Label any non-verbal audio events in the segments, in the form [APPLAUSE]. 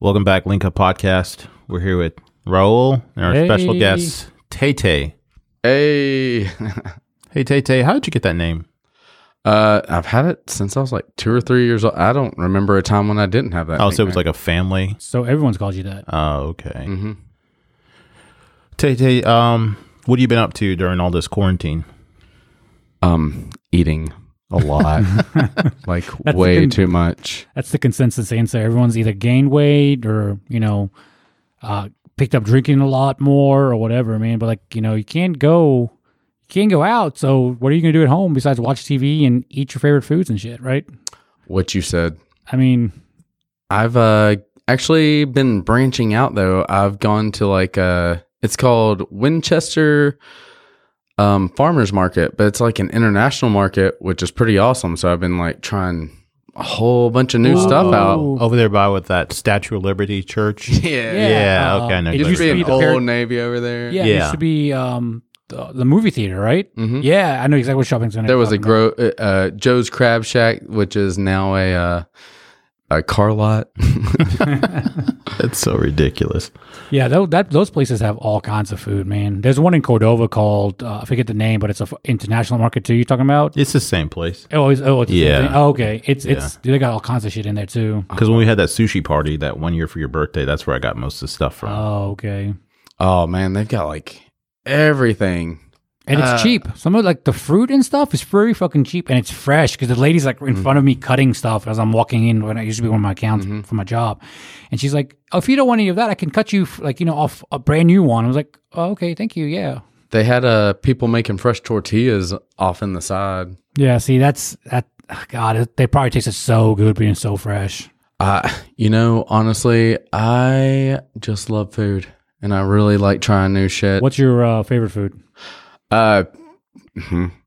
Welcome back, Link Up Podcast. We're here with Raul and our special Hey. guest, Tay Tay. Hey, [LAUGHS] Hey, Tay Tay, how did you get that name? uh, I've had it since I was like two or three years old. I don't remember a time when I didn't have that. Oh, so it was like a family. So everyone's called you that. Oh, okay. hmm Tay Tay, um, what have you been up to during all this quarantine? um eating [LAUGHS] a lot, like That's way good. too much. That's the consensus answer. Everyone's either gained weight or you know, uh, picked up drinking a lot more or whatever, man. But like you know, you can't go, you can't go out. So what are you gonna do at home besides watch TV and eat your favorite foods and shit, right? What you said. I mean, I've uh actually been branching out though. I've gone to like uh it's called Winchester um farmers market, but it's like an international market, which is pretty awesome. So I've been like trying a whole bunch of new stuff out. Ooh. Over there by with that Statue of Liberty Church. [LAUGHS] Yeah. Yeah. yeah, uh, okay, I know. it you It used live to there. be an the old parent- navy over there. yeah, it Yeah. used to be um, the, the movie theater, right? Mhm. Yeah, I know exactly what shopping center. There you're was a talking about. gro- uh, uh, Joe's Crab Shack, which is now a uh, a car lot. [LAUGHS] [LAUGHS] That's so ridiculous. Yeah, tho- that those places have all kinds of food, man. There's one in Cordova called uh, I forget the name, but it's a f- international market too. You talking about? It's the same place. Oh, it's, oh, it's the same Yeah. thing? Oh, okay. It's it's dude, they got all kinds of shit in there too. Because when we had that sushi party that one year for your birthday, that's where I got most of the stuff from. Oh, okay. oh man, they've got like everything. And it's Uh, cheap. Some of like the fruit and stuff is pretty fucking cheap, and it's fresh because the lady's like in front of me cutting stuff as I'm walking in when I used to be one of my accounts Mm-hmm. for my job, and she's like, oh, "If you don't want any of that, I can cut you f- like you know off a brand new one." I was like, oh, "Okay, thank you, yeah." They had uh, people making fresh tortillas off in the side. Yeah, see, that's that. oh, God, it, they probably tasted so good being so fresh. Uh, you know, honestly, I just love food, and I really like trying new shit. What's your uh, favorite food? Uh, [LAUGHS]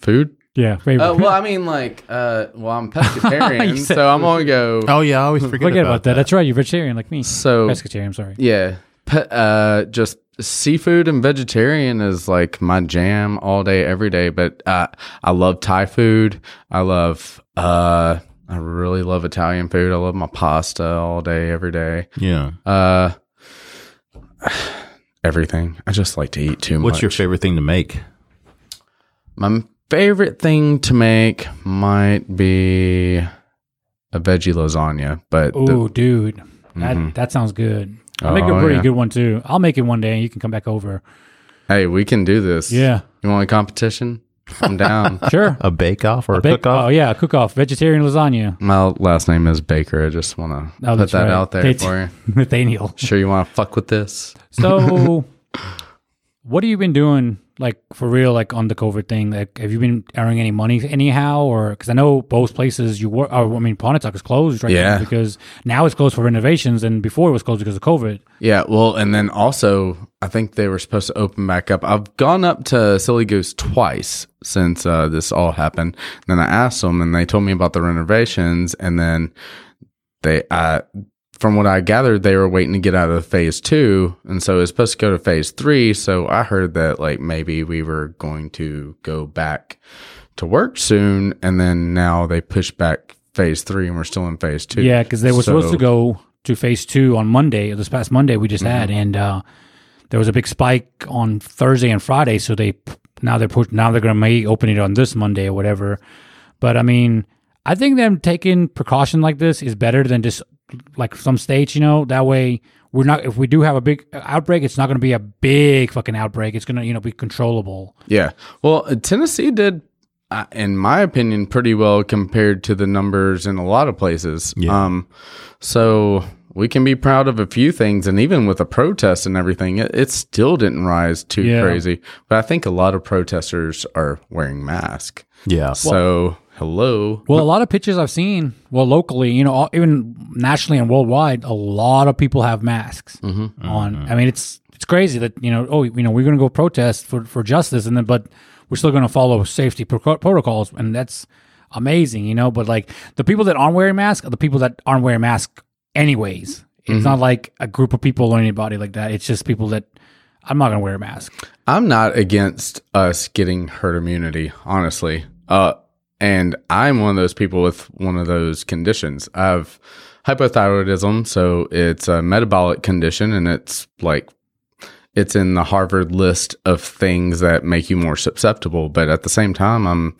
food. Yeah, favorite. Uh, well, I mean, like, uh, well, [LAUGHS] I'm You pescatarian, said so I'm gonna go. Oh, yeah, I always forget, Forget about, that. That's right. You're vegetarian like me. So Pescatarian. I'm sorry. Yeah. Pe- uh, just seafood and vegetarian is like my jam all day, every day. But uh, I love Thai food. I love, uh, I really love Italian food. I love my pasta all day, every day. Yeah. Uh, [SIGHS] everything. I just like to eat too much. What's your favorite thing to make? My favorite thing to make might be a veggie lasagna, but the- Mm-hmm. Ooh, dude, that that sounds good. I'll make a Oh, pretty yeah. good one too. I'll make it one day, and you can come back over. hey, we can do this. [LAUGHS] Yeah, You want a competition? [LAUGHS] I'm down. sure. A bake off or a, Bake- cook off? Oh yeah, cook off vegetarian lasagna. [LAUGHS] My last name is Baker. I just want to Oh, put that's that right. out there That's- for you. Nathaniel. Sure, you want to fuck with this? [LAUGHS] So, what have you been doing, like for real, like on the COVID thing? Like, have you been earning any money anyhow, or because I know both places you were. Or, I mean, Pontotoc is closed right Yeah. now because now it's closed for renovations, and before it was closed because of COVID. Yeah. Well, and then also, I think they were supposed to open back up. I've gone up to Silly Goose twice since uh, this all happened. then I asked them, and they told me about the renovations. And then they, uh, from what I gathered, they were waiting to get out of phase two, and so it's supposed to go to phase three. So I heard that like maybe we were going to go back to work soon, and then now they pushed back phase three, and we're still in phase two. Yeah, because they were supposed So- to go to phase two on Monday, this past Monday we just had, and uh, there was a big spike on Thursday and Friday. So they now they're push, now they're going to may open it on this Monday or whatever. But I mean, I think them taking precaution like this is better than just like some states, you know. That way, we're not if we do have a big uh, outbreak, it's not going to be a big fucking outbreak. It's going to you know be controllable. Yeah. Well, uh, Tennessee did, uh, in my opinion, pretty well compared to the numbers in a lot of places. Yeah. Um, so we can be proud of a few things. And even with the protests and everything, it, it still didn't rise too Yeah. crazy. But I think a lot of protesters are wearing masks. Yeah. So, hello. Well, a lot of pictures I've seen, well, locally, you know, all, even nationally and worldwide, a lot of people have masks on. I mean, it's it's crazy that you know, oh, you know, we're going to go protest for for justice, and then but we're still going to follow safety proco- protocols, and that's amazing, you know. But like the people that aren't wearing masks are the people that aren't wearing masks anyways. It's not like a group of people or anybody like that. It's just people that I'm not going to wear a mask. I'm not against us getting herd immunity, honestly. Uh, and I'm one of those people with one of those conditions. I've hypothyroidism. So it's a metabolic condition, and it's like it's in the Harvard list of things that make you more susceptible. But at the same time, I'm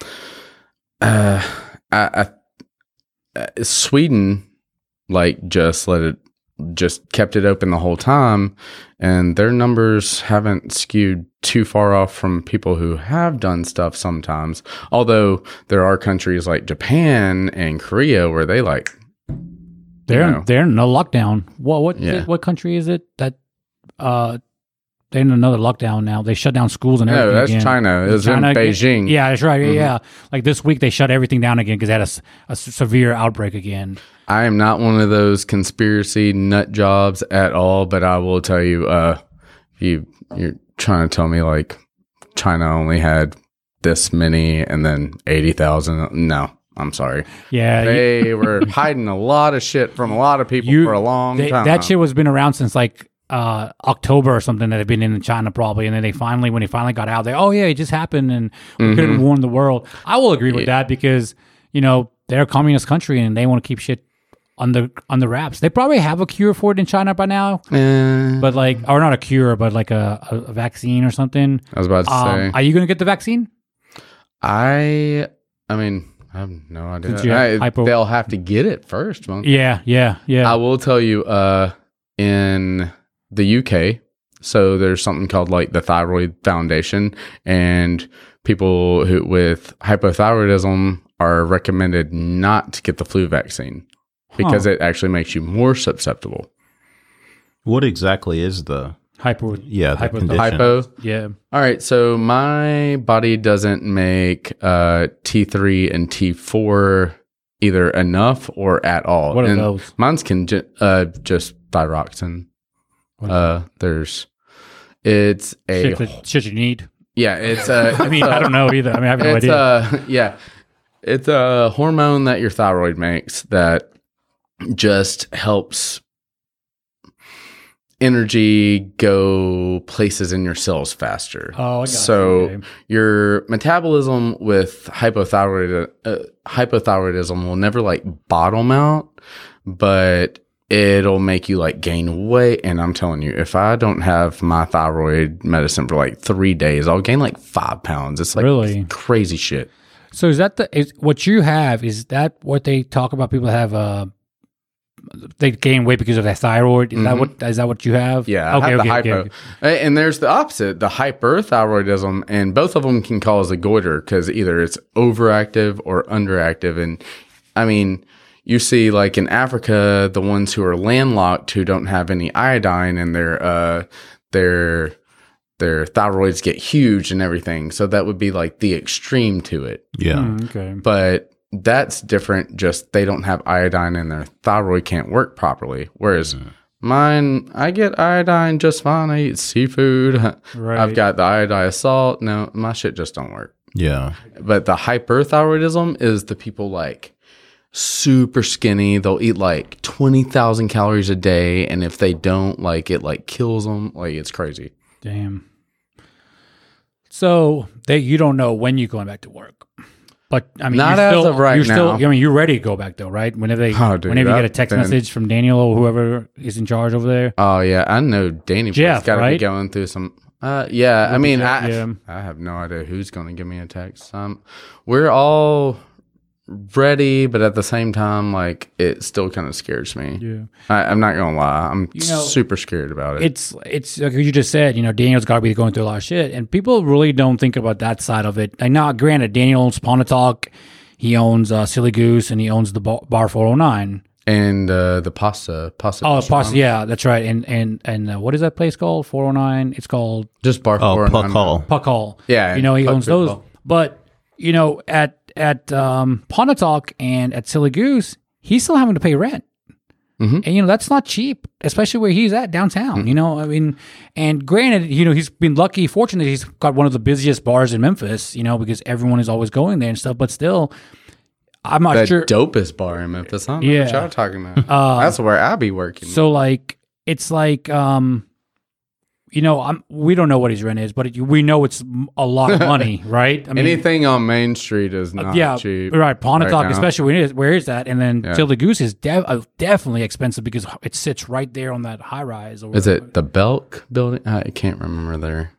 uh, I, I, uh, Sweden like just let it just kept it open the whole time and their numbers haven't skewed too far off from people who have done stuff sometimes although there are countries like Japan and Korea where they like They're know. they're in a lockdown. What what Yeah. what country is it that uh they're in another lockdown now? They shut down schools and everything. no that's again. China it was in China- Beijing Mm-hmm. Yeah, that's right. Yeah, like this week they shut everything down again because they had a, s- a s- severe outbreak again. I am not one of those conspiracy nut jobs at all, but I will tell you, uh, if you you're trying to tell me like China only had this many and then eighty thousand. No, I'm sorry, Yeah, Uh, you- [LAUGHS] they were hiding a lot of shit from a lot of people You- for a long they- time. that shit was been around since like uh, October or something that had been in China probably, and then they finally, when it finally got out, they oh yeah, it just happened, and we Mm-hmm. couldn't warn the world. I will agree with that because you know they're a communist country and they want to keep shit under under wraps. They probably have a cure for it in China by now, Eh, but like or not a cure, but like a, a, a vaccine or something. I was about to Um, say, are you going to get the vaccine? I, I mean, I have no you idea. have I- hypo- they'll have to get it first, man. Yeah, yeah, yeah. I will tell you, uh, in the UK, so there's something called like the Thyroid Foundation, and people who with hypothyroidism are recommended not to get the flu vaccine because it actually makes you more susceptible. What exactly is the Hyper. yeah the Hypothy- condition? Hypo. Yeah. All right, so my body doesn't make uh, T3 and T4 either enough or at all. What are And those? Mine's can ju- uh, just thyroxin. What Uh, there's it's a Shit, that, shit you need. yeah, it's a [LAUGHS] I mean, I [LAUGHS] don't know either. I mean, I have no it's uh, idea. a yeah, it's a hormone that your thyroid makes that just helps energy go places in your cells faster. oh, I got so you. Okay. your metabolism with hypothyroid uh, hypothyroidism will never like bottom out, but it'll make you like gain weight. And I'm telling you, if I don't have my thyroid medicine for like three days, I'll gain like five pounds. It's like Really? crazy shit. So is that the is what you have? Is that what they talk about? People have uh, they gain weight because of their thyroid. Is that what is that what you have? Mm-hmm. Yeah, I have the hypo. A- And there's the opposite, the hyperthyroidism, and both of them can cause a goiter because either it's overactive or underactive. And I mean, you see, like in Africa, the ones who are landlocked who don't have any iodine and their uh, their their thyroids get huge and everything. So that would be like the extreme to it Yeah. Mm, okay. but that's different just they don't have iodine and their thyroid can't work properly whereas mine i get iodine just fine i eat seafood [LAUGHS] Right. i've got the iodized salt no my shit just don't work Yeah. but the hyperthyroidism is the people like super skinny they'll eat like 20000 calories a day and if they don't like it like kills them like it's crazy Damn. So they you don't know when you're going back to work. But I mean, Not you're as still, of right you're still, now. I mean, you're ready to go back though, right? Whenever they, Oh, dude, whenever you get a that- text then- message from Daniel or whoever is in charge over there. Oh yeah, I know Danny has Jeff, got to right? be going through some. Uh, yeah, I mean, Jeff, I, yeah. I have no idea who's going to give me a text. Um, we're all ready, but at the same time, like it still kind of scares me. Yeah. I, I'm not gonna lie, I'm know, super scared about it. it's it's like you just said, you know, Daniel's got to be going through a lot of shit, and people really don't think about that side of it. And now, granted, Daniel owns Pontotoc, he owns uh, Silly Goose, and he owns the bar, bar 409. and uh, the pasta, pasta, Oh, dish, Pos- yeah, that's right. And and and uh, what is that place called? 409. It's called just bar Oh, four puck hall. Puck Hall. Yeah, you know, he Puck owns those. football. But you know, at at um, Pontotoc and at Silly Goose, he's still having to pay rent. Mm-hmm. And you know that's not cheap, especially where he's at downtown. You know, I mean, and granted, you know he's been lucky, fortunate he's got one of the busiest bars in Memphis. You know because everyone is always going there and stuff. But still, I'm not The sure. dopest bar in Memphis. I don't know Yeah. Uh, what y'all talking about. That's where I be working. So like it's like um you know, I'm, we don't know what his rent is, but it, we know it's m- a lot [LAUGHS] of money, right? I Anything on Main Street is not yeah, cheap. right. Pontotoc, now. especially where it is, where is that? And then Tilda Goose is de- uh, definitely expensive because it sits right there on that high rise. Or Is it the Belk building? I can't remember there.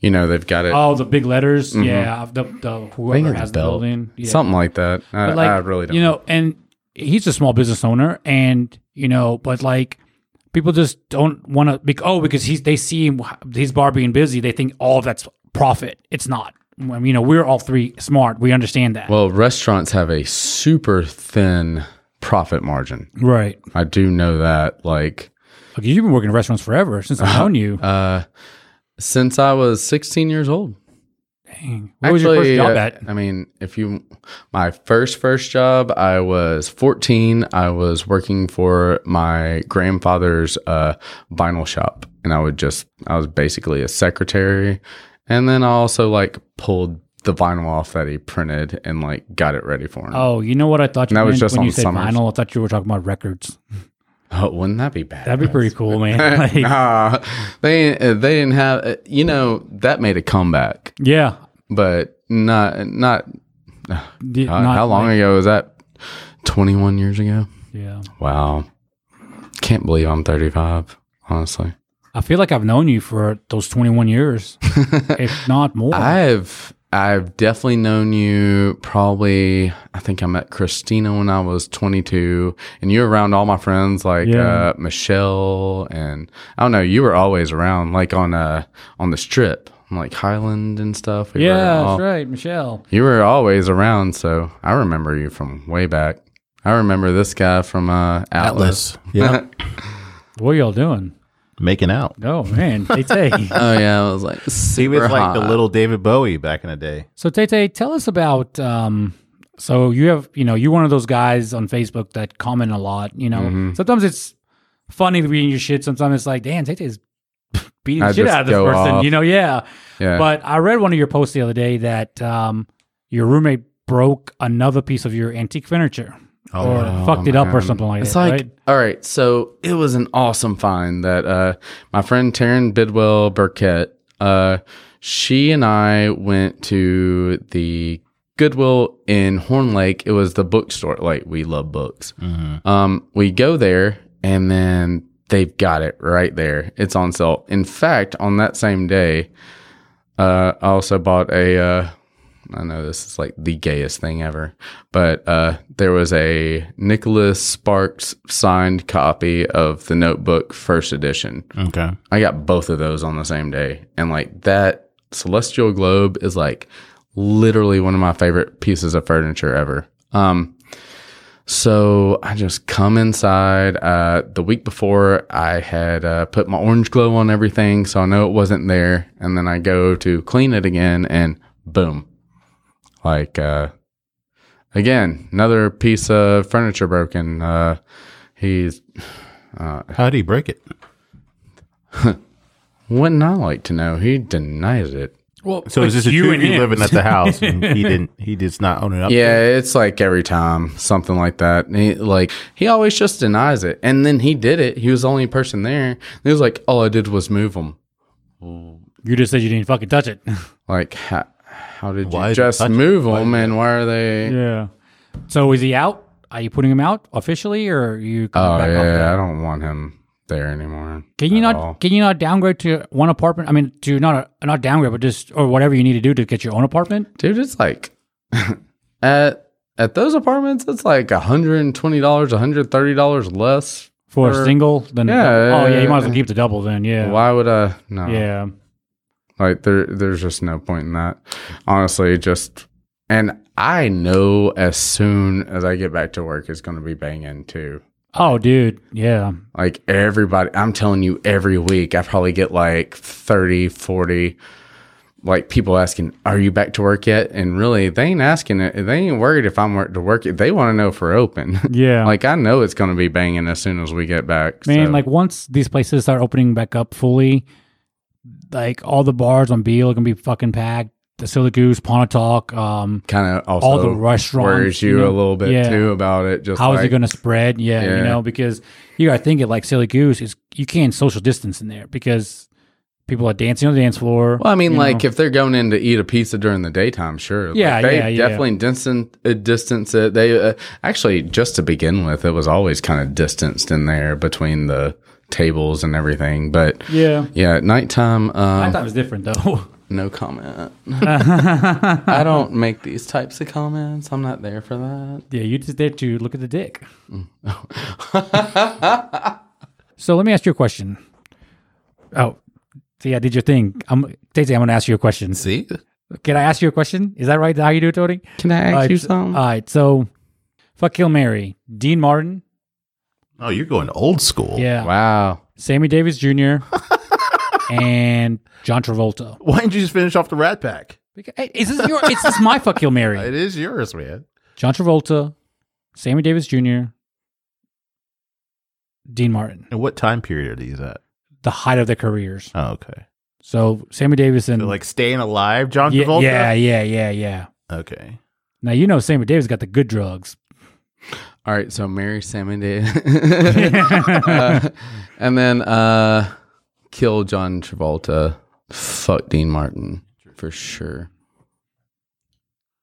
You know, they've got it. Oh, the big letters. Mm-hmm. Yeah, the, the whoever it's has the Belk. building. Yeah. Something like that. I, But, like I really don't. you know and he's a small business owner and you know but like people just don't want to be oh because he's they see him, his bar being busy they think all of that's profit it's not I mean, you know we're all three smart we understand that well, restaurants have a super thin profit margin. right I do know that. Like okay, you've been working in restaurants forever since Uh-huh. i've known you Uh, since I was 16 years old. Dang. what was your first job uh, at I mean, if you, my first first job, I was 14. I was working for my grandfather's uh, vinyl shop, and I would just, I was basically a secretary, and then I also like pulled the vinyl off that he printed and like got it ready for him. Oh, oh you know what i thought you That was meant just when you on said summers. vinyl i thought you were talking about records Oh, wouldn't that be bad? that'd be pretty cool [LAUGHS] man Like, Nah, they uh, they didn't have uh, you know that made a comeback, yeah but not not, Did uh, not how long like- ago was that? Twenty one years ago. yeah Wow. Can't believe I'm 35, honestly. i feel like i've known you for those 21 [LAUGHS] years if not more I've I've definitely known you probably I think I met Christina when I was 22 and you're around all my friends like Yeah. uh, Michelle and I don't know, you were always around like on uh on the strip, like Highland and stuff. We were Yeah, all- that's right, Michelle. You were always around, so I remember you from way back. I remember this guy from uh, Atlas. [LAUGHS] Yeah. What are y'all doing? Making out. Oh man, Tay [LAUGHS] Tay. Oh yeah, I was like He was super like the hot. little David Bowie back in the day. so Tay Tay, tell us about. Um, so you have, you know, you're one of those guys on Facebook that comment a lot. You know, Mm-hmm. sometimes it's funny reading your shit. Sometimes it's like, damn, Tay Tay's [LAUGHS] beating I the shit just out of this go person. off. You know, yeah. Yeah. But I read one of your posts the other day that um, your roommate broke another piece of your antique furniture or fucked it up or something like It's that. like, right? all right, so it was an awesome find that uh, my friend Taryn Bidwell Burkett, uh, she and I went to the Goodwill in Horn Lake. It was the bookstore. Like, we love books. Mm-hmm. Um, we go there, and then they've got it right there. It's on sale. In fact, on that same day, uh, I also bought a. Uh, I know this is like the gayest thing ever, but uh, there was a Nicholas Sparks signed copy of the Notebook first edition. Okay. I got both of those on the same day, and like that celestial globe is like literally one of my favorite pieces of furniture ever. Um, so I just come inside. Uh, the week before, I had uh, put my orange glow on everything, so I know it wasn't there. And then I go to clean it again, and boom, like uh, again, another piece of furniture broken. Uh, he's How did he break it? wouldn't I like to know? He denies it. well, So is it's this a you dude and you him. living at [LAUGHS] the house? And he didn't. He does not own it up. Yeah, it's like every time something like that. And he, like he always just denies it, and then he did it. He was the only person there. And he was like, "All I did was move him." You just said you didn't fucking touch it. Like, how, how did Why you did just they touch move them? And why are they? Yeah. So is he out? Are you putting him out officially, or are you? Oh coming back yeah, on? I don't want him there anymore. Can you at not? all. Can you not downgrade to one apartment? I mean, to not a, not downgrade, but just or whatever you need to do to get your own apartment. dude? It's like [LAUGHS] at at those apartments, it's like hundred and twenty dollars, hundred thirty dollars less. For a single, then Yeah, oh yeah, yeah, you might as well keep the double then. Yeah, Why would I? No. yeah. Like there there's just no point in that. Honestly, just and I know as soon as I get back to work it's gonna be banging too. Oh, dude, yeah. Like everybody I'm telling you every week I probably get like 30, 40 like people asking, Are you back to work yet? And really they ain't asking it they ain't worried if I'm work to work they wanna know if we're open. [LAUGHS] Yeah. like I know it's gonna be banging as soon as we get back. Man, so- like once these places start opening back up fully, like all the bars on Beale are gonna be fucking packed. The Silly Goose, Pontotoc, um, kind of also all the restaurants, worries you, you know? a little bit Yeah. too about it. Just How is like, it going to spread? Yeah, you Yeah. know, because you got to think it like silly goose is you can't social distance in there because people that dancing on the dance floor. Well, I mean, like if they're going in to eat a pizza during the daytime, sure. Like, Yeah, they yeah, yeah. definitely distance uh, distance it. They uh, actually just to begin with, it was always kind of distanced in there between the tables and everything. But yeah. yeah, at nighttime, I um, thought it was different though. [LAUGHS] no comment. I don't make these types of comments. I'm not there for that. yeah, you just there to look at the dick. Mm. [LAUGHS] so let me ask you a question. Oh, so yeah, did your thing. I'm Daisy, I'm gonna ask you a question. See, Can I ask you a question? Is that right? How you do it, Tony? can I ask All right, you so- something? All right, so fuck Kill Mary. Dean Martin. Oh, you're going old school. Yeah. wow. Sammy Davis Jr. [LAUGHS] and John Travolta. Why didn't you just finish off the Rat Pack? Beca- Hey, Is this your? Is this my fuck Hail Mary? It is yours, man. John Travolta, Sammy Davis Jr., Dean Martin. And what time period are these at? The height of their careers. Oh, okay. So Sammy Davis and They're like staying alive, John yeah, Travolta. yeah, yeah, yeah, yeah. Okay. Now you know Sammy Davis got the [LAUGHS] good drugs. All right, so Mary [LAUGHS] Salmon [LAUGHS] Day. Uh, [LAUGHS] and then uh, kill John Travolta. Fuck Dean Martin for sure.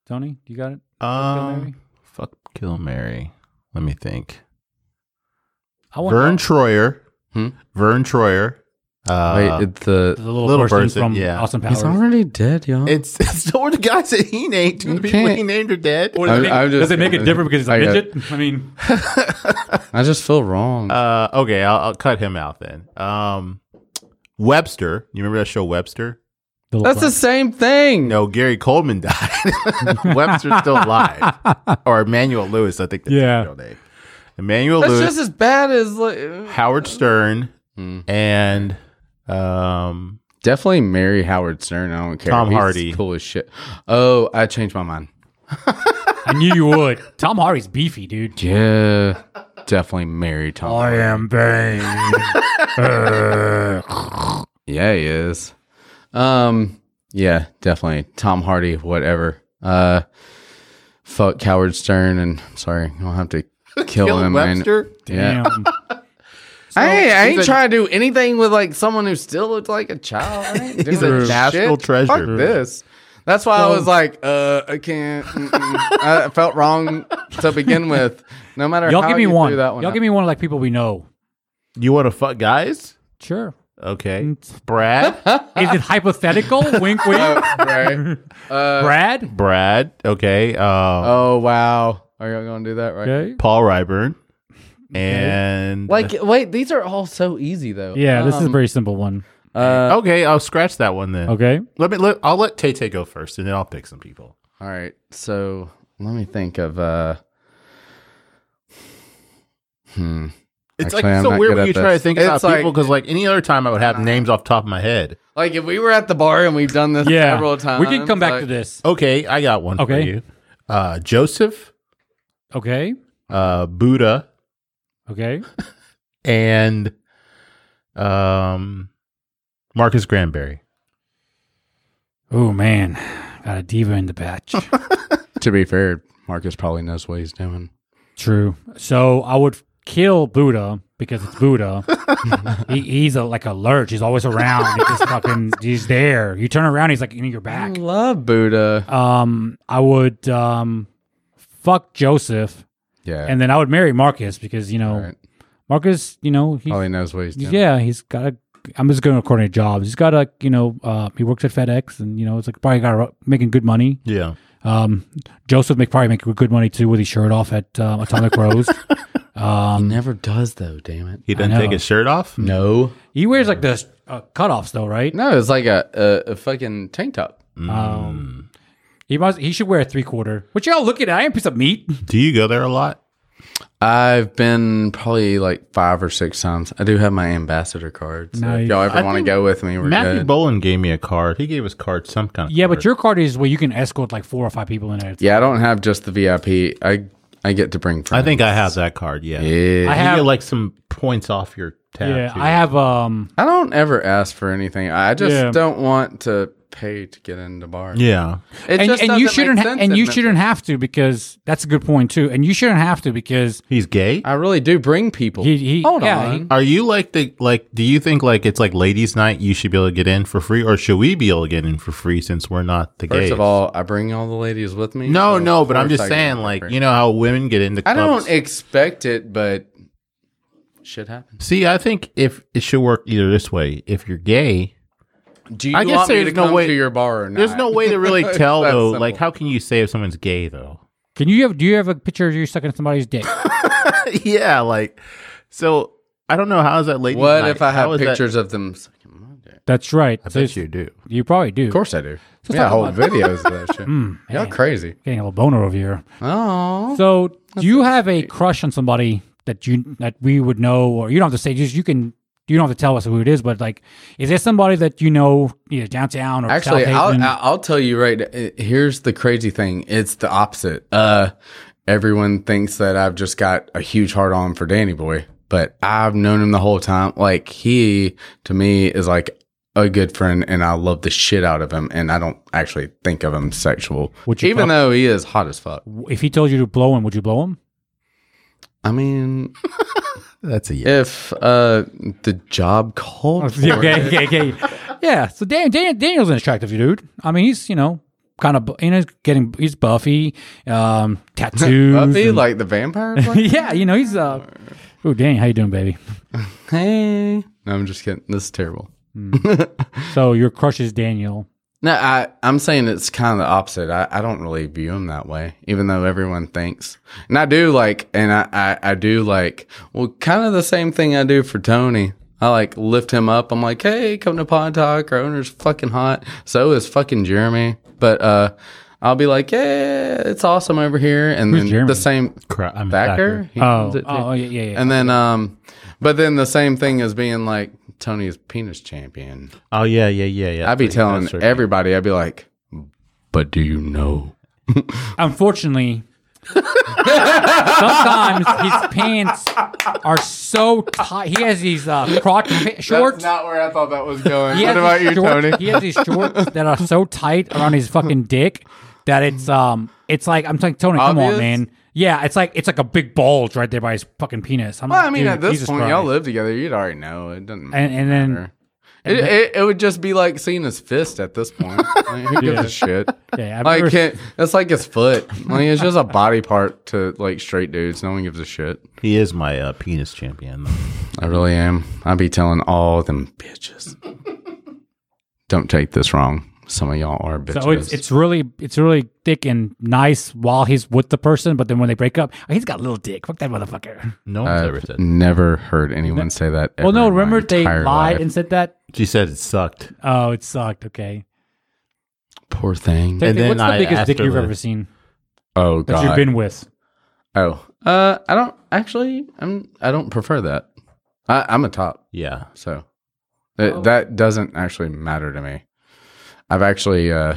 Tony, you got it. Um, fuck Kill Mary. Let me think. I Vern Troyer. Oh, Hmm? Vern Troyer. Uh, Wait, it's the the little, Little person, person, from yeah. Austin Powers. he's already dead, y'all. it's [LAUGHS] it's the one the guy said he named two You of the people he can't- named are dead. Or I'm- I'm just- I got- I mean, I just feel wrong. Uh, okay, I'll, I'll cut him out then. Um, Webster. You remember that show Webster? the That's the little- same thing. No, Gary Coleman died. [LAUGHS] Webster's still [LAUGHS] alive. Or Emmanuel Lewis, I think that's Yeah. his real name. Emmanuel that's Lewis, just as bad as like, Howard Stern, Hmm. and um, definitely marry Howard Stern. I don't care. Tom He's Hardy. cool as shit. Oh, I changed my mind. I knew you would. Tom Hardy's beefy, [LAUGHS] dude. Yeah, definitely marry Oh, Tom. Hardy. am Bane. Yeah, he is. Um, yeah, definitely. Tom Hardy, whatever. Uh, fuck Howard Stern, and sorry, I'll [LAUGHS] have to kill, Bill him. and- Webster. yeah, Damn. hey, I ain't He's a- trying to do anything with like someone who still looks like a child. I [LAUGHS] ain't He's doing a that national shit. treasure. Fuck this. That's why I was like, uh, I [LAUGHS] can't. mm-mm. I felt wrong to begin with. No matter [LAUGHS] Y'all how give me you one. threw that one. Y'all give me one like people we know. You want to fuck guys? Sure. Mm. Okay, [LAUGHS] Brad. Is [LAUGHS] it hypothetical? wink, wink. Oh, right. [LAUGHS] Uh, Brad. Brad. Okay. Um, Oh wow. Are y'all gonna do that right? Okay. Paul Ryburn. And Like, wait, these are all so easy though. Yeah, this is a Um, very simple one. uh, okay, I'll scratch that one then. [LAUGHS] Okay. Let me. Let, I'll let Tay Tay go first, and then I'll pick some people. all right. So let me think of. uh Hmm. It's Actually, like I'm so not weird good when at you this. try to think It's about like- people because like any other time I would have names off the top of my head. Like if we were at the bar and we've done this Yeah. several times, We can come back like- to this. Okay, I got one Okay. for you. Uh, Joseph, Okay. uh, Buddha, Okay. and um, Marcus Granberry. Oh man, got a diva in the batch. To be fair, Marcus probably knows what he's doing. True. So I would kill Buddha because it's Buddha. he, he's a, like a lurch. He's always around. He just fucking. He's there. You turn around. He's like in your I back. love Buddha. Um, I would um, fuck Joseph, Yeah. and then I would marry Marcus because you know all right. Oh, Marcus. You know he's Probably knows what he's doing. yeah he's got a. I'm just going according to jobs. He's got a you know uh, he works at FedEx and you know it's like probably got a, making good money. Yeah, Um, Joseph make probably make good money too with his shirt off at um, Atomic Rose. He never does though. Damn it. he doesn't I take know. his shirt off. No. He wears like the uh, cutoffs though, right? No, it's like a, a, a fucking tank top. Um, he must. He should wear a three quarter. What y'all looking at? I am a piece of meat. Do you go there a lot? I've been probably like five or six times. I do have my ambassador card. So Nice. if y'all ever I want to think go with me, we're Matthew good. Boland gave me a card. He gave his card some kind of Yeah, but your card is where you can escort like four or five people in there. yeah, I don't have just the VIP. I I get to bring I friends. think I have that card. Yeah, Yeah. I You have. get like some points off your tab. yeah, too. I have. Um, I don't ever ask for anything. I just Yeah. don't want to pay to get into bars. Yeah. It and, just and you doesn't make shouldn't ha- sense and in you Memphis. shouldn't have to because that's a good point too. And you shouldn't have to because He's gay. I really do bring people. he, he Hold yeah, on. he- Are you like the like? Do you think like it's like ladies' night? You should be able to get in for free, or should we be able to get in for free since we're not the First gays? of all, I bring all the ladies with me. no, so no. But of I'm course just I get saying, it like for you know how women get into. I clubs. don't expect it, but shit happens. see. I think if it should work either this way, if you're gay, Do you I guess want me there's to no come way- to your bar or not? there's no way to [LAUGHS] really It's tell that though. simple. Like, how can you say if someone's gay though? [LAUGHS] Can you have? Do you have a picture of you sucking somebody's [LAUGHS] dick? yeah, like so. I don't know how is that lady. What if I have pictures of them? sucking my dick? That's right. I So bet it's- you do. You probably do. Of course I do. So yeah, talk whole about- videos of [LAUGHS] that shit. Hmm, Y'all crazy. Getting a little boner over here. Oh, So, do you have a crush on somebody that you that we would know, or you don't have to say? Just you can. You don't have to tell us who it is, but like, is there somebody that you know either downtown or Actually, South I'll, Haven? I'll I'll tell you right. uh, Here's the crazy thing. It's the opposite. Uh, everyone thinks that I've just got a huge heart on for Danny Boy, but I've known him the whole time. Like he to me is like a good friend, and I love the shit out of him. And I don't actually think of him sexual, Would you even though he is hot as fuck. if he told you to blow him, would you [LAUGHS] blow him? [LAUGHS] I mean, That's a yeah. if uh the job called [LAUGHS] for Yeah, it, okay, okay, okay. Yeah. So Dan, Dan, Daniel's an attractive dude. I mean, he's you know kind of bu- you know he's getting he's buffy, [LAUGHS] um, tattoos. Buffy, and- [LAUGHS] like the vampire. Slayer? yeah, you know he's uh. Oh, Danny, how you doing, baby? hey, no, I'm just kidding. This is terrible. So your crush is Daniel. No, I, I'm saying it's kind of the opposite. I, I don't really view him that way, even though everyone thinks. And I do like, and I, I, I do like, well, kind of the same thing I do for Tony. I like lift him up. I'm like, hey, come to Pod Talk. Our owner's fucking hot. So is fucking Jeremy. But uh, I'll be like, yeah, it's awesome over here. And then Jeremy? the same Crap, I'm Thacker. He Oh, owns it too. oh, yeah, yeah, yeah. And then, um, but then the same thing as being like Tony's penis champion. Oh yeah, yeah, yeah, yeah. I'd be telling That's right. everybody, I'd be like, but do you know? Unfortunately, sometimes his pants are so tight. He has these uh, crotch pa- shorts. not where I thought that was going. [LAUGHS] He has these shorts- He has these shorts that are so tight around his fucking dick that it's um, it's like I'm like Tony, come on, Obvious? man. Yeah, it's like it's like a big bulge right there by his fucking penis. I'm Well, like, I mean, dude, at this Jesus point, Christ. y'all live together. You'd already know. It doesn't and and then matter. It, it, it would just be like seeing his fist at this [LAUGHS] point. Like, who gives Yeah. a shit? yeah, I've Like, never- it, that's like his foot. Like, it's just a body part to like straight dudes. No one gives a shit. He is my uh, penis champion. though. I really am. I'd be telling all them [LAUGHS] bitches. Don't take this wrong. Some of y'all are bitches. so it's it's really it's really thick and nice while he's with the person, but then when they break up, oh, he's got a little dick. Fuck that motherfucker. No one's ever I've said. never heard anyone say that. Well, ever no, in my remember they entire lied life. and said that. She said it sucked. Oh, it sucked. Okay. Poor thing. And Technically, then What's the I biggest dick asked her you've the- ever seen Oh that god. you've been with? oh, uh, I don't actually. I'm. I don't prefer that. I, I'm a top, Yeah. so that- Oh. that doesn't actually matter to me. I've actually uh,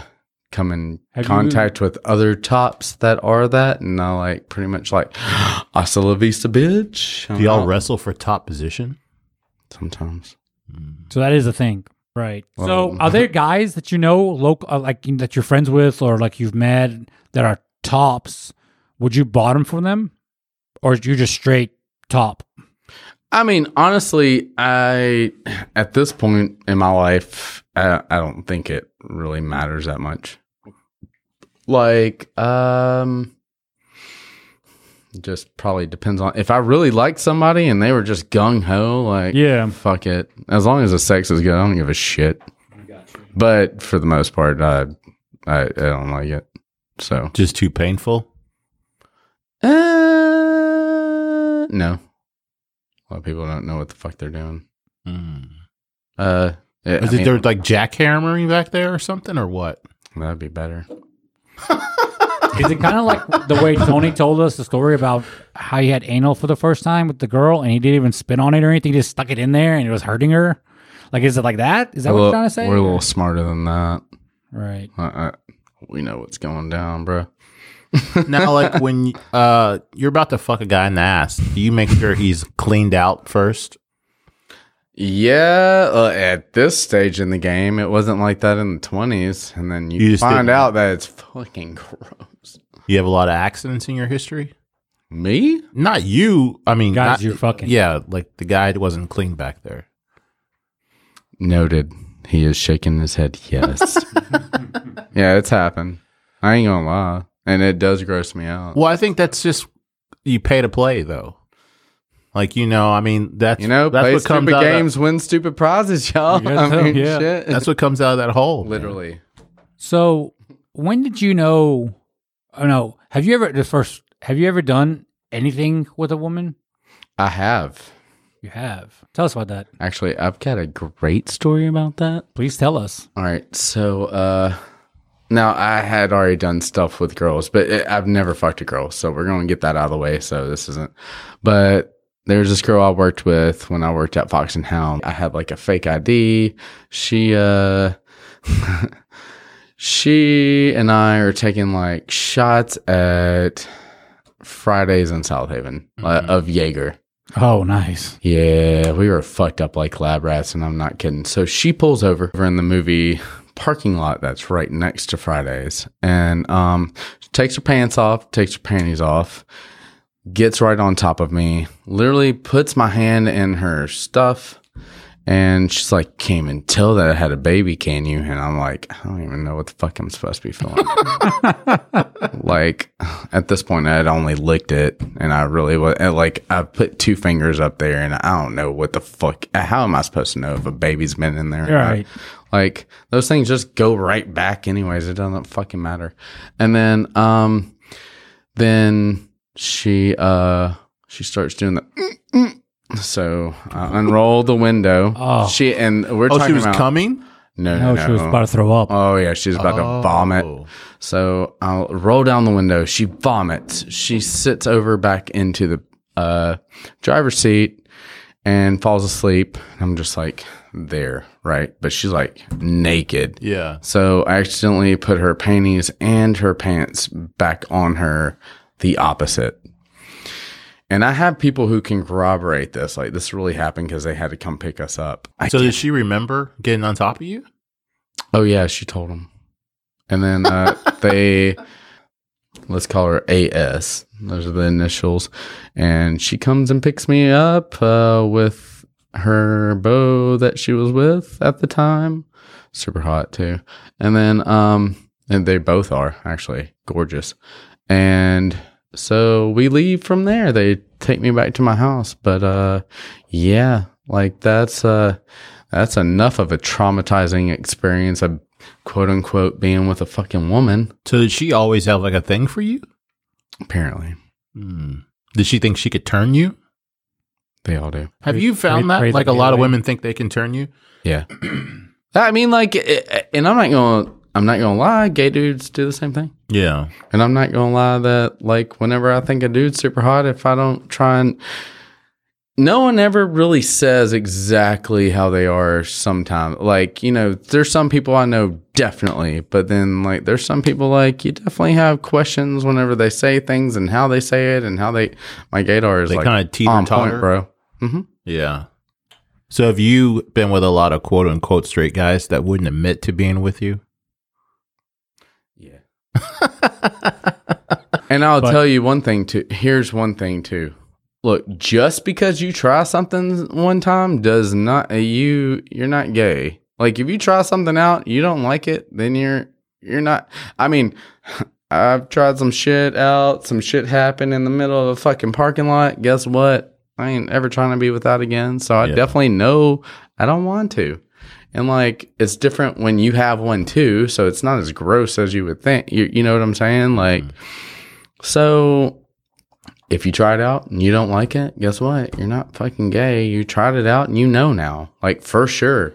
come in Have you- contact with other tops that are that, and I like pretty much like [GASPS] hasta la vista, bitch. I'm Do y'all out wrestle for top position? sometimes? So that is a thing, right? so [LAUGHS] Well- are there guys that you know local, uh, like you- that you're friends with, or like you've met that are tops? Would you bottom for them, or you just straight top? I mean, honestly, I at this point in my life, I, I don't think it really matters that much. Like, um, just probably depends on if I really liked somebody and they were just gung ho, like, Yeah. fuck it. As long as the sex is good, I don't give a shit. But for the most part, I I, I don't like it. So, Just too painful. uh, no, a lot of people don't know what the fuck they're doing. Uh, yeah, Is Mm. I it mean, there like jackhammering back there or something or what? [LAUGHS] That'd be better. Is it kind of like the way Tony told us the story about how he had anal for the first time with the girl, and he didn't even spit on it or anything; he just stuck it in there, and it was hurting her. Like, is it like that? Is that A what little- you're trying to say? We're a little smarter than that. right. Uh, uh, we know what's going down, bro. now, like when uh, you're about to fuck a guy in the ass, do you make sure he's cleaned out first? Yeah, uh, at this stage in the game, it wasn't like that in the twenties, and then you, You just find didn't- out that it's fucking gross. You have a lot of accidents in your history. Me? Not you. I mean, Guys, not- you're fucking. Yeah, like the guy wasn't clean back there. Noted. He is shaking his head. [LAUGHS] Yes. yeah, it's happened. I ain't gonna lie, and it does gross me out. Well, I think that's just you pay to play though. Like you know, I mean that's you know, that's play what comes stupid out of- games, win stupid prizes, y'all. guess [LAUGHS] I so, mean, yeah. shit. that's what comes out of that hole. man. literally. So when did you know? Oh no, have you ever the first? Have you ever done anything with a woman? I have You have. Tell us about that. actually. I've got a great story about that. Please tell us. All right. So, uh, now I had already done stuff with girls, but it, I've never fucked a girl. So we're going to get that out of the way. So this isn't, but there's this girl I worked with when I worked at Fox and Hound. I had like a fake ID. She, uh, [LAUGHS] she and I are taking like shots at Fridays in South Haven uh, of Jaeger. Oh, nice. Yeah, we were fucked up like lab rats, and I'm not kidding. So she pulls over We're in the movie parking lot that's right next to Fridays, and um, she takes her pants off, takes her panties off, gets right on top of me, literally puts my hand in her stuff, and she's like, "Can't even tell that I had a baby, can you?" And I'm like, "I don't even know what the fuck I'm supposed to be feeling." like at this point i had only licked it and i really was like i put two fingers up there and i don't know what the fuck how am i supposed to know if a baby's been in there or not? Right. like those things just go right back anyways it doesn't fucking matter and then um then she uh she starts doing the so I unroll the window Oh. she and we're Oh, talking she was about coming. no no, No, Oh, she was no. about to throw up. Oh yeah, she's about to vomit. Oh. So I'll roll down the window. She vomits. She sits over back into the uh, driver's seat and falls asleep. I'm just like there, right? But she's like naked. Yeah. So I accidentally put her panties and her pants back on her, the opposite. And I have people who can corroborate this. Like this really happened because they had to come pick us up. I So did she remember getting on top of you? Oh yeah, she told him. And then uh, they, let's call her AS. Those are the initials. And she comes and picks me up uh, with her beau that she was with at the time. Super hot too. And then, um, and they both are actually gorgeous. And so we leave from there. They take me back to my house. But uh, yeah, like that's uh, that's enough of a traumatizing experience of quote unquote being with a fucking woman. So did she always have like a thing for you? Apparently, Hmm. Did she think she could turn you? they all do. Have Pray- you found pray- that? pray that like a be lot of away. women think they can turn you. Yeah, [CLEARS THROAT] I mean, like, it- it- and I'm not gonna, I'm not gonna lie. Gay dudes do the same thing. Yeah. And I'm not gonna lie that like whenever I think a dude's super hot, if I don't try and no one ever really says exactly how they are sometimes. Like, you know, there's some people I know definitely, but then like there's some people like you definitely have questions whenever they say things and how they say it and how they my gaydar is They like kinda teeter on totter. point, bro. Yeah. So have you been with a lot of quote unquote straight guys that wouldn't admit to being with you? Yeah. and I'll But- tell you one thing too. Here's one thing too. Look, just because you try something one time does not uh, you you're not gay. Like if you try something out, you don't like it, then you're you're not I mean, [LAUGHS] I've tried some shit out, some shit happened in the middle of a fucking parking lot. Guess what? I ain't ever trying to be without again. So I Yeah. definitely know I don't want to. And like it's different when you have one too, so it's not as gross as you would think. You, you know what I'm saying? Like Mm-hmm. so if you try it out and you don't like it, guess what? You're not fucking gay. You tried it out and you know now. Like for sure.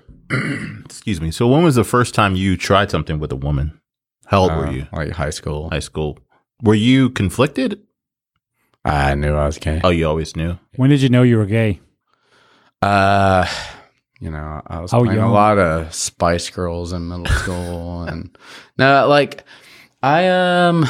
[CLEARS THROAT] Excuse me. So when was the first time you tried something with a woman? How old were Uh, you? Like high school. High school. Were you conflicted? I knew I was gay. Oh, you always knew. When did you know you were gay? Uh, you know, I was How playing young? a lot of Spice Girls in middle [LAUGHS] school, and no, like I um,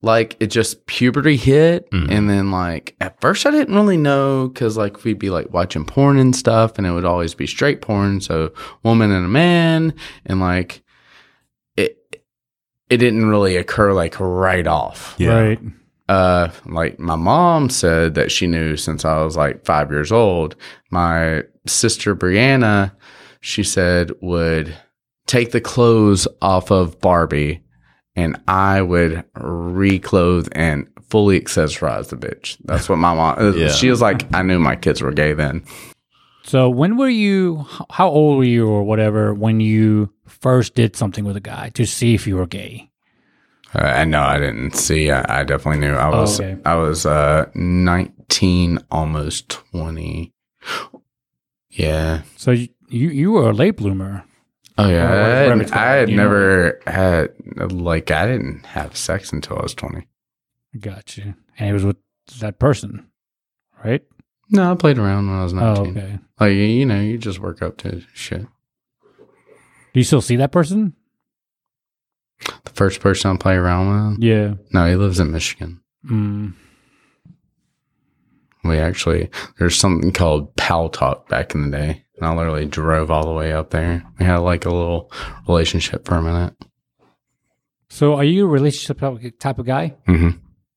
like it just puberty hit Mm-hmm. and then like at first i didn't really know because like we'd be like watching porn and stuff and it would always be straight porn so woman and a man and like it it didn't really occur like right off Yeah. Right. uh like my mom said that she knew since I was like 5 years old. My sister Brianna, she said would take the clothes off of Barbie and I would reclothe and fully accessorize the bitch. That's what my mom uh, Yeah. she was like I knew my kids were gay then. So when were you? h- How old were you, or whatever, when you first did something with a guy to see if you were gay? Uh, I know I didn't see I, I definitely knew I was okay. I was uh 19 almost 20. Yeah. So you you, you were a late bloomer. Oh yeah, Or I like hadn't- rabbit's I foot, had you know? never had like I didn't have sex until I was twenty. Gotcha. And it was with that person, right? No, I played around when I was Oh, nineteen. okay. Like you- you know, you just work up to shit. Do you still see that person? The first person I play around with, Yeah. no, he lives in Michigan. Mm. We actually there's something called Pal Talk back in the day, and I literally drove all the way up there. We had like a little relationship for a minute. So are you a relationship type- type of guy? hmm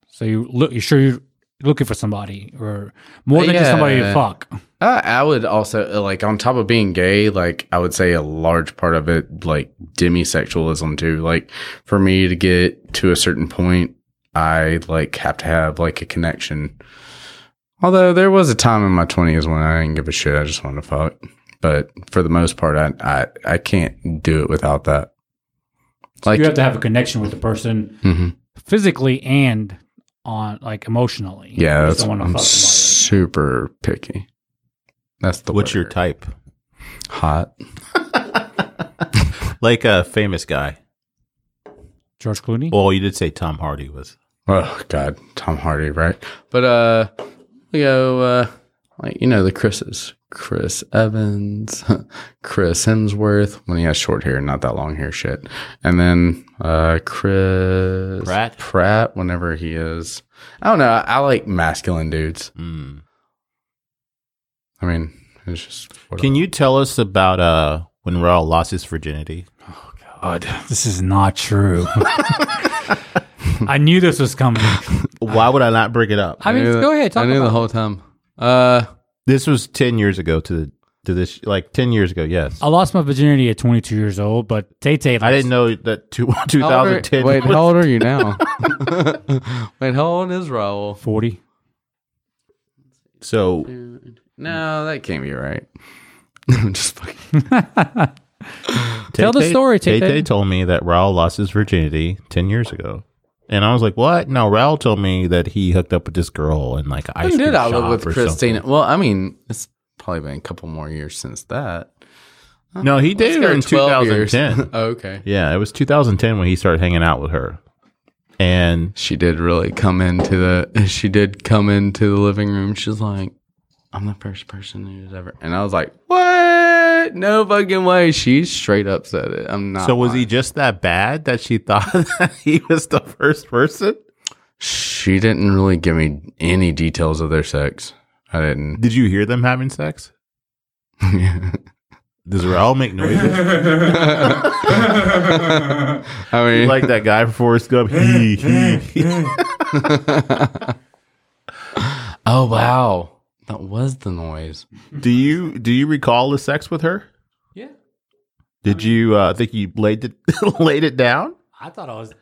So you look, you sure you're looking for somebody, or more Uh, than just somebody to yeah. fuck? Uh, I would also uh, like on top of being gay, like I would say a large part of it, like demisexualism too. Like for me to get to a certain point, I like have to have like a connection. Although there was a time in my twenties when I didn't give a shit, I just wanted to fuck. But for the most part, I I, I can't do it without that. Like you have to have a connection with the person Mhm. physically and on like emotionally. yeah, You that's, just don't wanna I'm fuck somebody. super picky. That's the What's your word. type? hot? Like a famous guy. George Clooney. Well, you did say Tom Hardy was. Oh God, Tom Hardy, right? But uh, we go uh, like you know the Chris's, Chris Evans, [LAUGHS] Chris Hemsworth when he has short hair, not that long hair shit, and then uh, Chris Pratt? Pratt whenever he is. I don't know. I, I like masculine dudes. Mm. I mean, it's just what Can you tell us about uh when Raul lost his virginity? God, this is not [LAUGHS] true. I knew this was coming. Why would I not bring it up? I mean, go ahead. Talk I knew about the whole time. Uh, This was ten years ago to the to this like ten years ago. Yes, it. I lost my virginity at 22 years old, but Tay Tay. I didn't know that two, [LAUGHS] 2010. Wait, was- how old are you now? [LAUGHS] wait, how old is Raul? 40. so No, that can't be right. [LAUGHS] I'm just fucking. Tell the Tay-Tay- story, Tay-Tay. Tay-Tay told me that Raul lost his virginity 10 years ago. And I was like, what? No, Raul told me that he hooked up with this girl and like ice cream When did I live shop with or Christina? something. Well, I mean, it's probably been a couple more years since that. No, he Let's dated go her in 12 years. 2010. [LAUGHS] oh, okay. yeah, it was 2010 when he started hanging out with her. And She did really come into the. [LAUGHS] She did come into the living room. She's like, "I'm the first person who's ever," and I was like, "What? No fucking way!" She straight up said it. I'm not. so was he lying. just that bad that she [LAUGHS] thought that he was the first person? She didn't really give me any details of their sex. I didn't. [LAUGHS] Did you hear them having sex? Does Raul make noises? [LAUGHS] I mean, like that guy from Forrest Gump. He, he, he. [LAUGHS] oh wow, that was the noise. Do you do you recall the sex with her? Yeah. Did you uh, think you laid it [LAUGHS] laid it down? I thought I was,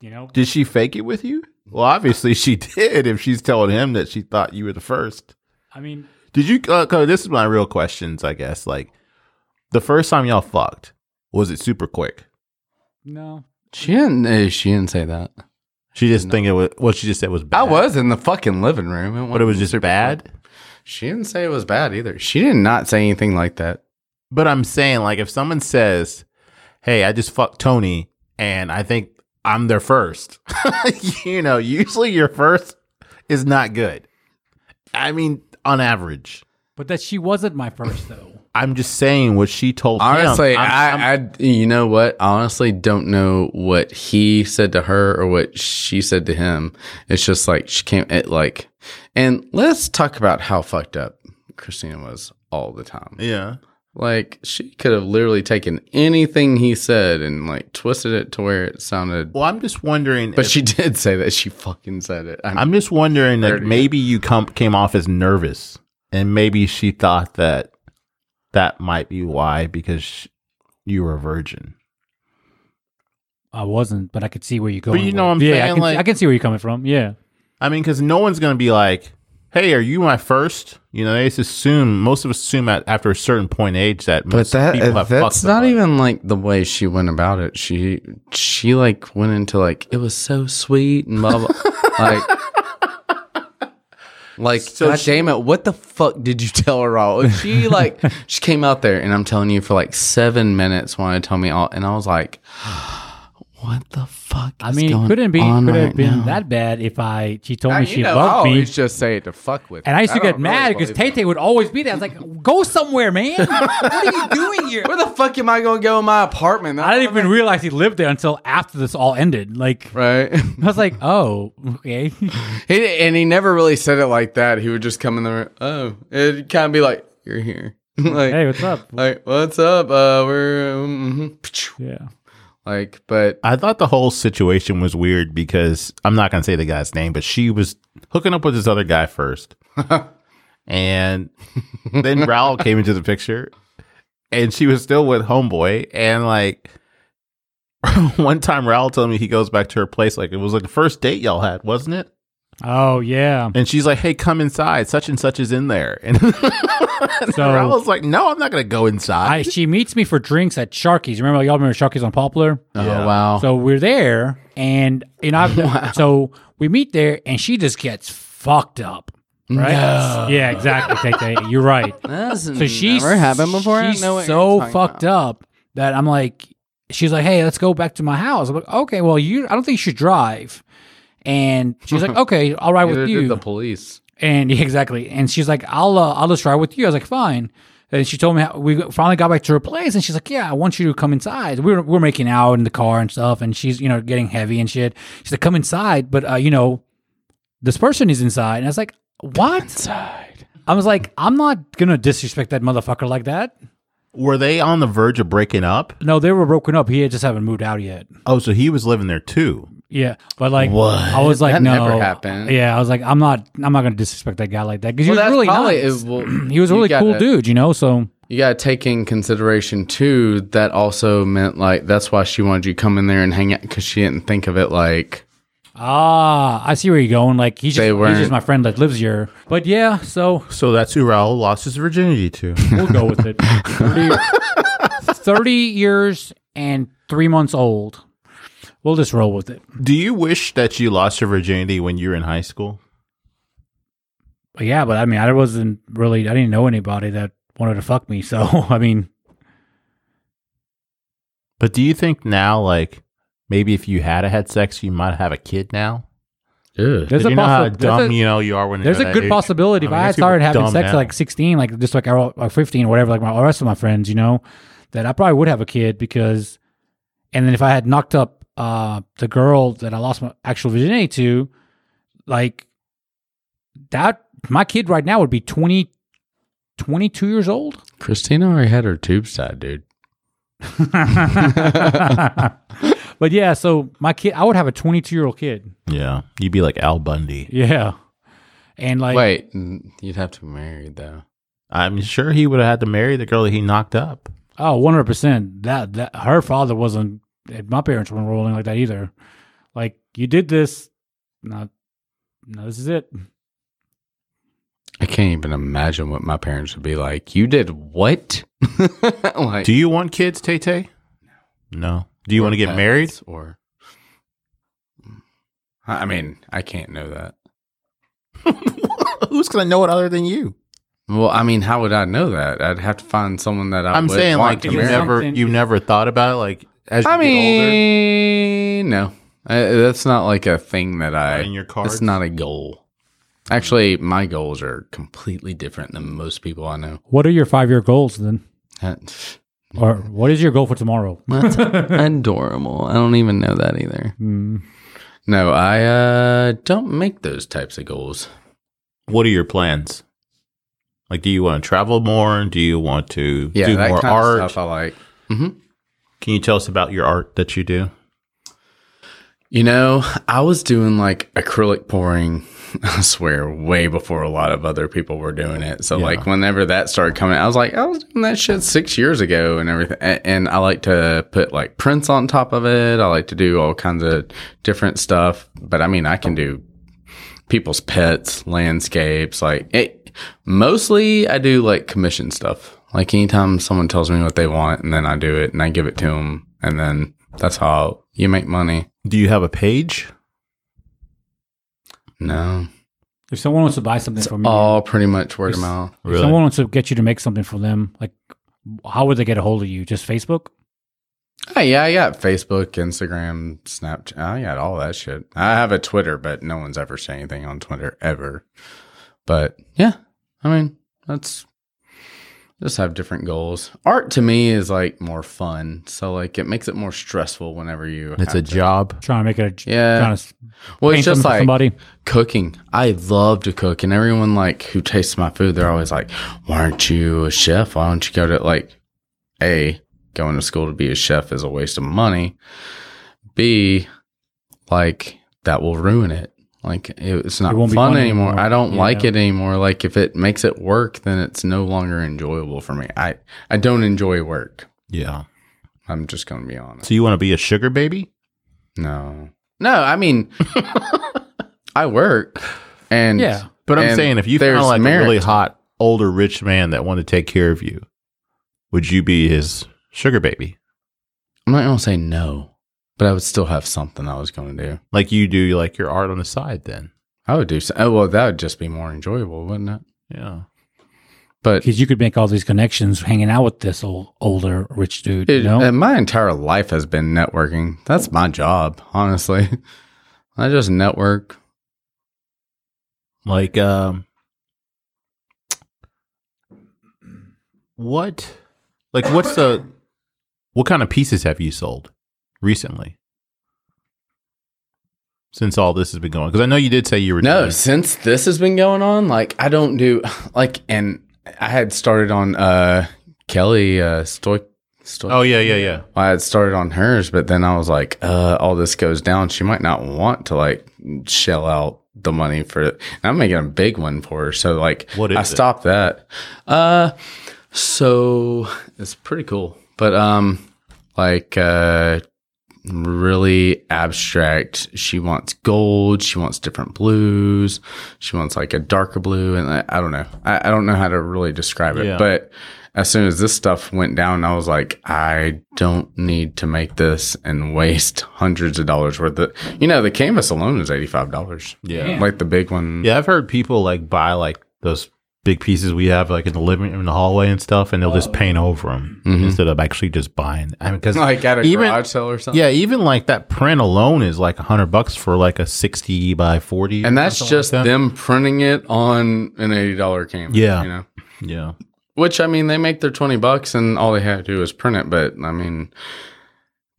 you know. Did she fake it with you? Well, obviously she [LAUGHS] did. If she's telling him that she thought you were the first, I mean, did you? Uh, 'cause this is my real questions, I guess. Like the first time y'all fucked, was it super quick? no. She didn't. eh, She didn't say that. She just think it was what she just said was bad. I was in the fucking living room, but it was just super bad. She didn't say it was bad either. She did not say anything like that. But I'm saying, like, if someone says, "Hey, I just fucked Tony," and I think I'm their first, [LAUGHS] you know, usually your first is not good. I mean, on average. But that she wasn't my first though. I'm just saying what she told Honestly, him. I'm- I, I'm- I- you know what? I honestly don't know what he said to her or what she said to him. It's just like she can't it like. And let's talk about how fucked up Christina was all the time. yeah. Like she could have literally taken anything he said and like twisted it to where it sounded. Well, I'm just wondering. But if- she did say that she fucking said it. I'm, I'm just wondering that Thirty. maybe you come came off as nervous, and maybe she thought that that might be why because sh- you were a virgin. I wasn't, but I could see where you're going. you with know it. what I'm yeah, I saying, can, like- I can see where you're coming from. Yeah. I mean, because no one's gonna be like, "Hey, are you my first? You know, they just assume most of us assume at after a certain point in age that but most that people have that's fucked not them up. even like the way she went about it. She she like went into like it was so sweet and blah [LAUGHS] blah like like So god she- damn it what the fuck did you [LAUGHS] tell her [LAUGHS] all she like she came out there and i'm telling you for like seven minutes wanted to tell me all and i was like [GASPS] what the fuck I mean, it couldn't be could have been that bad if I she told me she loved me. just say it to fuck with And oh, I used to get mad because Tay Tay would always be there. I was like, "Go somewhere, [LAUGHS] man! what are you doing here?" where the fuck am i gonna go in my [LAUGHS] apartment I didn't even realize he lived there until after this all ended. Like, right [LAUGHS] I was like, "Oh, okay." [LAUGHS] He, and he never really said it like that. He would just come in the room. Oh, it'd kind of be like, "You're here." [LAUGHS] like, hey, what's up? like, what's up? Uh, we're um, mhm." Yeah. like, but I thought the whole situation was weird because I'm not gonna say the guy's name, but she was hooking up with this other guy [LAUGHS] first, and then Raul came into the picture, and she was still with homeboy, and like [LAUGHS] one time Raul told me he goes back to her place, like it was like the first date y'all had, wasn't it? Oh yeah. And she's like, "Hey, come inside. Such and such is in there." [LAUGHS] And so, Raul's like, "No, I'm not gonna go inside." I, she meets me for drinks at Sharky's. Remember, y'all remember Sharky's on Poplar? Yeah. oh wow, So we're there, and you know, [LAUGHS] I've, so we meet there, and she just gets fucked up, right? Yeah, exactly. Tay Tay, you're right. that's So she's never happened before. I She's know what so you're talking fucked about. up that I'm like, she's like, hey, let's go back to my house. I'm like, okay, well, you, I don't think you should drive. And she's [LAUGHS] like, okay, I'll ride Neither with did you. the police. And [LAUGHS] yeah, exactly. And she's like, I'll uh, I'll just ride with you. I was like, fine. And she told me how, we finally got back to her place, and she's like, "Yeah, I want you to come inside." We We're we we're making out in the car and stuff, and she's you know getting heavy and shit. She's like, "Come inside," but uh, you know, this person is inside, and I was like, "What?" I was like, "I'm not gonna disrespect that motherfucker like that." Were they on the verge of breaking up? No, they were broken up. He had just haven't moved out yet. Oh, so he was living there too. Yeah, but like, What? I was like, That "No, never happened. Yeah, I was like, "I'm not, I'm not gonna disrespect that guy like that because Well, he was really that's probably nice. it will- [CLEARS THROAT] he was a you really cool gotta- dude, you know." So You gotta take in consideration too. That also meant like that's why she wanted you to come in there and hang out because she didn't think of it like Ah, I see where you're going. Like he's just, They he's just weren't- my friend that lives here. But yeah, so So that's who Raul lost his virginity to. we'll go with [LAUGHS] it. 30, 30 years and three months old. We'll just roll with it. [LAUGHS] Do you wish that you lost your virginity when you were in high school? But yeah, but I mean, I wasn't really. I didn't know anybody that wanted to fuck me. So [LAUGHS] I mean, But do you think now, like, maybe if you had had sex, you might have a kid now? there's 'Cause a you know how possi- there's dumb a- you know you are when There's you're a that good age. possibility I if mean, I that's had started super having dumb sex at now. like 16, like just like, our- like 15 or whatever, like my, all the rest of my friends, you know, that I probably would have a kid because, and then if I had knocked up uh, the girl that I lost my actual virginity to, like that, my kid right now would be 20, 22 years old. [LAUGHS] [LAUGHS] Christina already had her tubes tied, dude. but yeah, so my kid, I would have a 22 year old kid. Yeah, you'd be like Al Bundy. Yeah. And like, Wait, you'd have to be married though. I'm sure he would have had to marry the girl that he knocked up. Oh, 100%. That, that her father wasn't, and my parents weren't rolling like that either. Like, you did this. No, no, this is it. I can't even imagine what my parents would be like. You did what? [LAUGHS] like, Do you want kids, Tay Tay? No. Do you want to get [LAUGHS] pets married? or? I mean, I can't know that. Who's gonna know it other than you? Well, I mean, how would I know that? I'd have to find someone that I I'm would saying want like to you marry. marry. never Something- you never thought about it, like as you I get older mean, no, I, that's not like a thing that I. in your car. It's not a goal. Actually, my goals are completely different than most people I know. What are your five year goals then? That's Or what is your goal for tomorrow? [LAUGHS] adorable. I don't even know that either. Hmm. No, I uh, don't make those types of goals. What are your plans? Like, do you want to travel more? Do you want to Yeah, do that more kind art? of stuff I like. Can you tell us about your art that you do? You know, I was doing like acrylic pouring, [LAUGHS] I swear, way before a lot of other people were doing it. So, like, whenever that started coming, I was like, I was doing that shit six years ago and everything. A- And I like to put like prints on top of it. I like to do all kinds of different stuff. But I mean, I can do people's pets, landscapes, like it. Mostly, I do like commission stuff. Like anytime someone tells me what they want, and then I do it, and I give it to them, and then that's how you make money. Do you have a page? No, If someone wants to buy something from you, all pretty much word of mouth. if someone wants to get you to make something for them, like how would they get a hold of you? Just Facebook? Oh, yeah, I got Facebook, Instagram, Snapchat. I got all that shit. I have a Twitter, but no one's ever said anything on Twitter ever. But yeah, I mean, that's just have different goals. Art to me is like more fun, so like it makes it more stressful whenever you. It's have a to- job. Trying to make it a Yeah. trying to Well, paint it's something just for like somebody. cooking i love to cook and everyone like who tastes my food they're always like why aren't you a chef why don't you go to like a going to school to be a chef is a waste of money b like that will ruin it like it- it's not won't be fun fun anymore. anymore. i don't Yeah. like it anymore like if it makes it work then it's no longer enjoyable for me i i don't enjoy work Yeah. i'm just gonna be honest So you want to be a sugar baby? no no i [LAUGHS] mean i work and Yeah. But I'm And saying if you found there's like merit a really to hot older rich man that wanted to take care of you, would you be his sugar baby? I'm not gonna say no, but I would still have something I was gonna do. Like you do like your art on the side then. I would do. So- oh well, that would just be more enjoyable, wouldn't it? Yeah. But Because you could make all these connections hanging out with this old older rich dude. it, you know? and my entire life has been networking. That's my job, honestly. [LAUGHS] I just network. Like um what like what's the what kind of pieces have you sold recently? Since all this has been going, because I know you did say you were No, doing- since this has been going on, like I don't do [SIGHS] like, and I had started on uh Kelly uh Stoic. Stoic Oh yeah, yeah, yeah. I had started on hers, but then I was like, uh, all this goes down. She might not want to like shell out the money for it. And I'm making a big one for her. So like What is I it? stopped that. Uh so it's pretty cool. But um like uh really abstract. She wants gold. She wants different blues. She wants like a darker blue. And I, I don't know. I, I don't know how to really describe it. Yeah. But as soon as this stuff went down, I was like, I don't need to make this and waste [LAUGHS] hundreds of dollars worth of. You know, the canvas alone is $85. Yeah. Like the big one. Yeah, I've heard people like buy like those big pieces we have like in the living room, in the hallway and stuff, and they'll just paint over them instead of actually just buying. I mean, because [LAUGHS] Like at a Even- garage sale or something. yeah, even like that print alone is like a hundred bucks for like a sixty by forty, And that's just that. them printing it on an $80 canvas. Yeah. You know? [LAUGHS] yeah, Which I mean, they make their twenty bucks, and all they have to do is print it. But I mean,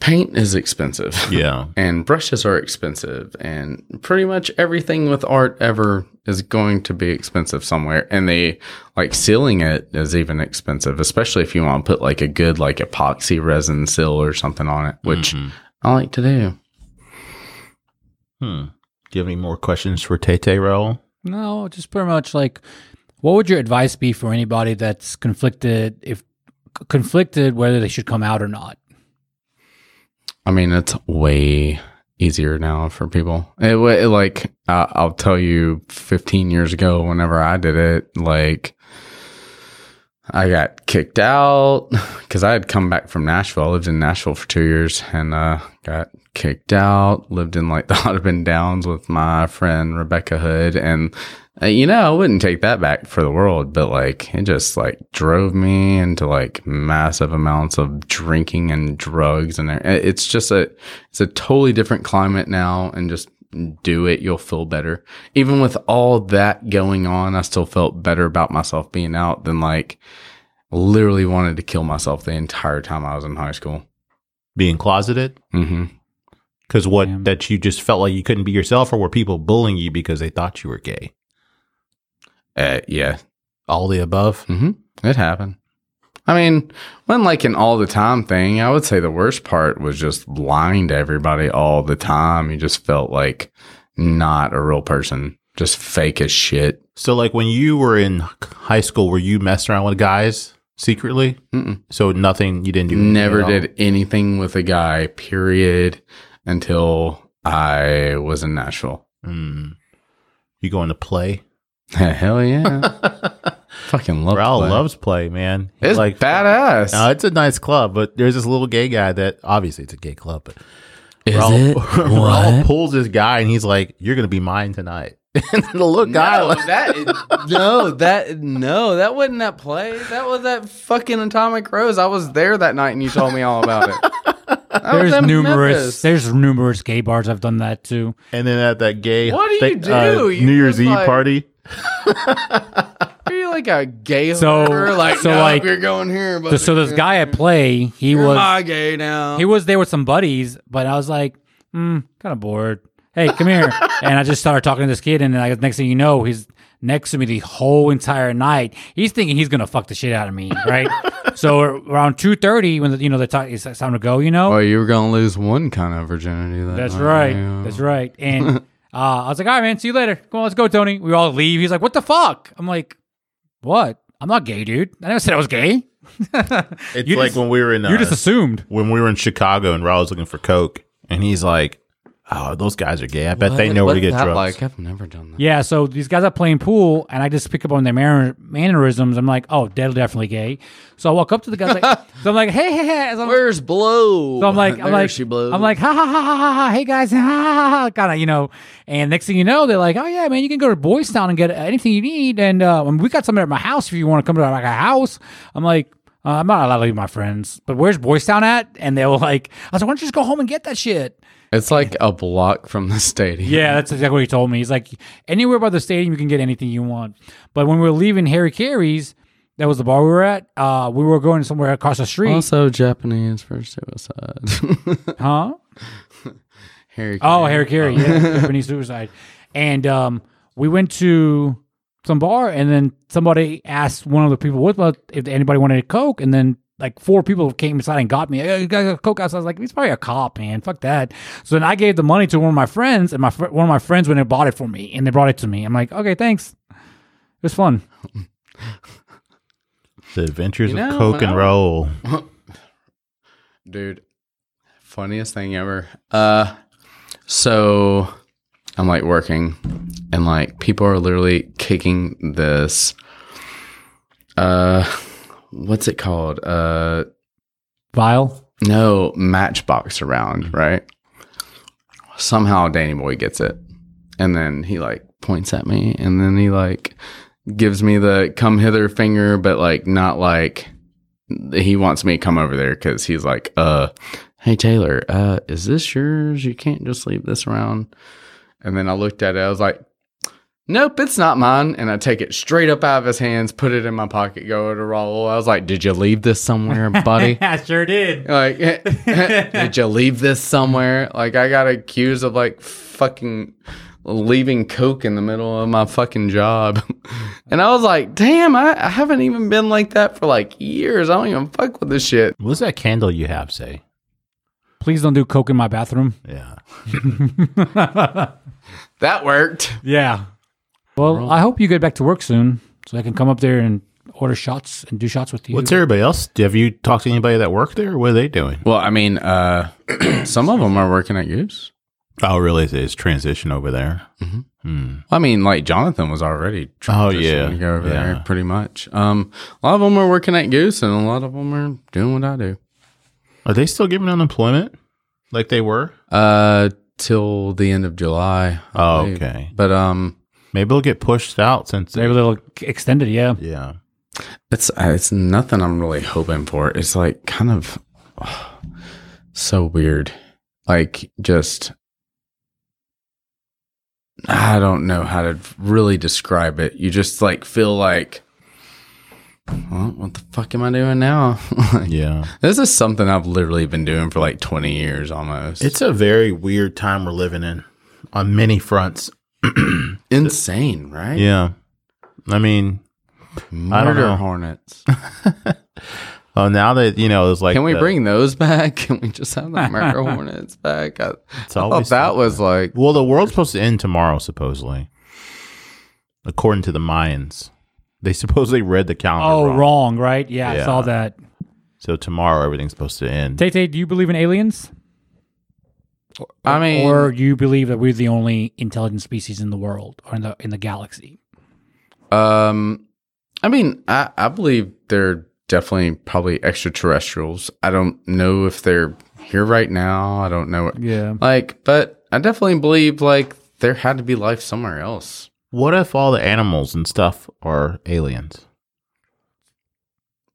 paint is expensive, [LAUGHS] yeah, and brushes are expensive, and pretty much everything with art ever is going to be expensive somewhere. And they like sealing it is even expensive, especially if you want to put like a good like epoxy resin seal or something on it, which I like to do. Hmm. Do you have any more questions for Tete Raul? No, just pretty much like, what would your advice be for anybody that's conflicted, if c- conflicted whether they should come out or not? I mean, it's way easier now for people. It, wa- it like I I'll tell you, 15 years ago, whenever I did it, like I got kicked out because I had come back from Nashville. I lived in Nashville for two years and uh, got kicked out. Lived in like [LAUGHS] the Audubon Downs with my friend Rebecca Hood, and uh, you know I wouldn't take that back for the world, but like it just like drove me into like massive amounts of uh, drinking and drugs, and it- it's just a it's a totally different climate now, and just do it, you'll feel better. Even with all that going on, I still felt better about myself being out than like literally wanted to kill myself the entire time I was in high school. being closeted? hmm Because what Damn. that you just felt like you couldn't be yourself, or were people bullying you because they thought you were gay? Uh, yeah, All the above. hmm It happened. I mean, when like an all the time thing, I would say the worst part was just lying to everybody all the time. You just felt like not a real person, just fake as shit. So, like when you were in h- high school, were you messing around with guys secretly? Mm-mm. So nothing you didn't do. anything Never at all? did anything with a guy, period, until I was in Nashville. [LAUGHS] Mm. You going to play? Hell yeah. [LAUGHS] Fucking love Raul play. loves play, man. He It's like badass. No, Uh, it's a nice club, but there's this little gay guy that obviously it's a gay club, but Is Raul, [LAUGHS] [LAUGHS] it? Raul What? pulls this guy and he's like, "You're gonna be mine tonight." [LAUGHS] and the little guy, No, like, [LAUGHS] that no, that no, that wasn't that play. That was that fucking Atomic Rose. I was there that night, and you told me all about [LAUGHS] it. I was There's in numerous. Memphis. There's numerous gay bars. I've done that too. and then at that gay, What do you thing- uh, do? You New Year's just, Eve like- party. Are you like a gay So- whore? Like, so, no, like, you're going here, but So, so this guy at play, he you're was my gay now. he was there with some buddies, but I was like, hmm, kind of bored. Hey, come here. and I just started talking to this kid, and then like, next thing you know, he's next to me the whole entire night. He's thinking he's gonna fuck the shit out of me, right? so around two thirty, when the, you know the time it's time to go, you know, well, Oh, you were gonna lose one kind of virginity. That that's night, right, Oh, yeah. that's right. And uh, I was like, all right, man, see you later. Come on, let's go, Tony. We all leave. He's like, what the fuck? I'm like, what? I'm not gay, dude. I never said I was gay. [LAUGHS] It's You like just- when we were in You uh, just assumed. when we were in Chicago and Raul's looking for coke, and he's like, "Oh, those guys are gay. I bet they What- know where to what's get that drugs." Like, I've never done that. Yeah, so these guys are playing pool, and I just pick up on their manner- mannerisms. I'm like, oh, they're definitely gay. So I walk up to the guys, like, so I'm like, hey, hey, hey. So I'm, Where's blow? so I'm like, I'm There like, she blows. I'm like, ha ha ha ha ha ha. Hey guys, [LAUGHS] ha ha ha. Kind of, you know. And next thing you know, they're like, oh yeah, man, you can go to Boys Town and get anything you need, and uh, and we got something at my house if you want to come to like a house. I'm like. Uh, I'm not allowed to leave my friends, but where's Boys Town at? And they were like, I was like, why don't you just go home and get that shit? it's like a block from the stadium. Yeah, that's exactly what he told me. He's like, anywhere by the stadium, you can get anything you want. But when we were leaving Harry Carey's, that was the bar we were at. Uh, we were going somewhere across the street, Also, Japanese for suicide. huh? Harry. Oh, [LAUGHS] Harry Carey, yeah, Japanese suicide. And um, we went to some bar, and then somebody asked one of the people with us if anybody wanted a coke, and then like four people came inside and got me. Hey, you guys got coke outside. I was like, he's probably a cop, man. Fuck that. So then I gave the money to one of my friends, and my fr- one of my friends went and bought it for me, and they brought it to me. I'm like, okay, thanks. It was fun. the Adventures You of know, Coke when and I- Roll. Dude, funniest thing ever. Uh so I'm like working and like people are literally kicking this uh what's it called? Uh [LAUGHS] Vile. no, matchbox around, right? Somehow Danny Boy gets it. And then he like points at me and then he like gives me the come hither finger, but like not like he wants me to come over there because he's like, uh, hey Taylor, uh, is this yours? You can't just leave this around. And then I looked at it, I was like, Nope, it's not mine. And I take it straight up out of his hands, put it in my pocket, go to Raul. I was like, Did you leave this [LAUGHS] somewhere, buddy? I sure did. Like, [LAUGHS] did you leave this somewhere? Like, I got accused of like fucking leaving coke in the middle of my fucking job, [LAUGHS] and I was like, damn, I, I haven't even been like that for like years. I don't even fuck with this shit. What's that candle you have? Say, Please don't do coke in my bathroom. yeah. That worked. Yeah. Well, I hope you get back to work soon so I can come up there and order shots and do shots with you. What's everybody else? Have you talked to anybody that worked there? What are they doing? Well, I mean, uh, [CLEARS THROAT] some of them are working at Goose. Oh, really? It's transition over there. I mean, like Jonathan was already. Oh, transitioning yeah. to go over Yeah. there pretty much. Um, a lot of them are working at Goose, and a lot of them are doing what I do. Are they still giving unemployment like they were? Uh, till the end of July. I Oh, believe. okay. But um, Maybe it'll get pushed out since. Maybe they'll extend it, yeah. yeah. it's uh, it's nothing I'm really hoping for. It's like kind of [SIGHS] so weird. Like just I don't know how to really describe it. You just like feel like, well, what the fuck am I doing now? [LAUGHS] Like, Yeah. This is something I've literally been doing for like 20 years almost. It's a very weird time we're living in on many fronts. [CLEARS THROAT] insane, right? Yeah. I mean, Murder know. hornets. oh, now that, you know, it's like. Can we the- bring those back? [LAUGHS] Can we just have the murder [LAUGHS] hornets back? I, I thought always that was like Well, the world's supposed to end tomorrow, supposedly. According to the Mayans. They supposedly read the calendar. Oh, wrong. wrong. right? Yeah, Yeah. I saw that. So tomorrow everything's supposed to end. Tay Tay, do you believe in aliens? I mean or do you believe that we're the only intelligent species in the world or in the in the galaxy? Um, I mean, I, I believe they're definitely probably extraterrestrials. I don't know if they're here right now. I don't know. Yeah. Like, but I definitely believe like there had to be life somewhere else. What if all the animals and stuff are aliens?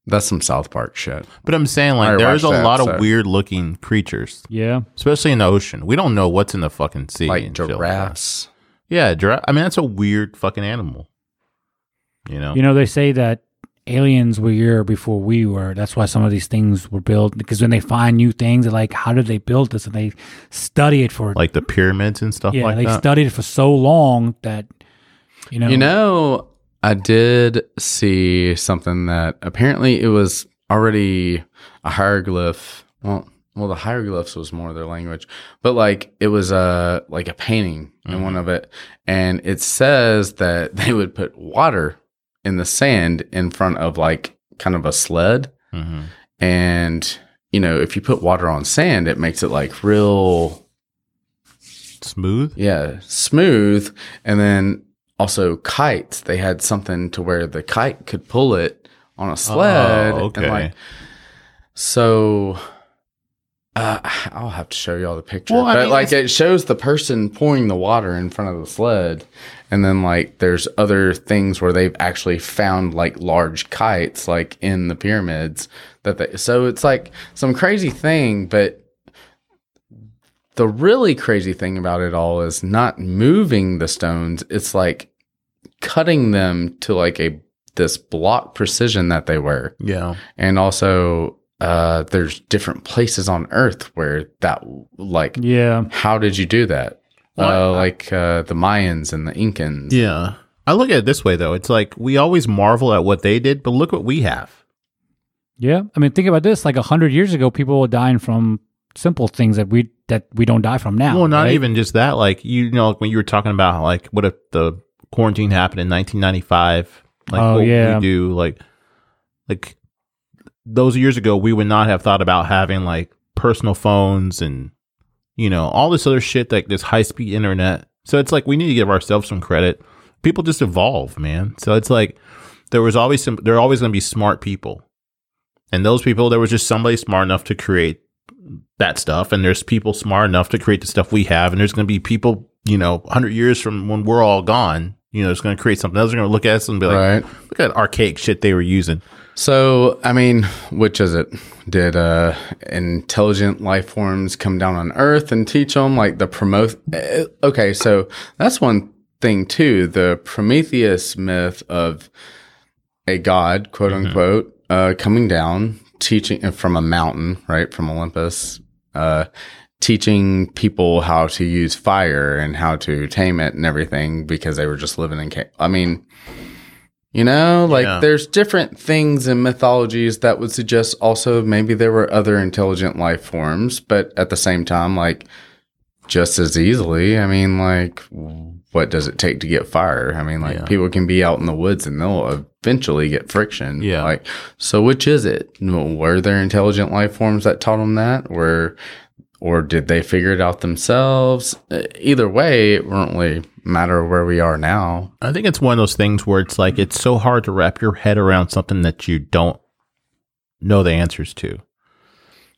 That's some South Park shit. But I'm saying, I like, there's a watched that lot of episode. weird looking creatures, Yeah. especially in the ocean. We don't know what's in the fucking sea. Like and shit that. giraffes. Yeah, giraffe. I mean, that's a weird fucking animal. You know? You know, they say that aliens were here before we were. That's why some of these things were built because when they find new things, they're like, how did they build this? And they study it for like the pyramids and stuff yeah, like they that. studied it for so long that you know, You know, I did see something that apparently it was already a hieroglyph. Well, well, the hieroglyphs was more their language, but like it was a like a painting in one of it, and it says that [LAUGHS] they would put water in the sand in front of like kind of a sled, Mhm. and you know if you put water on sand, it makes it like real Smooth. yeah, smooth. And then also kites. They had something to where the kite could pull it on a sled. Oh, and, okay. like, so uh, [SIGHS] I'll have to show y'all the picture. Well, I but mean, like it shows the person pouring the water in front of the sled. And then like there's other things where they've actually found like large kites like in the pyramids that they so it's like some crazy thing, but the really crazy thing about it all is not moving the stones. It's like cutting them to like a this block precision that they were yeah. and also uh there's different places on earth where that like yeah, how did you do that uh, like uh the mayans and the incans Yeah. I look at it this way, though. It's like we always marvel at what they did, but look what we have. yeah. I mean, think about this: like a hundred years ago, people were dying from simple things that we that we don't die from now. Well, not right? even just that. Like you know, like when you were talking about like what if the quarantine happened in 1995? Like Oh, what would yeah. we do like like those years ago, we would not have thought about having like personal phones and you know all this other shit like this high speed internet. So it's like we need to give ourselves some credit. People just evolve, man. So it's like there was always some. There are always going to be smart people, and those people there was just somebody smart enough to create that stuff and there's people smart enough to create the stuff we have and there's going to be people you know 100 years from when we're all gone you know it's going to create something else they're going to look at us and be like right look at archaic shit they were using so i mean which is it did uh intelligent life forms come down on earth and teach them like the promote eh, okay so that's one thing too the prometheus myth of a god, quote unquote, uh, coming down, teaching uh, from a mountain, right, from Olympus, uh, teaching people how to use fire and how to tame it and everything because they were just living in. Ca- I mean, you know, like Yeah. there's different things in mythologies that would suggest also maybe there were other intelligent life forms, but at the same time, like just as easily. I mean, like, what does it take to get fire? I mean, like, Yeah. people can be out in the woods and they'll eventually get friction. Yeah. Like, so which is it? Were there intelligent life forms that taught them that? Were, or did they figure it out themselves? Uh, Either way, it won't really matter where we are now. i think it's one of those things where it's like it's so hard to wrap your head around something that you don't know the answers to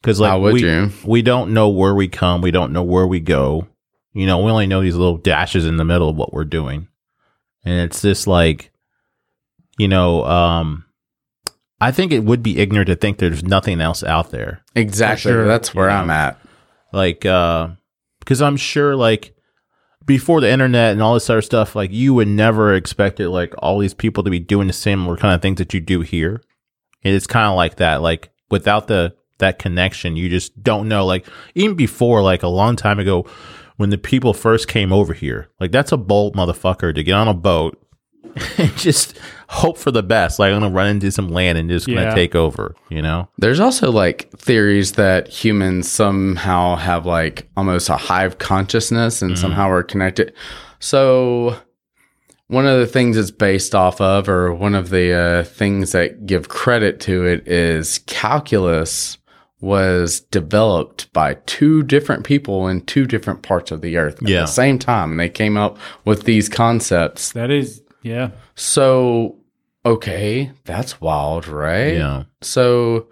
because like How would we, you? we don't know where we come we don't know where we go you know we only know these little dashes in the middle of what we're doing and it's just like you know um i think it would be ignorant to think there's nothing else out there Exactly. sure. That's where Yeah. I'm at. like uh because i'm sure like before the internet and all this other stuff, like you would never expected like all these people to be doing the same kind of things that you do here. And it's kind of like that. Like without the that connection, you just don't know. Like even before, like a long time ago, when the people first came over here, like that's a bold motherfucker to get on a boat [LAUGHS] and just hope for the best. Like I'm gonna run into some land and just gonna Yeah. take over. You know? There's also like theories that humans somehow have like almost a hive consciousness Mm-hmm. and somehow are connected. So, one of the things it's based off of, or one of the uh, things that give credit to it, is calculus was developed by two different people in two different parts of the earth at Yeah. the same time. And they came up with these concepts. That is, yeah. So, okay, that's wild, right? Yeah. So,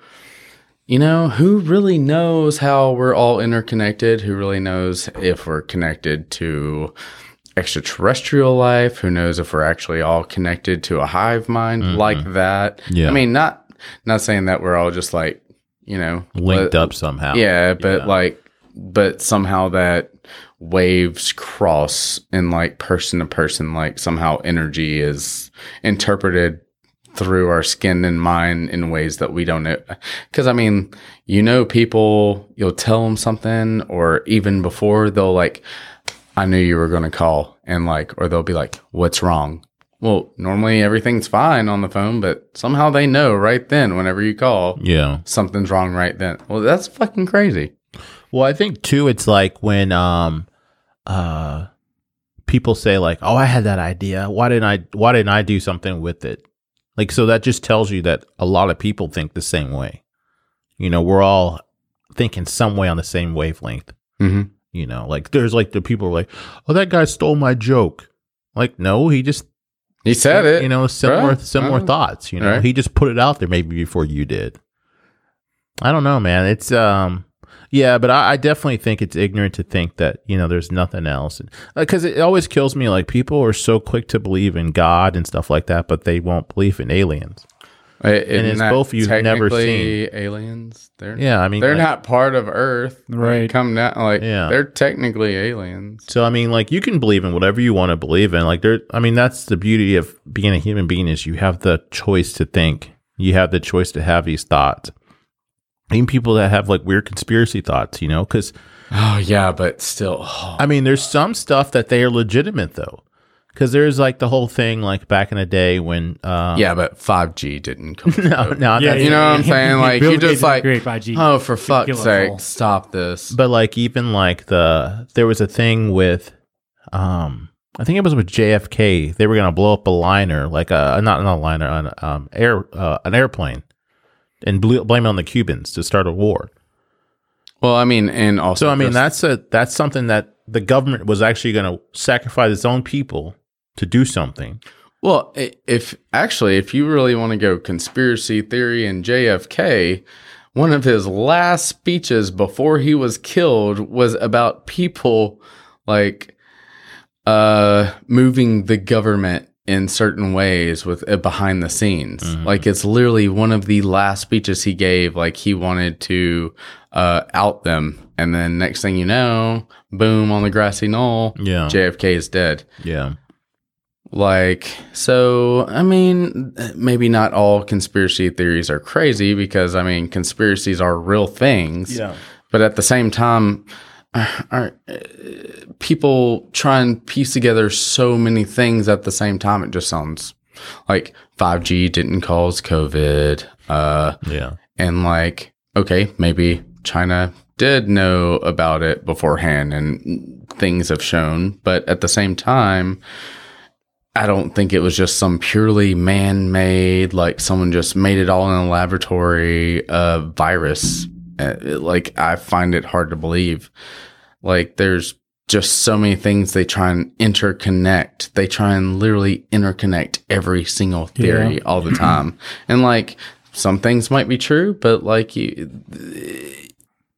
you know, who really knows how we're all interconnected? Who really knows if we're connected to extraterrestrial life? Who knows if we're actually all connected to a hive mind like that? Mm-hmm. Yeah. I mean, not not saying that we're all just like, you know, Linked but- up somehow. Yeah, but like but somehow that waves cross and like person to person like somehow energy is interpreted through our skin and mind in ways that we don't know. Because I mean, you know, people, you'll tell them something, or even before they'll like, I knew you were going to call, and like, or they'll be like, what's wrong? Well, normally everything's fine on the phone, but somehow they know right then whenever you call Yeah. something's wrong right then. Well, that's fucking crazy. Well, I think too, it's like when um uh people say like, "Oh, I had that idea. Why didn't I? Why didn't I do something with it?" Like, so that just tells you that a lot of people think the same way. You know, we're all thinking some way on the same wavelength. Mm-hmm. You know, like there's like the people who are like, "Oh, that guy stole my joke." Like, no, he just He said it. you know similar Right. similar Uh, thoughts. You know, right. he just put it out there maybe before you did. I don't know, man. It's um, yeah, but I, I definitely think it's ignorant to think that you know there's nothing else because it always kills me. Like people are so quick to believe in God and stuff like that, but they won't believe in aliens. I- And it's that both you've never technically aliens. They're Yeah, I mean, they're like- not part of Earth. They Right. come down like Yeah. they're technically [GASPS] aliens. So I mean, like you can believe in whatever you want to believe in. Like there, I mean, that's the beauty of being a human being is you have the choice to think. You have the choice to have these thoughts. Even people that have like weird conspiracy thoughts, you know, because Oh yeah, but still. [SIGHS] I mean, there's some stuff that they are legitimate though, because there's like the whole thing like back in the day when uh, yeah, but five G didn't [LAUGHS] come. [LAUGHS] no, no, no, Yeah, that's- you know what I'm saying? Like Bill you Gates just is like great 5G. oh for fuck's kill us sake, all. stop this. But like even like the there was a thing with um I think it was with JFK. They were gonna blow up a liner, like a not not a liner, an um air uh, an airplane, and blew, blame it on the Cubans to start a war. Well, I mean, and also, So I mean just- that's a that's something that the government was actually gonna sacrifice its own people to do something. Well, i- if actually, if you really want to go conspiracy theory and JFK, one of his last speeches before he was killed was about people like uh, moving the government in certain ways with uh, behind the scenes. Like it's literally one of the last speeches he gave. Like he wanted to uh, out them, and then next thing you know, boom on the grassy knoll, Yeah, JFK is dead. yeah, Like, so, I mean, maybe not all conspiracy theories are crazy because, I mean, conspiracies are real things. But at the same time, are uh, people try and piece together so many things at the same time? It just sounds like 5G didn't cause COVID. Uh, yeah, and like okay maybe china did know about it beforehand and things have shown but at the same time i don't think it was just some purely man-made like someone just made it all in a laboratory uh, virus Uh, it- like i find it hard to believe like there's just so many things they try and interconnect. They try and literally interconnect every single theory all the time. and like some things might be true, but like you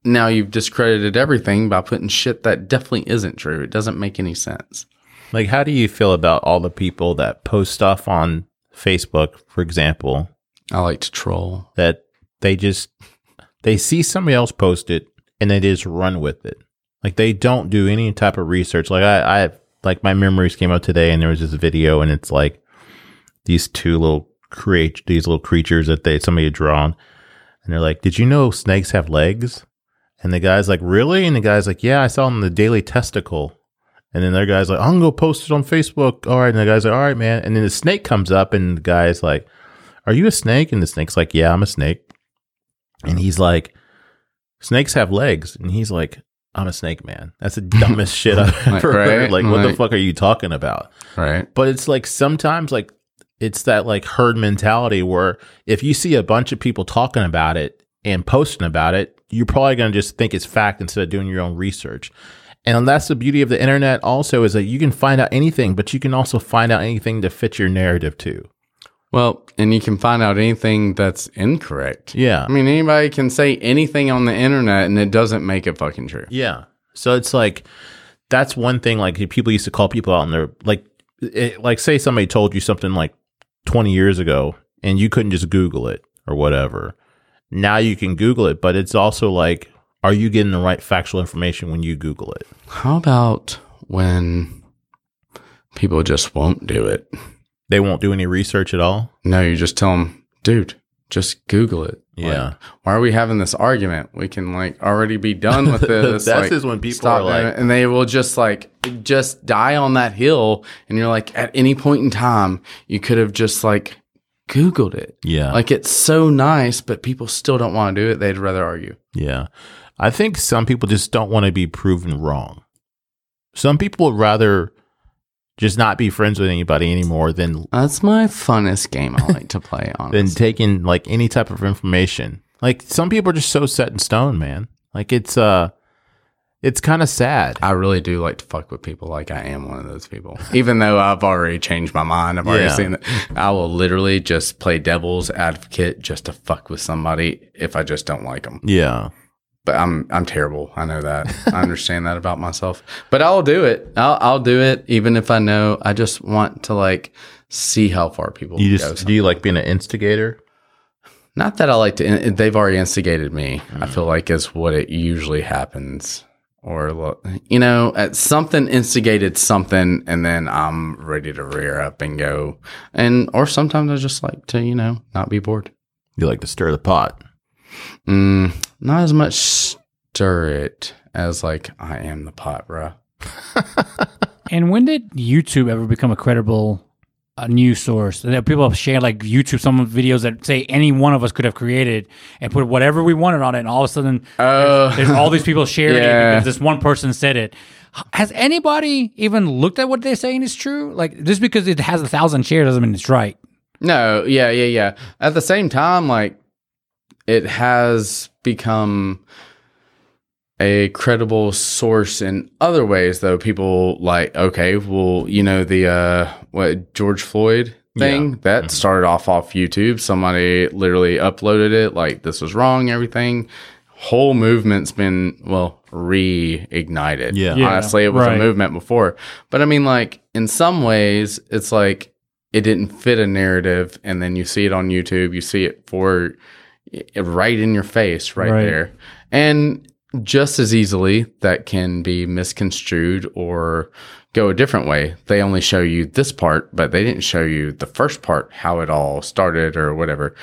now you've discredited everything by putting shit that definitely isn't true. It doesn't make any sense. Like, how do you feel about all the people that post stuff on Facebook, for example, I like to troll. that they just they see somebody else post it and they just run with it. Like they don't do any type of research. Like I, I like my memories came out today, and there was this video, and it's like these two little create these little creatures that they somebody had drawn, and they're like, "Did you know snakes have legs?" And the guy's like, "Really?" And the guy's like, "Yeah, I saw it in the Daily Testicle." And then their guy's like, "I'm gonna post it on Facebook." All right, and the guy's like, "All right, man." And then the snake comes up, and the guy's like, "Are you a snake?" And the snake's like, "Yeah, I'm a snake." And he's like, "Snakes have legs," and he's like, "I'm a snake man." That's [LAUGHS] the dumbest shit I've Like, ever heard. right? Like, what the Like- fuck are you talking about? Right. But it's like sometimes like it's that like herd mentality where if you see a bunch of people talking about it and posting about it, you're probably going to just think it's fact instead of doing your own research. And that's the beauty of the internet also is that you can find out anything, but you can also find out anything to fit your narrative too. Well, and you can find out anything that's incorrect. Yeah. I mean, anybody can say anything on the internet and it doesn't make it fucking true. Yeah. So it's like that's one thing. Like people used to call people out, and they're like, it, like say somebody told you something like 20 years ago, and you couldn't just Google it or whatever. Now you can Google it, but it's also like, are you getting the right factual information when you Google it? How about when people just won't do it? They won't do any research at all. No, you just tell them, dude, just Google it. Like, Yeah. why are we having this argument? We can like already be done [LAUGHS] with this. That's like, just when people are stop doing like- it. and they will just like just die on that hill. And you're like, at any point in time, you could have just like Googled it. Yeah. Like it's so nice, but people still don't want to do it. They'd rather argue. Yeah. I think some people just don't want to be proven wrong. Some people would rather just not be friends with anybody anymore than That's my funnest game I like [LAUGHS] to play. than Honestly, taking like any type of information. Like some people are just so set in stone, man. Like it's uh it's kind of sad. I really do like to fuck with people. Like I am one of those people, even though I've already changed my mind. I've already Yeah. seen it. I will literally just play devil's advocate just to fuck with somebody if I just don't like them. Yeah. But I'm I'm terrible. I know that. I understand that about myself. But I'll do it. I'll I'll do it even if I know I just want to like see how far people You go. just do you like being an instigator? Not that I like to. in- They've already instigated me. I feel like is what it usually happens, or lo- you know, at something instigated something, and then I'm ready to rear up and go. And or sometimes I just like to, you know, not be bored. You like to stir the pot. Mm, not as much stir it as like I am the pot, bruh. And when did YouTube ever become a credible uh, news source? That people have shared like YouTube some videos that say any one of us could have created and put whatever we wanted on it, and all of a sudden Oh, there's all these people sharing [LAUGHS] Yeah. it because this one person said it. H- Has anybody even looked at what they're saying is true? Like just because it has a thousand shares doesn't mean it's right. No, yeah, yeah, yeah. At the same time, like it has become a credible source in other ways though. People like, okay, well, you know, the uh what George Floyd thing that started off off YouTube. Somebody literally uploaded it like this was wrong, everything. Whole movement's been well reignited. Yeah. Yeah, Honestly, it was a right. movement before. But I mean like in some ways it's like it didn't fit a narrative and then you see it on youtube you see it for right in your face right, Right. there and just as easily that can be misconstrued or go a different way they only show you this part but they didn't show you the first part how it all started or whatever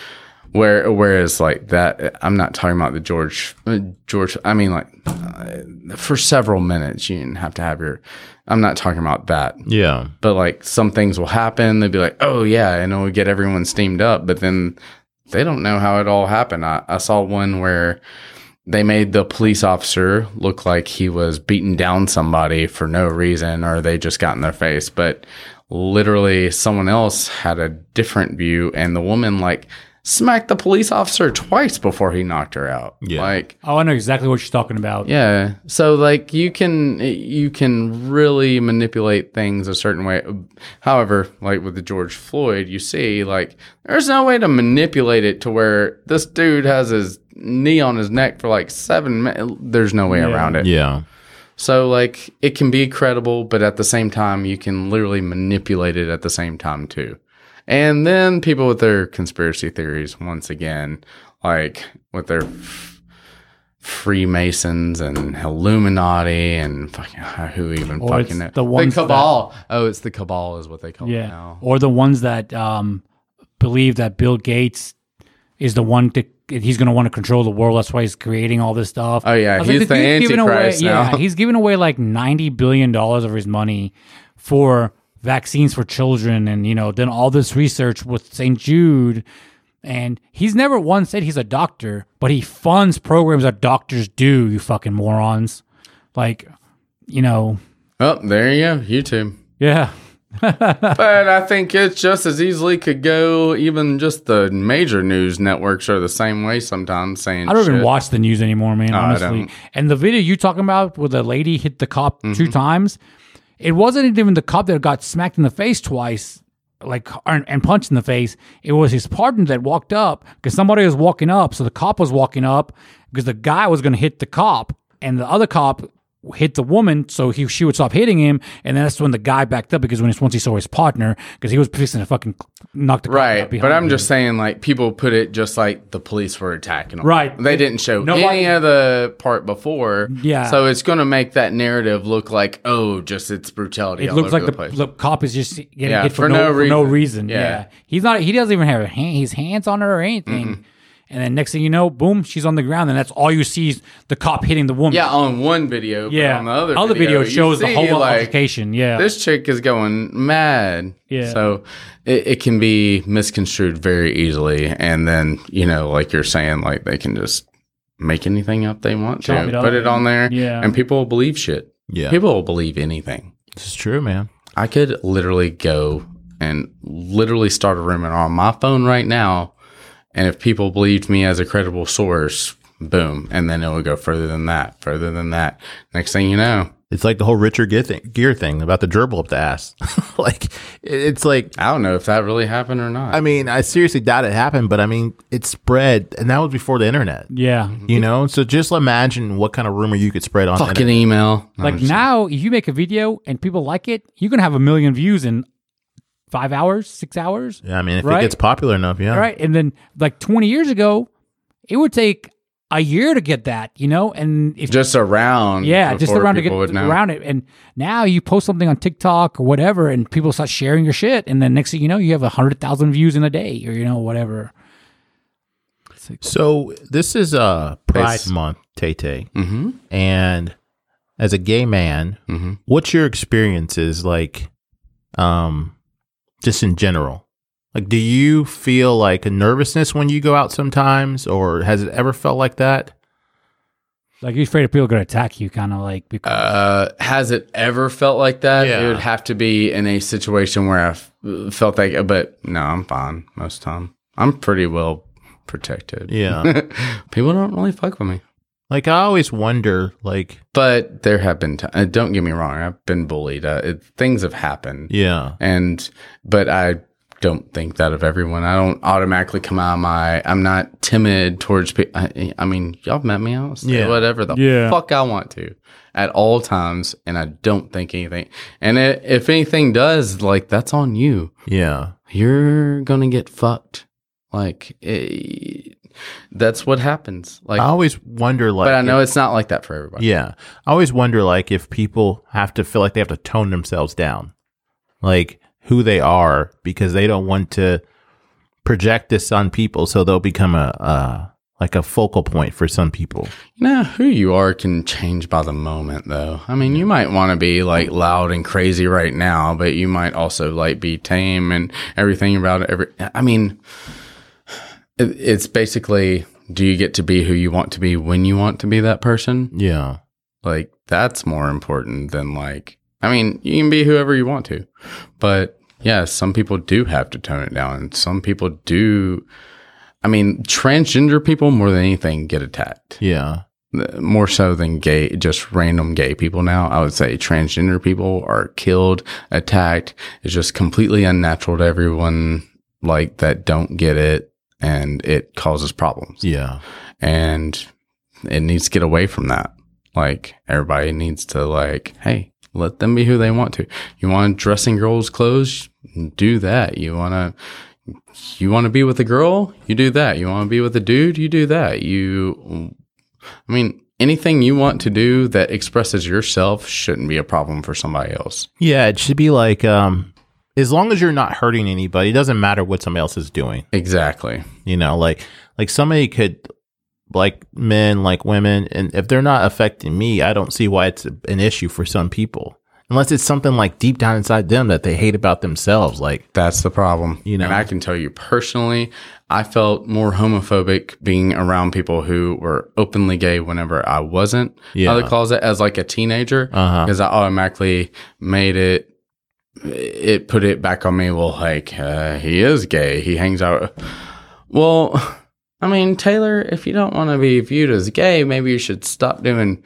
where whereas like that i'm not talking about the george uh, george i mean like uh, for several minutes you didn't have to have your i'm not talking about that Yeah. but like some things will happen. They'll be like, oh yeah, and it'll get everyone steamed up. But then they don't know how it all happened. I, I saw one where they made the police officer look like he was beating down somebody for no reason or they just got in their face. But literally, someone else had a different view, and the woman like smacked the police officer twice before he knocked her out. Yeah. Like, Oh, I know exactly what you're talking about. yeah. So like you can you can really manipulate things a certain way. However, like with the George Floyd, you see like there's no way to manipulate it to where this dude has his knee on his neck for like 7 mi- there's no way around it. Yeah. So like it can be credible, but at the same time you can literally manipulate it at the same time too. And then people with their conspiracy theories once again, like with their f- Freemasons and Illuminati and fucking uh, who even Or Oh, it's fucking know. the ones that- cabal. oh, it's the cabal is what they call it Yeah. now. Or the ones that um, believe that Bill Gates is the one to he's going to want to control the world. That's why he's creating all this stuff. Oh, yeah, I was he's this the dude's giving Antichrist away, now. Yeah, he's giving away like ninety billion dollars of his money for vaccines for children, and you know, then all this research with St. Jude. And he's never once said he's a doctor, but he funds programs that doctors do. You fucking morons! Like, you know, Oh, there you go, YouTube. yeah. But I think it just as easily could go. Even just the major news networks are the same way sometimes. Saying I don't even shit. Oh, watch the news anymore, man. I honestly, don't. Mm-hmm. and the video you talking about where the lady hit the cop two times, it wasn't even the cop that got smacked in the face twice, like and, and punched in the face. It was his partner that walked up because somebody was walking up, so the cop was walking up because the guy was going to hit the cop, and the other cop hit the woman so he she would stop hitting him and then that's when the guy backed up because when it's once he saw his partner because he was fixing to fucking knock the cop out Right, but behind I'm him. just saying, like people put it just like the police were attacking them. Right. they didn't show Nobody- any of the part before. Yeah. so it's going to make that narrative look like oh, just it's brutality. It all looks over like the, the, place. the cop is just getting hit for, no, for no reason. Yeah. he's not. He doesn't even have a hand, his hands on her or anything. And then next thing you know, boom, she's on the ground, and that's all you see is the cop hitting the woman. yeah, on one video. yeah. but on the other, Other video, video, you shows the see, whole like altercation. Yeah, this chick is going mad. Yeah. so it, it can be misconstrued very easily, and then you know, like you're saying, like they can just make anything up they want Chop to, it up put it on there, yeah. and people will believe shit. Yeah. People will believe anything. This is true, man. I could literally go and literally start a rumor on my phone right now. And if people believed me as a credible source, boom. And then it would go further than that, further than that. Next thing you know, It's like the whole Richard Gear thing, gear thing about the gerbil up the ass. [LAUGHS] like, it- it's like, I don't know if that really happened or not. I mean, I seriously doubt it happened, but I mean, it spread, and that was before the internet. yeah. Mm-hmm. You know, so just imagine what kind of rumor you could spread on. the Fucking email. No, Like I'm just- now, if you make a video and people like it, you're gonna have a million views in five hours, six hours. internet. I mean, if Right? it gets popular enough, yeah. All right. And then like 20 years ago, it would take a year to get that, you know? And if just around. Yeah, just before around to get people would know. around it. And now you post something on TikTok or whatever, and people start sharing your shit, and then next thing you know, you have a hundred thousand views in a day, or you know, whatever. So this is uh, Pride It's- Month, Tay Tay, mm-hmm. and as a gay man, Mm-hmm. what's your experiences like? Um, just in general, like, do you feel like a nervousness when you go out sometimes, or has it ever felt like that? Like you're afraid of people gonna attack you, kind of like because Uh, has it ever felt like that? Yeah. It would have to be in a situation where I f- felt like, but no, I'm fine most time. I'm pretty well protected. Yeah, [LAUGHS] People don't really fuck with me. like I always wonder, like, But there have been times, uh, don't get me wrong, I've been bullied. Uh, it, things have happened. yeah, And, but I don't think that of everyone. I don't automatically come out of my, I'm not timid towards people. I, I mean, y'all met me. I'll say Yeah. whatever the Yeah. fuck I want to at all times. And I don't think anything. And i if anything does, like, that's on you yeah, you're gonna get fucked. Like eh, that's what happens. Like, I always wonder, like, but I know it's not like that for everybody. Yeah. I always wonder like if people have to feel like they have to tone themselves down. Like who they are because they don't want to project this on people so they'll become a uh like a focal point for some people. You know who you are can change by the moment, though. I mean, you might want to be like loud and crazy right now, but you might also like be tame and everything about it. Every, I mean, it, it's basically do you get to be who you want to be when you want to be that person? Yeah. Like that's more important than like I mean, you can be whoever you want to. But yeah, some people do have to tone it down and some people do I mean, transgender people more than anything get attacked. Yeah. Uh, More so than gay just random gay people now. I would say transgender people are killed, attacked. It's just completely unnatural to everyone like that don't get it and it causes problems Yeah. and it needs to get away from that. Like everybody needs to like, hey, let them be who they want to. You want to dress in girls' clothes, do that. You want to, you want to be with a girl, you do that. You want to be with a dude, you do that. You, I mean, anything you want to do that expresses yourself shouldn't be a problem for somebody else. Yeah, it should be like um as long as you're not hurting anybody, it doesn't matter what somebody else is doing. Exactly. You know, like like somebody could like men, like women, and if they're not affecting me, I don't see why it's an issue for some people. Unless it's something like deep down inside them that they hate about themselves. Like That's the problem. You know. and I can tell you personally, I felt more homophobic being around people who were openly gay whenever I wasn't Yeah. out of the closet as like a teenager because I automatically made it it put it back on me. Well, like uh, he is gay. He hangs out. Well, I mean, Taylor, if you don't want to be viewed as gay, maybe you should stop doing,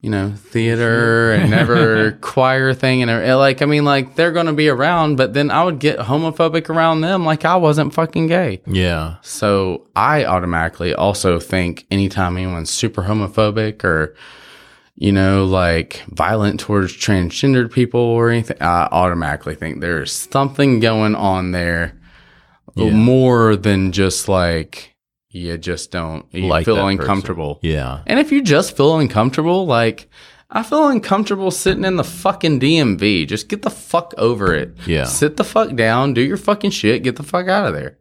you know, theater and never choir thing and every- like. I mean, like they're going to be around, but then I would get homophobic around them, like I wasn't fucking gay. Yeah. So I automatically also think anytime anyone's super homophobic or, you know, like violent towards transgendered people or anything, I automatically think there's something going on there more than just like you just don't you Like that feel person. uncomfortable. Yeah. And if you just feel uncomfortable, like I feel uncomfortable sitting in the fucking DMV. Just get the fuck over it. Yeah. Sit the fuck down, do your fucking shit, get the fuck out of there.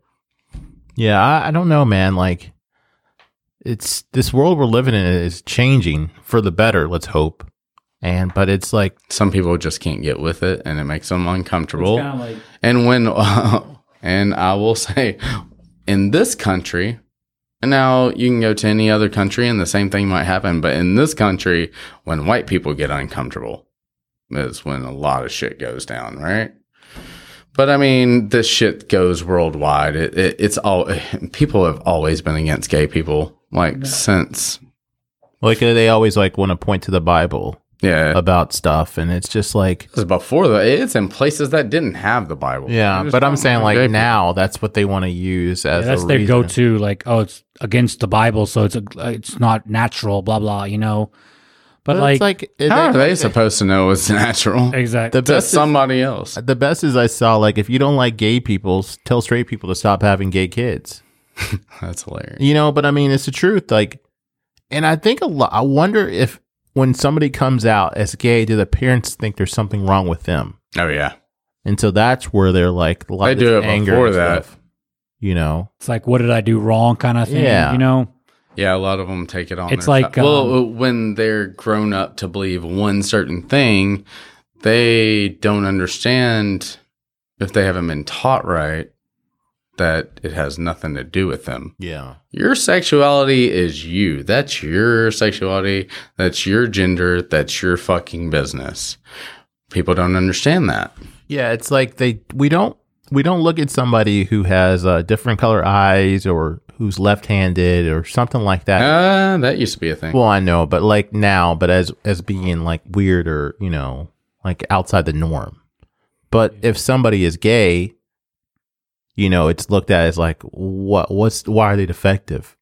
Yeah, I, I don't know, man. Like, it's this world we're living in is changing for the better. Let's hope. And but it's like, some people just can't get with it and it makes them uncomfortable Kind of like and when [LAUGHS] and i will say in this country and now you can go to any other country and the same thing might happen but in this country when white people get uncomfortable is when a lot of shit goes down right but i mean this shit goes worldwide it, it, it's all [LAUGHS] people have always been against gay people like since like uh, they always like want to point to the Bible yeah about stuff, and it's just like, This is before the it's in places that didn't have the Bible. yeah. They just But I'm don't saying have like gay now that's what they want to use as Yeah, that's a their reason. go-to like oh it's against the bible so it's a, it's not natural blah blah you know but, But like, it's like people. How are they- they supposed to know it's [LAUGHS] natural? exactly the To best. is, somebody else. the best is I saw like if you don't like gay people, s- tell straight people to stop having gay kids. That's hilarious. You know, but I mean, it's the truth. Like, and I think a lot, I wonder if when somebody comes out as gay, do the parents think there's something wrong with them? Oh yeah. And so that's where they're like, a lot They of do this it anger before and that. stuff, you know? it's like what did i do wrong kind of thing Yeah. you know Yeah, a lot of them take it on. It's their like, si- well, um, when they're grown up to believe one certain thing, they don't understand if they haven't been taught right that it has nothing to do with them. Yeah. Your sexuality is you. That's your sexuality. That's your gender. That's your fucking business. People don't understand that. Yeah. It's like they, we don't, we don't look at somebody who has uh, different color eyes or who's left handed or something like that. Uh, that used to be a thing. Well, I know, but like now, but as as being like weird or you know like outside the norm. But if somebody is gay, you know, it's looked at as like what what's why are they defective?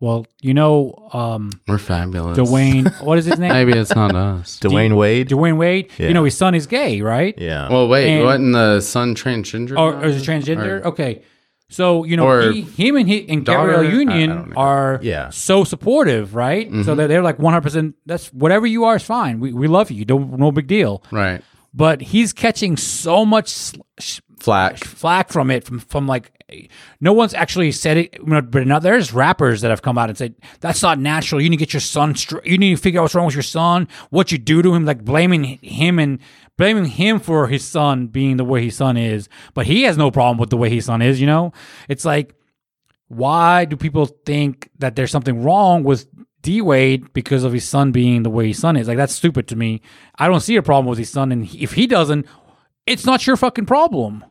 well you know um We're fabulous. dwayne what [LAUGHS] is his name Maybe it's not us. Dwayne Wade, dwayne wade Yeah. you know his son is gay right yeah, well, wait. And- wasn't the son transgender? or, or is it transgender Um, Or- okay so you know Or he, him and he and daughter? Gabrielle I- I Union don't know. Mm-hmm. are Yeah. so supportive, right? So they're, they're like one hundred percent. That's whatever you are is fine. We, we love you. Don't no big deal. right. but he's catching so much sl- sh- Flack. flack from it from from like no one's actually said it you know, but now there's rappers that have come out and said that's not natural you need to get your son str- you need to figure out what's wrong with your son what you do to him like blaming him and blaming him for his son being the way his son is but he has no problem with the way his son is you know it's like why do people think that there's something wrong with D Wade because of his son being the way his son is? Like that's stupid to me. I don't see a problem with his son, and he- if he doesn't, it's not your fucking problem.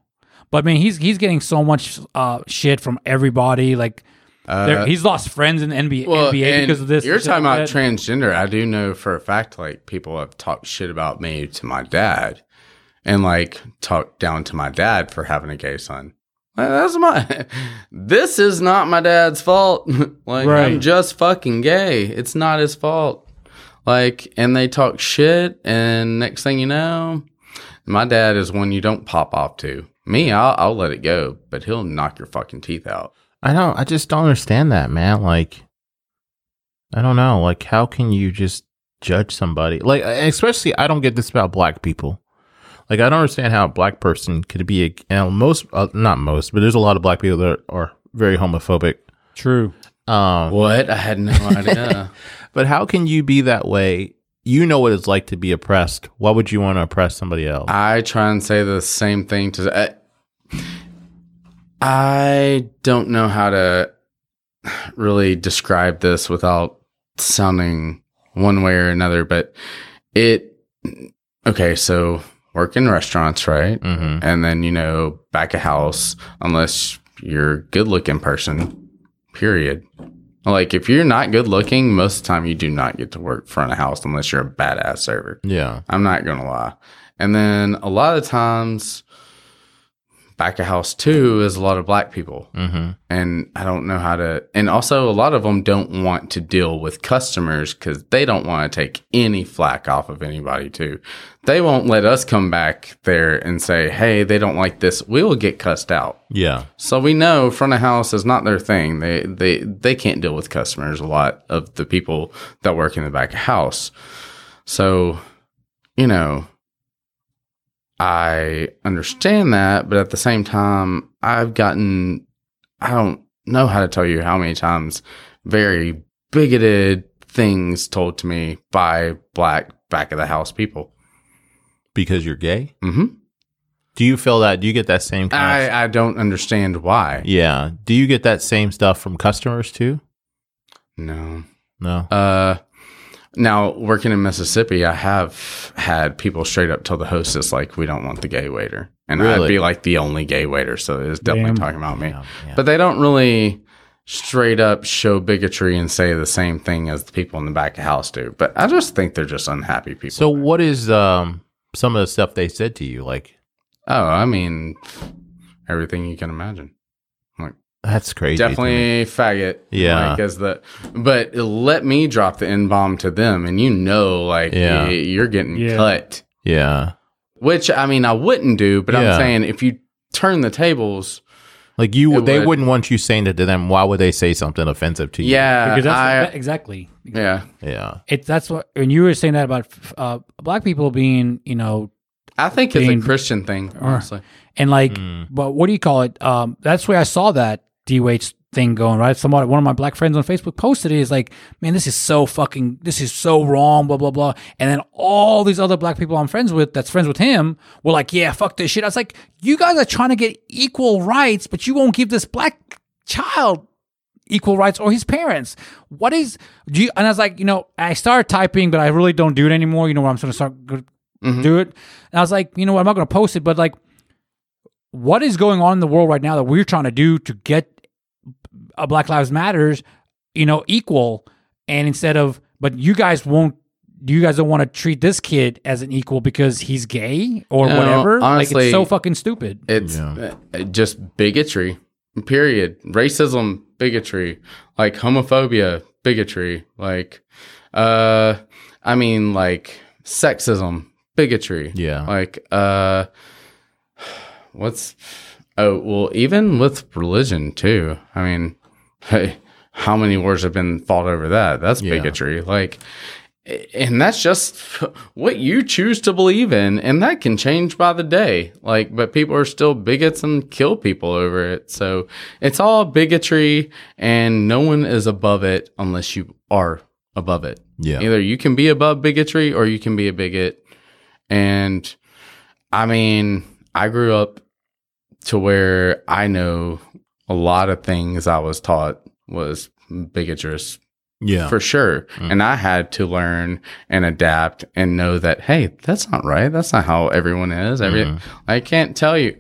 But man, he's he's getting so much uh, shit from everybody. Like they're- he's lost friends in the NBA, NBA and because of this. You're and shit talking like about that. transgender. I do know for a fact, like people have talked shit about me to my dad, and like talked down to my dad for having a gay son. Like, That's my. [LAUGHS] This is not my dad's fault. [LAUGHS] like I'm Right. just fucking gay. It's not his fault. Like, and they talk shit, and next thing you know, my dad is one you don't pop off to. Me, I'll, I'll let it go, but he'll knock your fucking teeth out. I don't, I just don't understand that, man. Like, I don't know. Like, how can you just judge somebody? Like, especially, I don't get this about black people. Like, I don't understand how a black person could be, a, and most, uh, not most, but there's a lot of black people that are very homophobic. True. Um, What? I had no [LAUGHS] idea. but how can you be that way? You know what it's like to be oppressed. Why would you want to oppress somebody else? I try and say the same thing to. I, I don't know how to really describe this without sounding one way or another, but it. Okay, so work in restaurants, right? mm-hmm. And then, you know, back of house, unless you're a good looking person, period. Like, if you're not good looking, most of the time you do not get to work front of house unless you're a badass server. Yeah. I'm not gonna lie. And then a lot of times, back of house too is a lot of black people, Mm-hmm. and I don't know how to. And also, a lot of them don't want to deal with customers because they don't want to take any flack off of anybody too. They won't let us come back there and say, "Hey, they don't like this." We will get cussed out. Yeah. So we know front of house is not their thing. They they they can't deal with customers. A lot of the people that work in the back of house. So, you know, I understand that, but at the same time, I've gotten I don't know how to tell you how many times very bigoted things told to me by black back of the house people. Because you're gay? hmm Do you feel that? Do you get that same kind of- I I don't understand why. Yeah. Do you get that same stuff from customers too? No. No. Uh, now working in Mississippi, I have had people straight up tell the hostess like, "We don't want the gay waiter," and Really? I'd be like the only gay waiter, so it's definitely Damn. talking about me. Yeah, yeah. But they don't really straight up show bigotry and say the same thing as the people in the back of house do. But I just think they're just unhappy people. So what is um some of the stuff they said to you? Like oh, I mean, everything you can imagine. that's crazy. to me. definitely faggot. Yeah. like, as the but let me drop the n bomb to them, and you know, like, Yeah. y- you're getting Yeah. cut. Yeah. Which I mean, I wouldn't do, but Yeah. I'm saying if you turn the tables, Like you, It they would. would. not want you saying that to them. Why would they say something offensive to you? yeah, because that's Uh, I, exactly. yeah, Yeah. It that's what when you were saying that about uh, black people being you know I think Being- it's a Christian thing, honestly. and like Mm. but what do you call it? Um, that's where I saw that D Waits thing going right. Somebody, one of my black friends on Facebook posted it. Is like, man, this is so fucking, this is so wrong, blah blah blah. And then all these other black people I'm friends with, that's friends with him, were like, yeah, fuck this shit. I was like, you guys are trying to get equal rights, but you won't give this black child equal rights or his parents. What is do you? And I was like, you know, I started typing, but I really don't do it anymore. You know, where I'm going to start go- Mm-hmm. do it. And I was like, you know what? I'm not going to post it, but like, what is going on in the world right now that we're trying to do to get uh, Black Lives Matters, you know, equal, and instead of, but you guys won't. You guys don't want to treat this kid as an equal because he's gay or No, whatever. like honestly- it's so fucking stupid. [LAUGHS] [LAUGHS] It's Yeah. uh, just bigotry, period. Racism, bigotry, like homophobia, bigotry, like, uh, I mean, like sexism, bigotry, Yeah. like, uh, what's oh well, even with religion too. I mean, hey, how many wars have been fought over that? That's bigotry, like. And that's just [LAUGHS] what you choose to believe in, and that can change by the day. Like, but people are still bigots and kill people over it. So it's all bigotry, and no one is above it unless you are above it. Yeah. Either you can be above bigotry or you can be a bigot. And I mean, I grew up to where I know a lot of things I was taught was bigotrous Yeah. Mm. for sure. And I had to learn and adapt and know that, hey, that's not right. That's not how everyone is. Every, Mm-hmm. I can't tell you.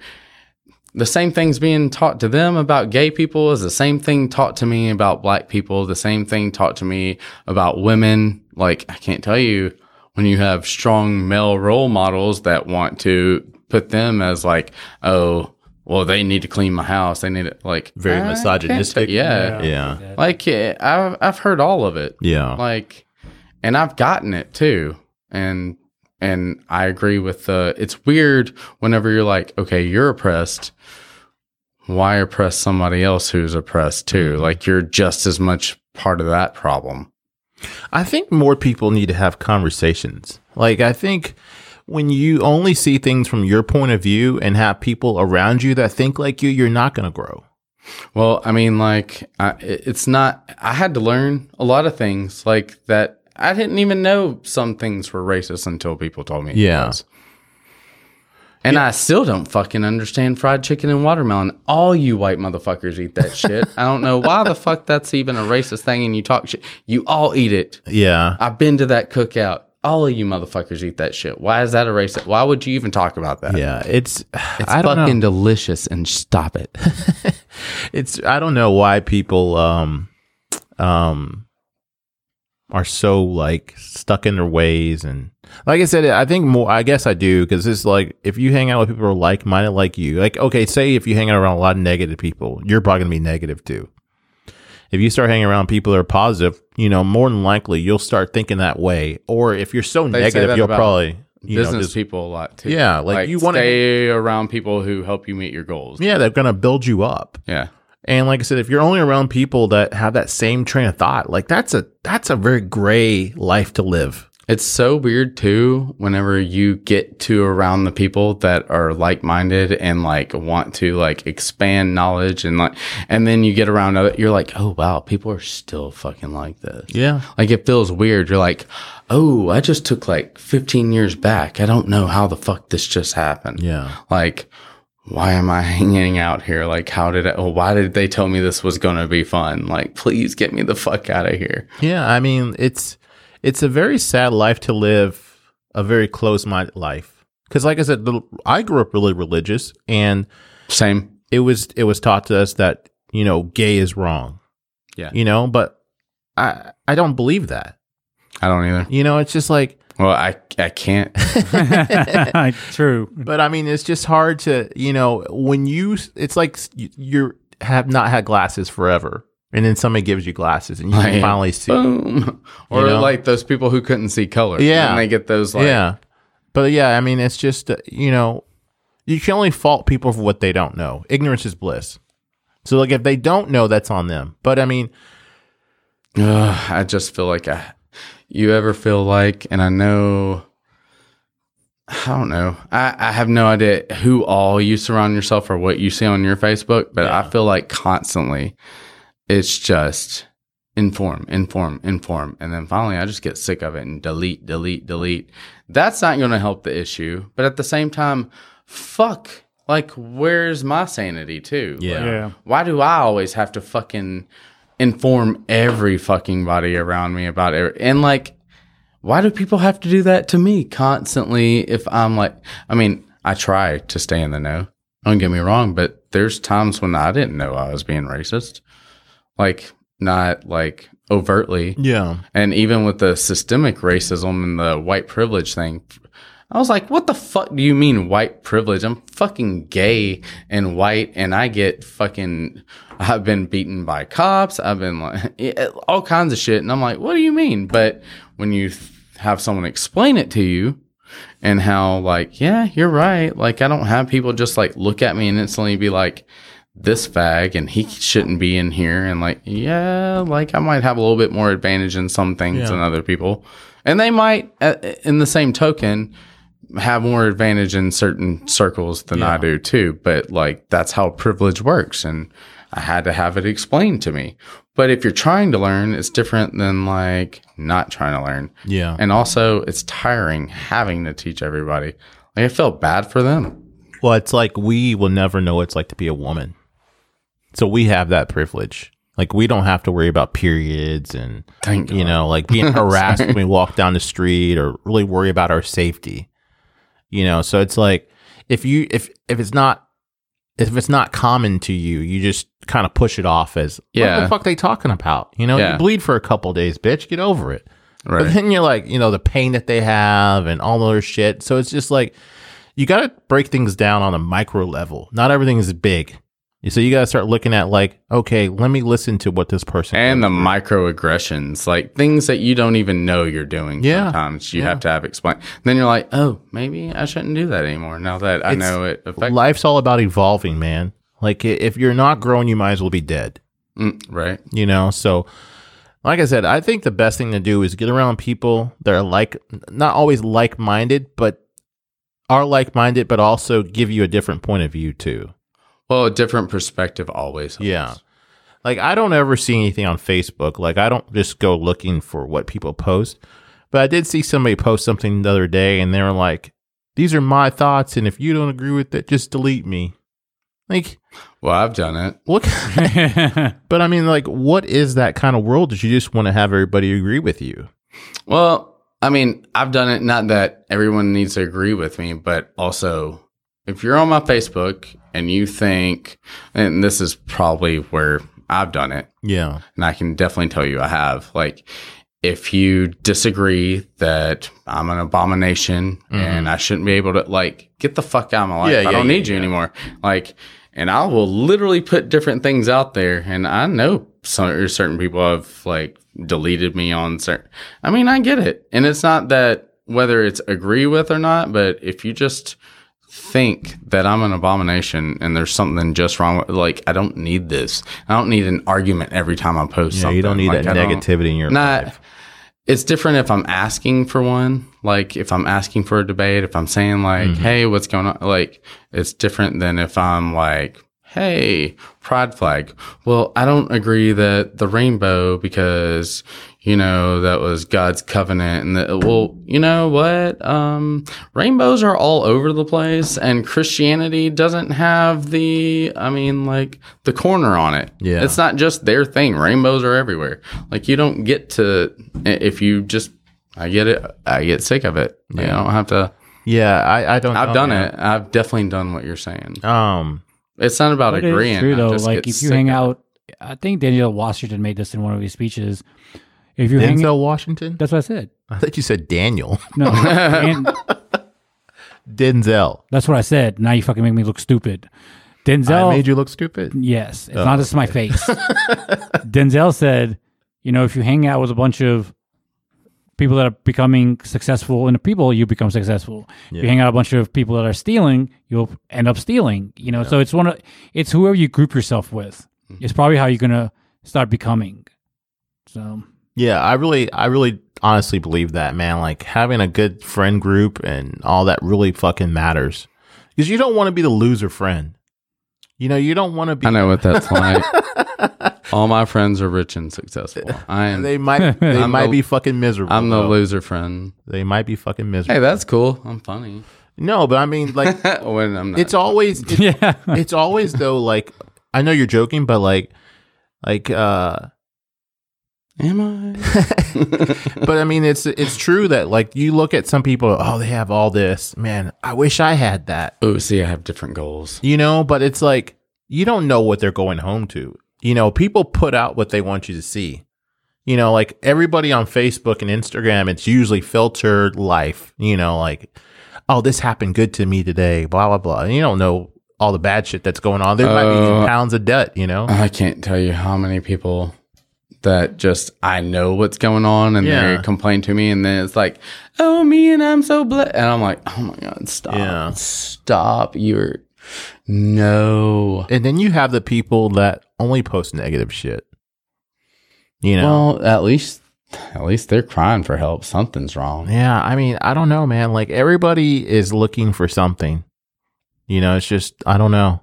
The same things being taught to them about gay people is the same thing taught to me about black people, the same thing taught to me about women. Like, I can't tell you when you have strong male role models that want to put them as like, oh, well, they need to clean my house. They need it like Very I can't tell- misogynistic. Yeah. Yeah. Like yeah, I've I've heard all of it Yeah. like and i've gotten it too and and i agree with the it's weird whenever you're like okay you're oppressed why oppress somebody else who's oppressed too like you're just as much part of that problem I think more people need to have conversations. Like, I think when you only see things from your point of view and have people around you that think like you, you're not going to grow. Well, I mean, like, I, it- it's not, I had to learn a lot of things like that. I didn't even know some things were racist until people told me. it Yeah. was. And I still don't fucking understand fried chicken and watermelon. All you white motherfuckers eat that shit. I don't know why the fuck that's even a racist thing and you talk shit. You all eat it. Yeah. I've been to that cookout. All of you motherfuckers eat that shit. Why is that a racist? Why would you even talk about that? Yeah. It's, [SIGHS] It's I don't know. fucking delicious and stop it. it's I don't know why people um um are so like stuck in their ways and like I said I think more I guess I do because it's like if you hang out with people who are like minded like you like okay say if you hang out around a lot of negative people you're probably gonna be negative too if you start hanging around people that are positive you know more than likely you'll start thinking that way or if you're so say negative that you'll about probably you know business just people a lot too. Yeah, like, you wanna- stay around people who help you meet your goals. yeah they're gonna build you up Yeah. And like I said, if you're only around people that have that same train of thought, like that's a that's a very gray life to live. It's so weird too whenever you get to around the people that are like-minded and like want to like expand knowledge and like and then you get around other you're like, "Oh wow, people are still fucking like this." Yeah. Like it feels weird. You're like, "Oh, I just took like 15 years back. I don't know how the fuck this just happened." Yeah. like why am i [LAUGHS] hanging out here like how did i oh, why did they tell me this was going to be fun like please get me the fuck out of here Yeah. I mean, it's it's a very sad life to live, a very closed minded life. Cause like I said, the, I grew up really religious and same it was it was taught to us that, you know, gay is wrong. Yeah. You know, but I I don't believe that. i don't either You know, it's just like well i i can't [LAUGHS] True. But I mean, it's just hard to, you know, when you, it's like you you're- have not had glasses forever, and then somebody gives you glasses, and you Like, can finally see. boom or know? like those people who couldn't see color Yeah. and they get those like yeah, but yeah, I mean, it's just uh, you know, you can only fault people for what they don't know. Ignorance is bliss. So like, if they don't know, that's on them. But I mean, Ugh, I just feel like I. You ever feel like, and I know, I don't know, I, I have no idea who all you surround yourself or what you see on your Facebook, but I feel like constantly it's just inform, inform, inform. And then finally I just get sick of it and delete, delete, delete. That's not going to help the issue. But at the same time, fuck, like, where's my sanity too? Yeah. Like, Yeah. why do I always have to fucking inform every fucking body around me about it? And like, why do people have to do that to me constantly? If I'm like, I mean, I try to stay in the know. Don't get me wrong, but there's times when I didn't know I was being racist, like not like overtly, yeah, and even with the systemic racism and the white privilege thing, I was like, what the fuck do you mean white privilege? I'm fucking gay and white and I get fucking, I've been beaten by cops. I've been like, [LAUGHS] eh, all kinds of shit. And I'm like, what do you mean? But when you th- have someone explain it to you, and how like yeah you're right like i don't have people just like look at me and instantly be like this fag and he shouldn't be in here and like yeah like i might have a little bit more advantage in some things than other people and they might uh, in the same token have more advantage in certain circles than i do too but like that's how privilege works and i had to have it explained to me but if you're trying to learn it's different than like not trying to learn yeah, and also, it's tiring having to teach everybody. Like, I felt bad for them. Well, it's like we will never know what it's like to be a woman. So we have that privilege. Like we don't have to worry about periods and Thank you know, like [LAUGHS] being harassed when we walk down the street or really worry about our safety. You know, so it's like if you if if it's not if it's not common to you, you just kind of push it off as what Yeah. the fuck they talking about? You know, Yeah. you bleed for a couple days, bitch, get over it. But Right. then you're like, you know, the pain that they have and all their shit. So it's just like you got to break things down on a micro level. Not everything is big. So you got to start looking at like, okay, let me listen to what this person And the microaggressions, like things that you don't even know you're doing. Yeah. Sometimes you have to have explained. Then you're like, oh, maybe I shouldn't do that anymore. Now that I It's know it affects. life's all about evolving, man. Like i- if you're not growing, you might as well be dead. Mm, right. You know, so Like I said, I think the best thing to do is get around people that are like, not always like minded, but are like minded, but also give you a different point of view too. Well, a different perspective always. helps. Yeah. Like I don't ever see anything on Facebook. Like I don't just go looking for what people post. But I did see somebody post something the other day and they were like, These are my thoughts, and if you don't agree with it, just delete me. Like Well, I've done it. what [LAUGHS] but I mean like what is that kind of world that you just want to have everybody agree with you? Well, I mean, I've done it. Not that everyone needs to agree with me, but also if you're on my Facebook and you think, and this is probably where I've done it, Yeah. and I can definitely tell you I have. Like, if you disagree that I'm an abomination and I shouldn't be able to, like, get the fuck out of my life. Mm-hmm. Yeah, yeah, I don't yeah, need you anymore. Like, and I will literally put different things out there. And I know some there's certain people have like deleted me on certain. I mean, I get it, and it's not that whether it's agree with or not, but if you just think that I'm an abomination and there's something just wrong with like I don't need this. I don't need an argument every time I post Yeah, something. you don't need Like, that I don't- negativity in your Not life. it's different if I'm asking for one. Like if I'm asking for a debate, if I'm saying like, Mm-hmm. "Hey, what's going on?" Like it's different than if I'm like, "Hey, pride flag." Well, I don't agree that the rainbow because you know that was God's covenant, and that well, you know what? Um, rainbows are all over the place, and Christianity doesn't have the, I mean, like the corner on it. Yeah. it's not not just their thing. Rainbows are everywhere. Like you don't get to if you just. I get it. I get sick of it. You don't have to. Yeah, I, I don't I've Oh, know, done man. it. I've definitely done what you're saying. Um It's not about But agreeing. It's true I though. just Like get if you sick hang of out, I think Daniel Washington made this in one of his speeches. If you hang, Denzel Washington? that's what I said. I thought you said Daniel. [LAUGHS] No, Dan- Denzel. that's what I said. Now you fucking make me look stupid. Denzel I made you look stupid. Yes, it's not just my face. Denzel said, you know, if you hang out with a bunch of people that are becoming successful and the people, you become successful. If you hang out with a bunch of people that are stealing, you'll end up stealing. You know, so it's one of it's whoever you group yourself with. It's probably how you're gonna start becoming. So [LAUGHS] Yeah, I really, I really honestly believe that, man. Like having a good friend group and all that really fucking matters because you don't want to be the loser friend. You know, you don't want to be. I know what [LAUGHS] that's like. All my friends are rich and successful. I am. They [LAUGHS] might, they I'm might the- be fucking miserable. I'm the Oh. though. loser friend. They might be fucking miserable. Hey, that's cool. I'm funny. [LAUGHS] No, but I mean, like, when I'm not. it's always, it's, yeah, it's always though. Like, I know you're joking, but like, like, uh, am [LAUGHS] I? [LAUGHS] but I mean, it's it's true that like you look at some people. Oh, they have all this, man. I wish I had that. oh, see, I have different goals. you know but it's like you don't know what they're going home to you know people put out what they want you to see you know like everybody on facebook and instagram it's usually filtered life you know like oh this happened good to me today blah blah blah and you don't know all the bad shit that's going on there might be Uh, pounds of debt you know I can't tell you how many people that just I know what's going on and Yeah. they complain to me, and then it's like, "Oh, me and I'm so blessed," and I'm like, "Oh my god, stop, Yeah. stop! You're no." and then you have the people that only post negative shit you know Well, at least at least they're crying for help. Something's wrong. Yeah, I mean, I don't know, man. Like everybody is looking for something. You know, it's just I don't know.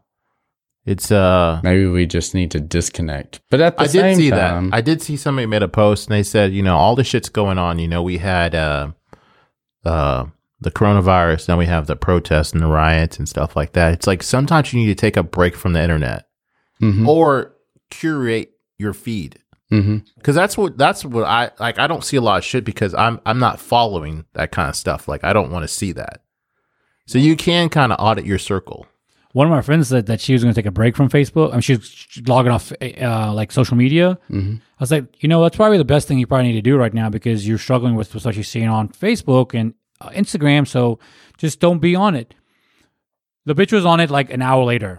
It's uh Maybe we just need to disconnect. But at the I same did see time, that. I did see somebody made a post and they said, you know, all the shit's going on. You know, we had uh uh the coronavirus, then we have the protests and the riots and stuff like that. It's like sometimes you need to take a break from the internet Mhm, or curate your feed. mhm. Cause that's what that's what I like. I don't see a lot of shit because I'm I'm not following that kind of stuff. Like I don't want to see that. So you can kind of audit your circle. one of my friends said that she was going to take a break from Facebook. I mean, she was logging off uh, like social media. Mm-hmm. I was like, you know, that's probably the best thing you probably need to do right now because you're struggling with what you're seeing on Facebook and uh, Instagram. So just don't be on it. The bitch was on it like an hour later,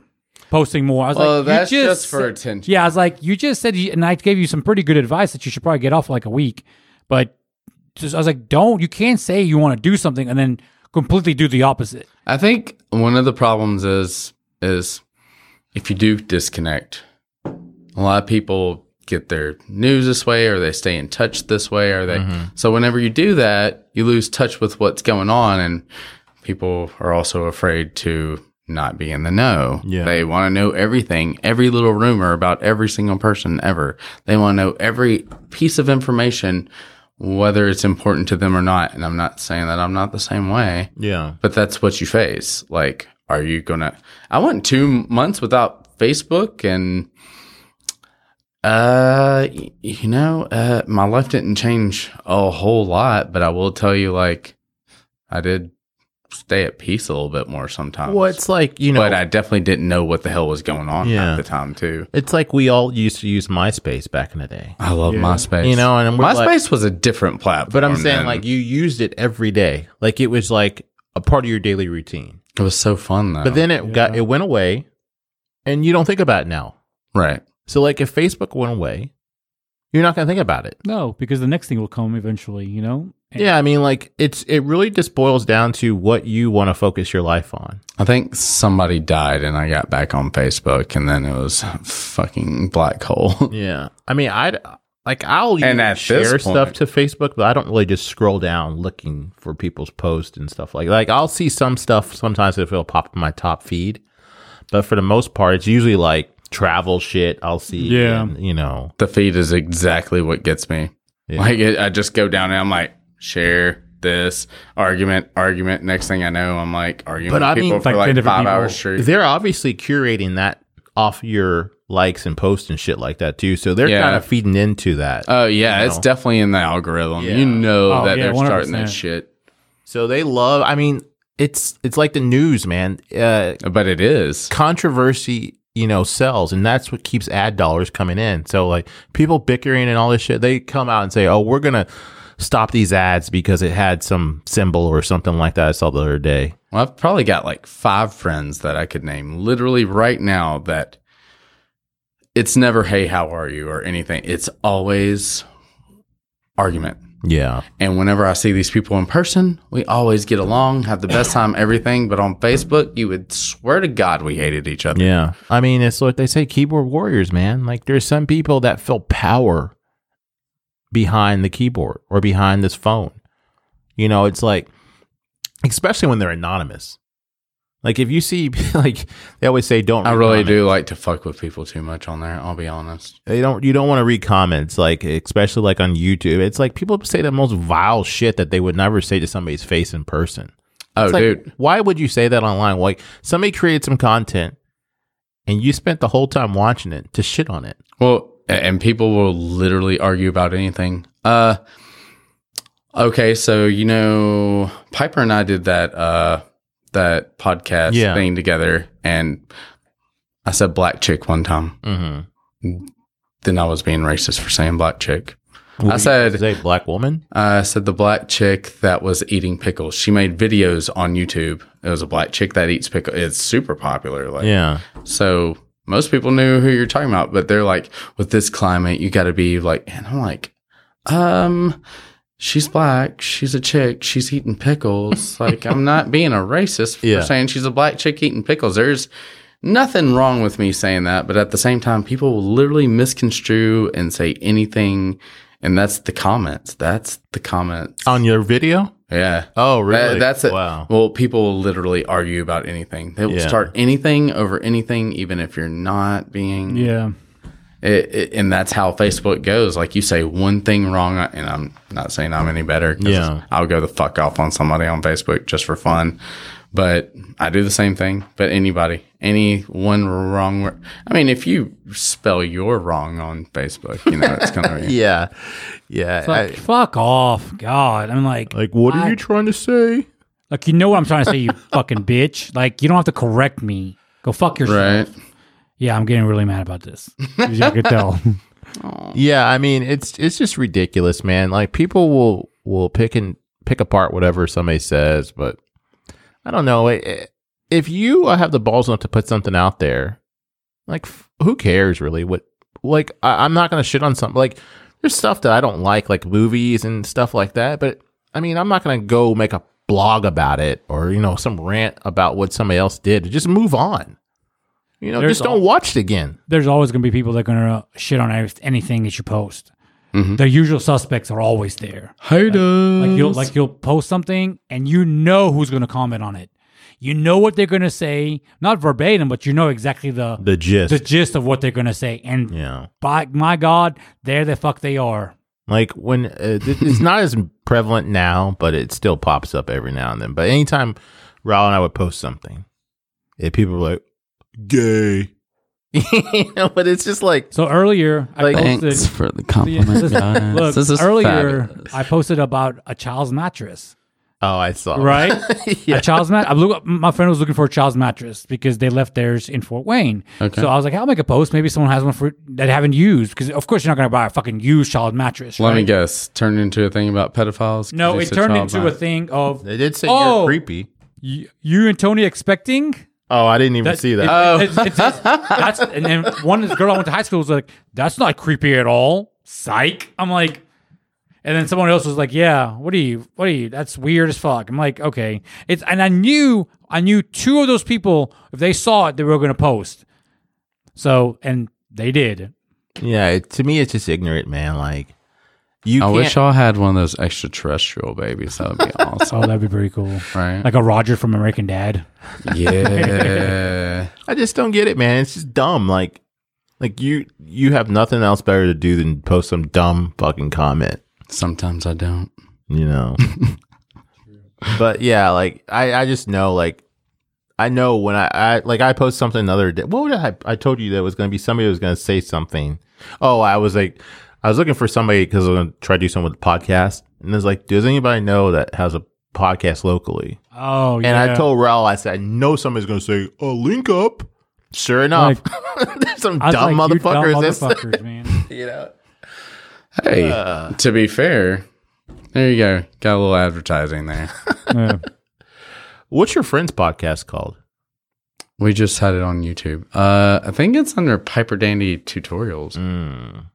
posting more. I was Well, like, you Oh, that's just for said- attention. Yeah, I was like, you just said, you- and I gave you some pretty good advice that you should probably get off like a week, but just, I was like, don't. You can't say you want to do something and then completely do the opposite. I think one of the problems is is if you do disconnect, a lot of people get their news this way or they stay in touch this way or they so whenever you do that you lose touch with what's going on and people are also afraid to not be in the know Yeah. they want to know everything every little rumor about every single person ever they want to know every piece of information whether it's important to them or not and i'm not saying that i'm not the same way Yeah. but that's what you face. Like, are you gonna? I went two months without Facebook, and uh, y- you know, uh, my life didn't change a whole lot. But I will tell you, like, I did stay at peace a little bit more sometimes. Well, it's like, you know, but I definitely didn't know what the hell was going on Yeah. at the time too. it's like we all used to use MySpace back in the day. I love MySpace. You know, and we're like- MySpace was a different platform. But I'm saying, then. like, you used it every day. Like, it was like a part of your daily routine. it was so fun though. But then it got, it went away and you don't think about it now. right? So, like, if Facebook went away, you're not going to think about it. No, because the next thing will come eventually, you know? And- Yeah. I mean, like, it's, it really just boils down to what you want to focus your life on. I think somebody died and I got back on Facebook and then it was fucking black hole. [LAUGHS] Yeah. I mean, I, like, I'll And usually at this share stuff point- to Facebook, but I don't really just scroll down looking for people's posts and stuff like Like, I'll see some stuff sometimes if it'll pop in my top feed. But for the most part, it's usually like travel shit I'll see. Yeah. and, you know, the feed is exactly what gets me. Yeah. Like it, I just go down and I'm like, share this argument, argument. Next thing I know, I'm like arguing But with I mean, people for like, 10 like five different people. hours straight. they're obviously curating that off your likes and posts and shit like that too. So they're Yeah. kind of feeding into that. Oh yeah, You it's know. definitely in the algorithm. Yeah. You know Oh, that yeah, they're starting 100%. that shit, so they love. I mean, it's it's like the news, man. Uh, but it is. controversy, you know, sells, and that's what keeps ad dollars coming in. So like people bickering and all this shit, they come out and say, "Oh, we're gonna." Stop these ads because it had some symbol or something like that. I saw the other day. Well, I've probably got like five friends that I could name literally right now that it's never, hey, how are you or anything. It's always argument. Yeah, And whenever I see these people in person, we always get along, have the best time, everything. But on Facebook, you would swear to God we hated each other. yeah. I mean, it's what they say, keyboard warriors, man. Like there's some people that feel power behind the keyboard or behind this phone. You know, it's like, especially when they're anonymous. Like if you see, [LAUGHS] like they always say, don't. I read really comments. do like to fuck with people too much on there. I'll be honest. They don't. You don't want to read comments, like especially like on YouTube. It's like people say the most vile shit that they would never say to somebody's face in person. Oh, It's like, dude. why would you say that online? Like somebody created some content, and you spent the whole time watching it to shit on it. Well, a- and people will literally argue about anything. Uh, okay, so you know, Piper and I did that uh that podcast Yeah. thing together, and I said black chick one time. Mm-hmm. Then I was being racist for saying black chick. I said uh, "Say black woman." I said the black chick that was eating pickles. She made videos on YouTube. It was a black chick that eats pickles. It's super popular. Like Yeah, so most people knew who you're talking about, but they're like, with this climate, you got to be like, and I'm like, um, she's black, she's a chick, she's eating pickles. like, I'm not being a racist for Yeah. saying she's a black chick eating pickles. There's nothing wrong with me saying that, but at the same time, people will literally misconstrue and say anything. And that's the comments. That's the comments. on your video. Yeah. Oh, That- really? Uh, that's it. Wow. Well, people will literally argue about anything. They will Yeah. start anything over anything, even if you're not being. Yeah. It, it- and that's how Facebook goes. Like you say one thing wrong, and I'm not saying I'm any better. 'cause Yeah. I'll go the fuck off on somebody on Facebook just for fun. But I do the same thing. But anybody, any one wrong word. I mean, if you spell your wrong on Facebook, you know it's gonna [LAUGHS] be. Yeah, yeah. Like, I- fuck off. God. I'm like, like, what are I- you trying to say? like, you know what I'm trying to say, you fucking bitch. Like, you don't have to correct me. Go fuck yourself. Right. Yeah, I'm getting really mad about this. As you can tell. Yeah, I mean it's it's just ridiculous, man. Like people will will pick and pick apart whatever somebody says, but I don't know. It- it- If you uh, have the balls enough to put something out there, like f- who cares really? What like I, I'm not gonna shit on something. Like there's stuff that I don't like, like movies and stuff like that. But I mean, I'm not gonna go make a blog about it or you know some rant about what somebody else did. Just move on. You know, There's just don't al- watch it again. there's always going to be people that are going to shit on every- anything that you post. The usual suspects are always there. Haters. Like you'll like you'll post something and you know who's going to comment on it. You know what they're going to say, not verbatim, but you know exactly the The gist. the gist of what they're going to say. And yeah. by my God, there the fuck they are. Like when uh, th- it's not as prevalent now, but it still pops up every now and then. But anytime Raul and I would post something, it, people were like, gay. [LAUGHS] you know, but it's just like, So earlier, I Like- posted. Thanks [LAUGHS] for the Oh [LAUGHS] compliment, guys. Look, this is earlier fabulous. I posted about a child's mattress, oh, I saw. [LAUGHS] right? yeah. A child's mat. I look, my friend was looking for a child's mattress because they left theirs in Fort Wayne. Okay. So I was like, I'll make a post. Maybe someone has one for that they haven't used because, of course, you're not going to buy a fucking used child mattress. Let right? me guess. Turned into a thing about pedophiles. No, it It's a turned child into a line. thing of They did say Oh. you're creepy. y- you and Tony expecting. Oh, I didn't even see that. It- it- it's- it's- that's, and then one girl I went to high school was like, "That's not creepy at all." Psych. I'm like, and then someone else was like, "Yeah, what are you? What are you? That's weird as fuck." I'm like, okay. It's and I knew I knew two of those people if they saw it they were going to post. So and they did. yeah, it, to me, it's just ignorant, man. Like, you I can't. wish y'all had one of those extraterrestrial babies. That would be awesome, [LAUGHS] Oh, that'd be pretty cool. right? Like a Roger from American Dad. [LAUGHS] yeah. I just don't get it, man. It's just dumb. Like, like you you have nothing else better to do than post some dumb fucking comment, Sometimes I don't. you know. but yeah, like I I just know like I know when I, I like I post something the other day. What would I I told you there was going to be somebody who was going to say something. Oh, I was like I was looking for somebody because I'm going to try to do something with the podcast, and it's like, does anybody know that has a podcast locally? Oh, And I told Raul, I said, I know somebody's going to say, oh, link up. Sure enough, there's [LAUGHS] some dumb motherfuckers. that's- motherfuckers, man. you know. Hey, Uh. to be fair, there you go. Got a little advertising there. [LAUGHS] [LAUGHS] Yeah. What's your friend's podcast called? we just had it on YouTube. Uh, I think it's under Piper Dandy Tutorials. Mm.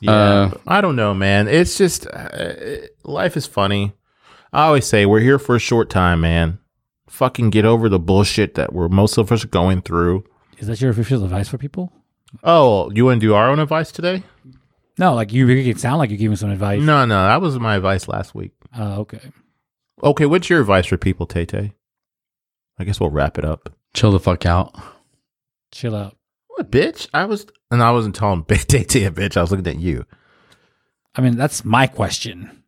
Yeah, Uh, but I don't know, man. It's just uh, it- life is funny. I always say we're here for a short time, man. Fucking get over the bullshit that we're most of us are going through. Is that your official advice for people? Oh, you want to do our own advice today? No, like you make it sound like you're giving some advice. No, no, that was my advice last week. Oh, okay. Okay, what's your advice for people, Tay Tay? I guess we'll wrap it up. Chill the fuck out. Chill out. What bitch? I was and I wasn't telling [LAUGHS] Tay Tay a bitch. I was looking at you. I mean, that's my question.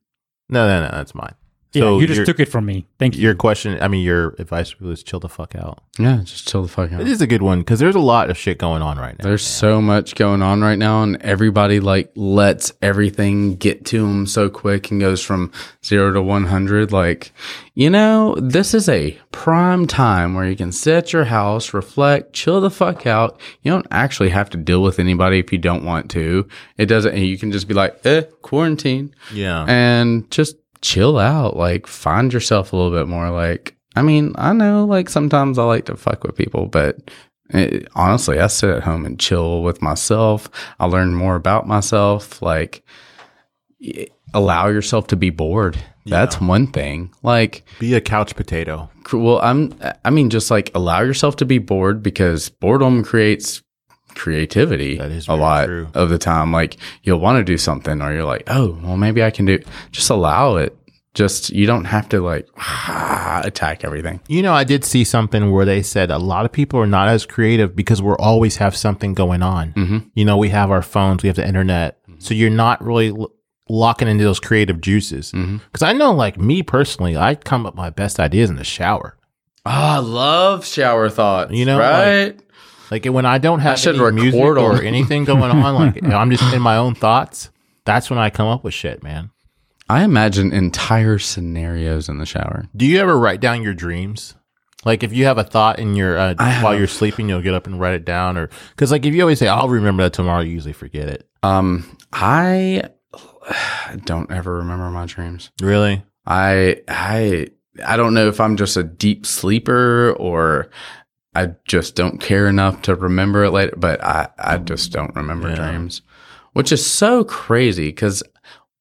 No, no, no, that's mine. Yeah, So you just your- took it from me. Thank you. Your question, I mean, your advice was chill the fuck out. Yeah, just chill the fuck out. It is a good one because there's a lot of shit going on right now. There's so much going on right now, and everybody like lets everything get to them so quick and goes from zero to 100. Like, you know, this is a prime time where you can sit at your house, reflect, chill the fuck out. You don't actually have to deal with anybody if you don't want to. It doesn't, you can just be like, eh, quarantine Yeah. and just chill out. Like, find yourself a little bit more. Like, I mean, I know, like, sometimes I like to fuck with people, but it, honestly, I sit at home and chill with myself. I learn more about myself. Like, y- allow yourself to be bored. That's one thing. Like, Be a couch potato. cr- well, I'm, I mean, just like allow yourself to be bored because boredom creates creativity That is a very lot true. of the time. Like you'll want to do something or you're like, oh, well, maybe I can do, just allow it. Just, you don't have to like [SIGHS] attack everything. You know, I did see something where they said a lot of people are not as creative because we're always have something going on. Mm. Mm-hmm. You know, we have our phones, we have the internet, so you're not really l- locking into those creative juices. Because Mm-hmm. I know, like me personally, I come up with my best ideas in the shower. Oh, I love shower thoughts. You know, right? Like when I don't have should any music record or them. anything going on, [LAUGHS] like I'm just in my own thoughts. That's when I come up with shit, man. I imagine entire scenarios in the shower. Do you ever write down your dreams? Like if you have a thought in your uh, I while have. you're sleeping, you'll get up and write it down, or because like if you always say I'll remember that tomorrow, you usually forget it. Um, I [SIGHS] don't ever remember my dreams. Really? I I I don't know if I'm just a deep sleeper or I just don't care enough to remember it later, but I I just don't remember Yeah. dreams, which is so crazy cuz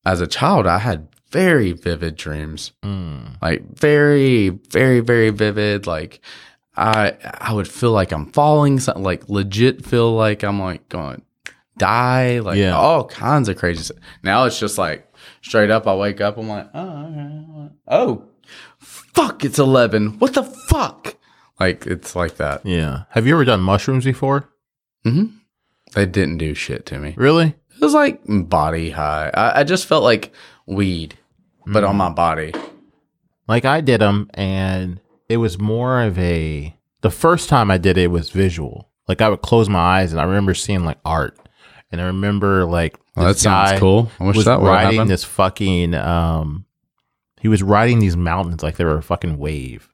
as a child I had very vivid dreams Mm. like very very very vivid like I I would feel like I'm falling, so- like legit feel like I'm like going to die, like Yeah. all kinds of crazy. Stuff. Now it's just like straight up. I wake up, I'm like, oh, okay. oh, fuck, it's eleven. What the fuck? Like it's like that. Yeah. Have you ever done mushrooms before? They didn't do shit to me. Really? It was like body high. I, I just felt like weed, but on my body. Like I did them, and it was more of a. The first time I did it was visual. Like I would close my eyes, and I remember seeing like art, and I remember like Well, that this sounds guy cool. I wish was that would riding happen. this fucking. Um, he was riding these mountains like they were a fucking wave.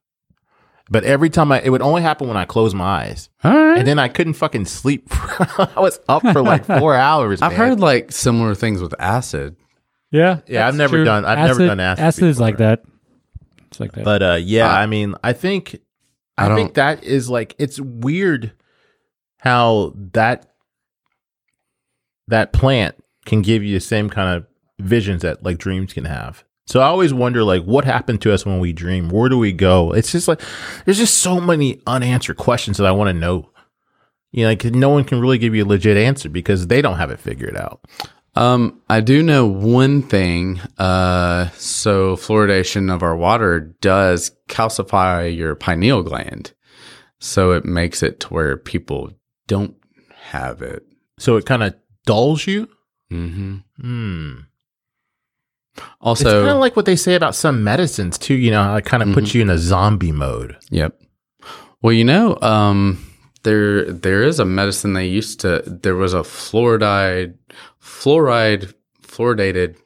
But every time I, it would only happen when I closed my eyes, All right. and then I couldn't fucking sleep. [LAUGHS] I was up for like [LAUGHS] four hours. I've man. heard like similar things with acid. Yeah. Yeah, I've that's never done- I've never done acid Acid is like that. It's like that. But uh, yeah, Uh, I mean, I think I, I think that is like it's weird how that that plant can give you the same kind of visions that like dreams can have. So I always wonder like what happened to us when we dream? Where do we go? It's just like there's just so many unanswered questions that I want to know. You know, like no one can really give you a legit answer because they don't have it figured out. Um, I do know one thing. Uh, so fluoridation of our water does calcify your pineal gland, so it makes it to where people don't have it. So it kind of dulls you. Mm-hmm. Hmm. it's Also, kind of like what they say about some medicines too. You know, it kind of puts you in a zombie mode. Yep. Well, you know, um, there there is a medicine they used to. There was a fluoride, fluoride, fluoridated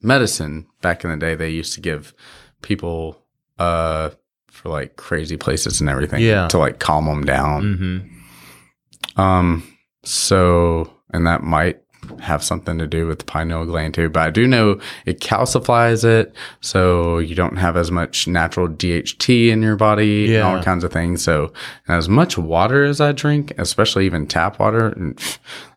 medicine back in the day. They used to give people uh, for like crazy places and everything. Yeah. To like calm them down. Mm-hmm. Um. So, and that might have something to do with the pineal gland too. But I do know it calcifies it, so you don't have as much natural DHT in your body and Yeah. all kinds of things. So, as much water as I drink, especially even tap water, and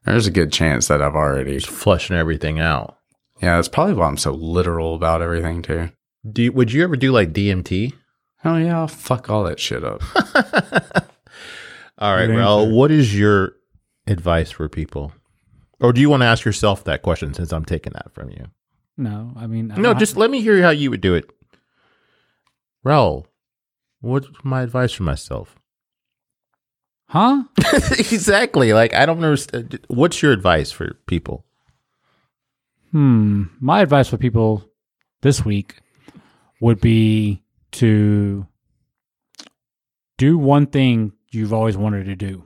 there's a good chance that I've already. Just flushing everything out. Yeah, that's probably why I'm so literal about everything too. Do you, would you ever do like [LAUGHS] DMT? Oh yeah, I'll fuck all that shit up. All right, Good well, answer. what is your advice for people? Or do you want to ask yourself that question since I'm taking that from you? no, I mean, I No, don't- just let me hear how you would do it. Raul, what's my advice for myself? huh? [LAUGHS] exactly. Like, I don't understand. What's your advice for people? Hmm. My advice for people this week would be to do one thing you've always wanted to do.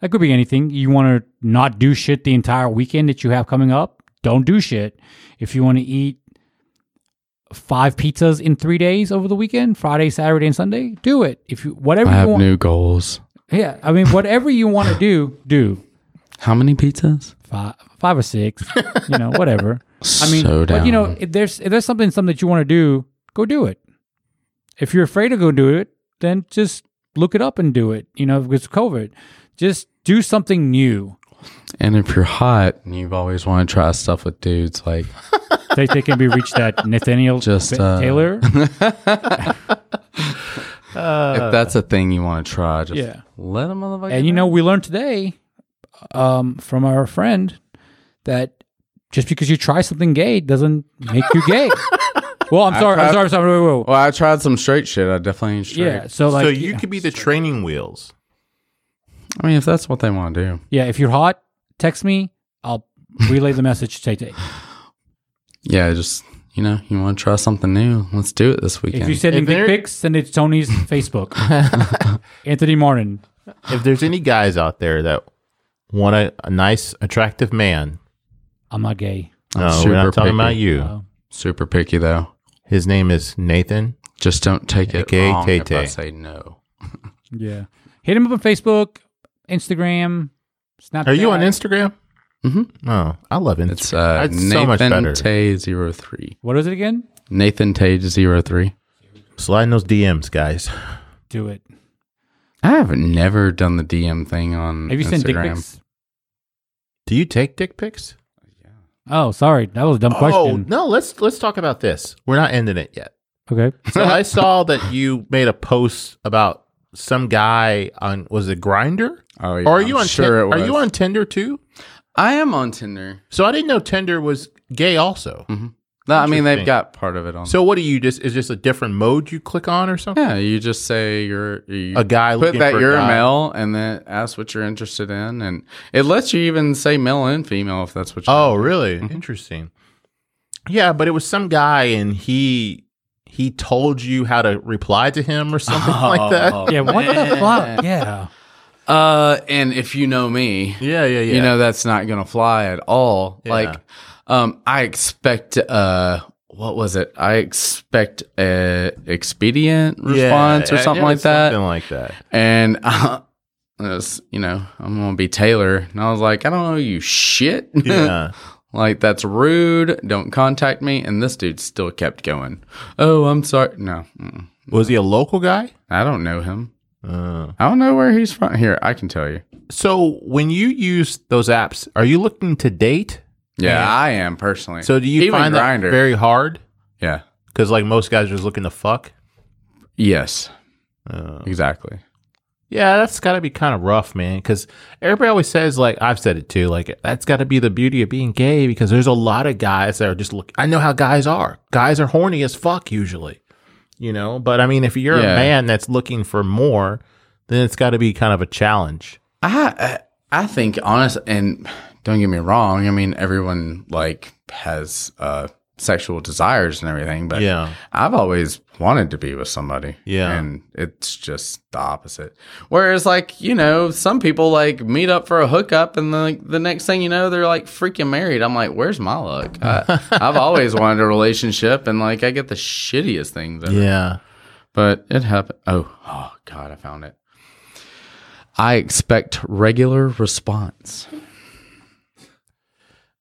That could be anything. You want to not do shit the entire weekend that you have coming up? Don't do shit. If you want to eat five pizzas in three days over the weekend, Friday, Saturday, and Sunday, do it. If you whatever I you have want, new goals. yeah, I mean whatever you want to do, do How many pizzas? five, five or [LAUGHS] six, you know, whatever. I mean, so but you know, down. if there's if there's something something that you want to do, go do it. If you're afraid to go do it, then just look it up and do it. You know, because COVID, just do something new. And if you're hot and you've always wanted to try stuff with dudes, like they, they can be reached [LAUGHS] at Nathaniel Just, Ba- uh, [LAUGHS] Taylor. if that's a thing you want to try, just Uh. Yeah. let a motherfucker. and you know, we learned today um, from our friend that just because you try something gay doesn't make you [LAUGHS] gay. well, I'm sorry, I'm sorry, I'm sorry, wait, wait, wait. well, I tried some straight shit. I definitely ain't straight. Yeah, so like, so you could be the training wheels. I mean, if that's what they want to do, yeah, if you're hot, text me. I'll relay the message to Tay. yeah, just you know, you want to try something new, let's do it this If weekend. you send If in dick there- pics, send it to Tony's Facebook. Anthony Martin. if there's any guys out there that want a, a nice, attractive man, I'm not gay. I'm no, we're not talking about you. Oh. Super picky though. His name is Nathan. Just don't take it AKA wrong if I Tay-Tay. say no. Yeah. Hit him up on Facebook, Instagram, Snapchat. Are you on Instagram? Mhm. Oh, I love Instagram. It's uh, That's so much Nathan better. Tay 03. What is it again? Nathan Tay 03. Slide in those DMs, guys. Do it. I have never done the DM thing on Have you sent dick Mm, Instagram. pics? Do you take dick pics? Oh, sorry. That was a dumb Oh question. no, let's let's talk about this. We're not ending it yet. [LAUGHS] Okay. So I saw that you made a post about some guy on was it grinder? Oh, yeah, Or are you I'm on sure Tin- it was. Are you on Tinder too? I am on Tinder. So I didn't know Tinder was gay also. No, I mean Interesting. they've got part of it on. So what do you just is just a different mode you click on or something? yeah, you just say you're you A guy put looking that for a you're a guy. male, and then ask what you're interested in, and it lets you even say male and female if that's what. you Oh, really? Interesting. Yeah, but it was some guy and he he told you how to reply to him or something [LAUGHS] like that. Yeah, what [LAUGHS] [LAUGHS] the fuck? Yeah. Uh, and if you know me, Yeah, yeah, yeah. you know that's not gonna fly at all Yeah. like um i expect uh what was it i expect a expedient response or yeah, something yeah, like that Something like [LAUGHS] that. and uh, it was, you know i'm gonna be taylor and i was like i don't know you shit [LAUGHS] Yeah. like that's rude don't contact me and this dude still kept going oh i'm sorry no mm. was he a local guy? i don't know him Uh, i don't know where he's from here i can tell you so when you use those apps, are you looking to date? yeah, i am personally So do you Even find Grindr. that very hard? yeah Because like most guys are just looking to fuck. yes Uh, exactly yeah, that's got to be kind of rough, man. Because everybody always says, like I've said it too, like that's got to be the beauty of being gay. Because there's a lot of guys that are just look. I know how guys are. Guys are horny as fuck usually, you know. But I mean, if you're Yeah. a man that's looking for more, then it's got to be kind of a challenge. I I think honest and don't get me wrong. I mean, everyone like has uh, sexual desires and everything, but Yeah. I've always wanted to be with somebody. Yeah. and it's just the opposite. Whereas, like you know, some people like meet up for a hookup, and the the next thing you know, they're like freaking married. I'm like, where's my luck? [LAUGHS] I, I've always wanted a relationship, and like I get the shittiest things. ever. Yeah. But it happened. Oh, oh God, I found it. I expect regular response.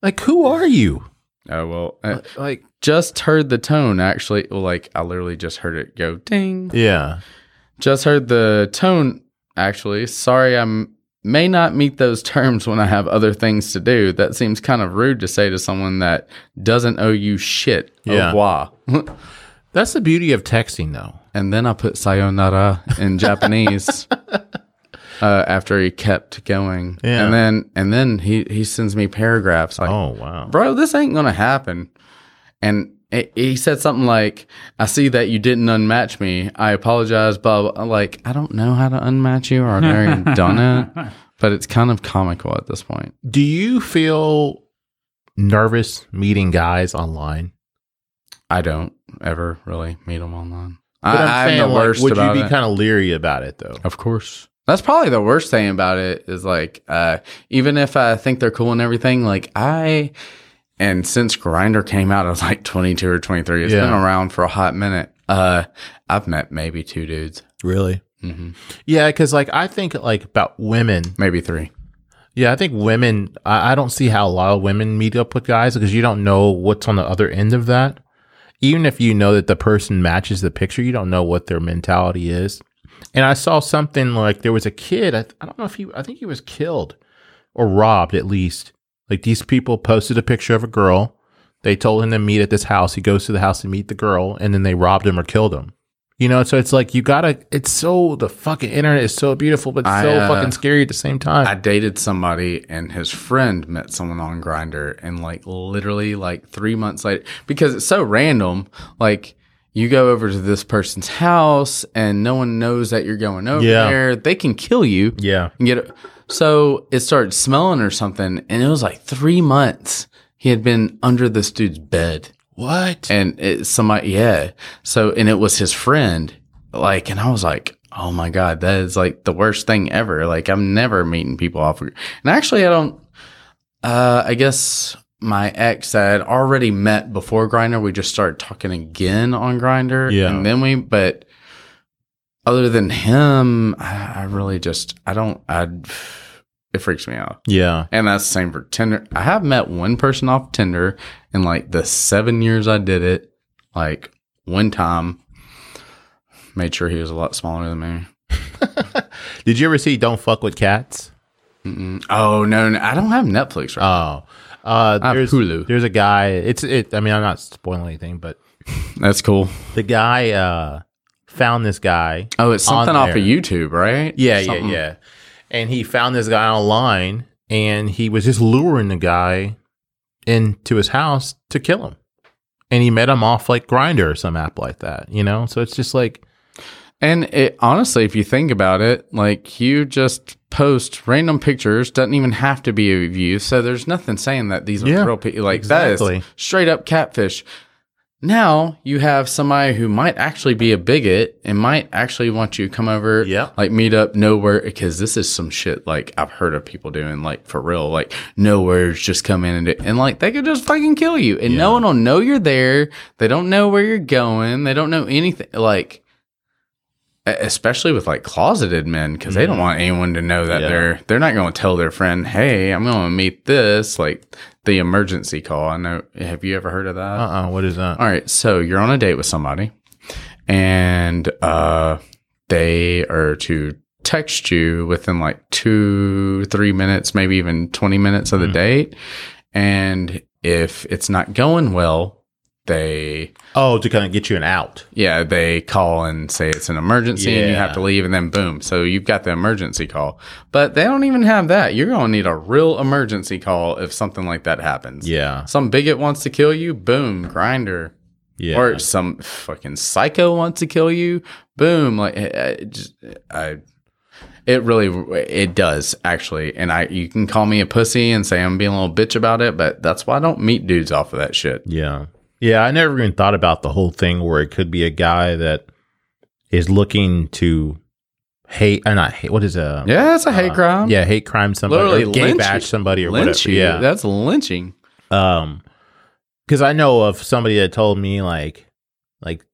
Like who are you? Oh well, I Like just heard the tone. Actually, well, like I literally just heard it go ding. yeah. Just heard the tone. Actually, sorry, I'm may not meet those terms when I have other things to do. That seems kind of rude to say to someone that doesn't owe you shit. Au Yeah. revoir. That's the beauty of texting, though. And then I put sayonara [LAUGHS] in Japanese uh, after he kept going. Yeah. And then and then he, he sends me paragraphs like, Oh wow. bro, this ain't gonna happen. And it, he said something like, I see that you didn't unmatch me. I apologize, blah, blah. Like, I don't know how to unmatch you or I've never [LAUGHS] [LAUGHS] even done it. But it's kind of comical at this point. Do you feel nervous meeting guys online? I don't ever really meet them online. But I'm I, I'm, saying, the like, worst Would about you it. be kind of leery about it though? Of course. That's probably the worst thing about it is like, uh, even if I think they're cool and everything, like I, and since Grinder came out, I was like 22 or 23. It's been Yeah. around for a hot minute. Uh, I've met maybe two dudes, Really? Mhm. Yeah, because like I think like about women. maybe three. Yeah, I think women. I, I don't see how a lot of women meet up with guys because you don't know what's on the other end of that. Even if you know that the person matches the picture, you don't know what their mentality is. And I saw something like there was a kid. I, I don't know if he. I think he was killed or robbed at least. Like these people posted a picture of a girl. They told him to meet at this house. He goes to the house to meet the girl, and then they robbed him or killed him. You know, so it's like you gotta. It's so the fucking internet is so beautiful, but I, so uh, fucking scary at the same time. I dated somebody and his friend met someone on Grinder and like literally like three months later because it's so random. Like you go over to this person's house and no one knows that you're going over Yeah. there. They can kill you. yeah, and get it. So it started smelling or something, and it was like three months he had been under this dude's bed, What? and it, somebody, yeah. So and it was his friend, like, and I was like, oh my god, that is like the worst thing ever. Like I'm never meeting people off. And actually, I don't. Uh, I guess my ex I had already met before Grinder. We just started talking again on Grinder, Yeah. and then we, but other than him, I, I really just I don't I it freaks me out. yeah. And that's the same for Tinder. I have met one person off Tinder in like the seven years I did it, like one time. Made sure he was a lot smaller than me. Did you ever see Don't Fuck with Cats? Oh no, no I don't have Netflix right. Oh. Uh, have there's, Hulu. there's a Oh, guy. It's it. I mean, I'm not spoiling anything, but that's cool. the guy uh, found this guy. Oh, it's on something off of there. YouTube, right? Yeah, Something. yeah, yeah. And he found this guy online and he was just luring the guy into his house to kill him. And he met him off like Grinder or some app like that, you know? So it's just like And it honestly, if you think about it, like you just post random pictures, doesn't even have to be of you. So there's nothing saying that these are Yeah, real people. Like that exactly. is straight up catfish. Now you have somebody who might actually be a bigot and might actually want you to come over, Yeah. like meet up nowhere because this is some shit like I've heard of people doing like for real, like nowhere's just come in and do, and like they could just fucking kill you and no one will know you're there. They don't know where you're going. They don't know anything. Like e, especially with like closeted men because they don't want anyone to know that Mm-hmm. Yeah. they're they're not going to tell their friend hey i'm going to meet this like the emergency call i know have you ever heard of that uh uh what is that? all right so you're on a date with somebody and uh they are to text you within like two three minutes maybe even 20 minutes Mm. of the date and if it's not going well they Oh, to kind of get you an out. yeah, they call and say it's an emergency and you Yeah. have to leave, and then boom. So you've got the emergency call. But they don't even have that. You're going to need a real emergency call if something like that happens. Yeah. Some bigot wants to kill you, boom, grinder. Yeah. Or some fucking psycho wants to kill you, boom. Like, I, I just, I. It really, it does actually, and I you can call me a pussy and say I'm being a little bitch about it, but that's why I don't meet dudes off of that shit. Yeah. Yeah. I never even thought about the whole thing where it could be a guy that is looking to hate or not hate. What is a Yeah, it's a hate uh, crime. Yeah, hate crime somebody, Literally or gay lynch bash you- somebody, or lynch whatever. you. Yeah, That's lynching. um because i know of somebody that told me like like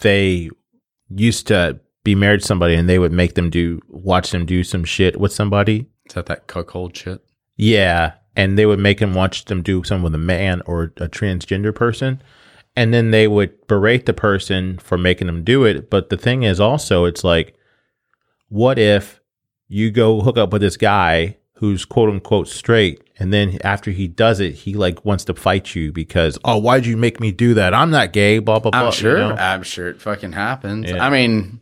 they used to be married to somebody and they would make them do watch them do some shit with somebody Is that that cuckold shit? yeah and they would make them watch them do something with a man or a transgender person and then they would berate the person for making them do it but the thing is also it's like what if you go hook up with this guy who's quote unquote straight and then after he does it he like wants to fight you because oh why'd you make me do that i'm not gay blah blah blah I'm you sure. Uh, know? I'm sure it fucking happens. Yeah. I mean,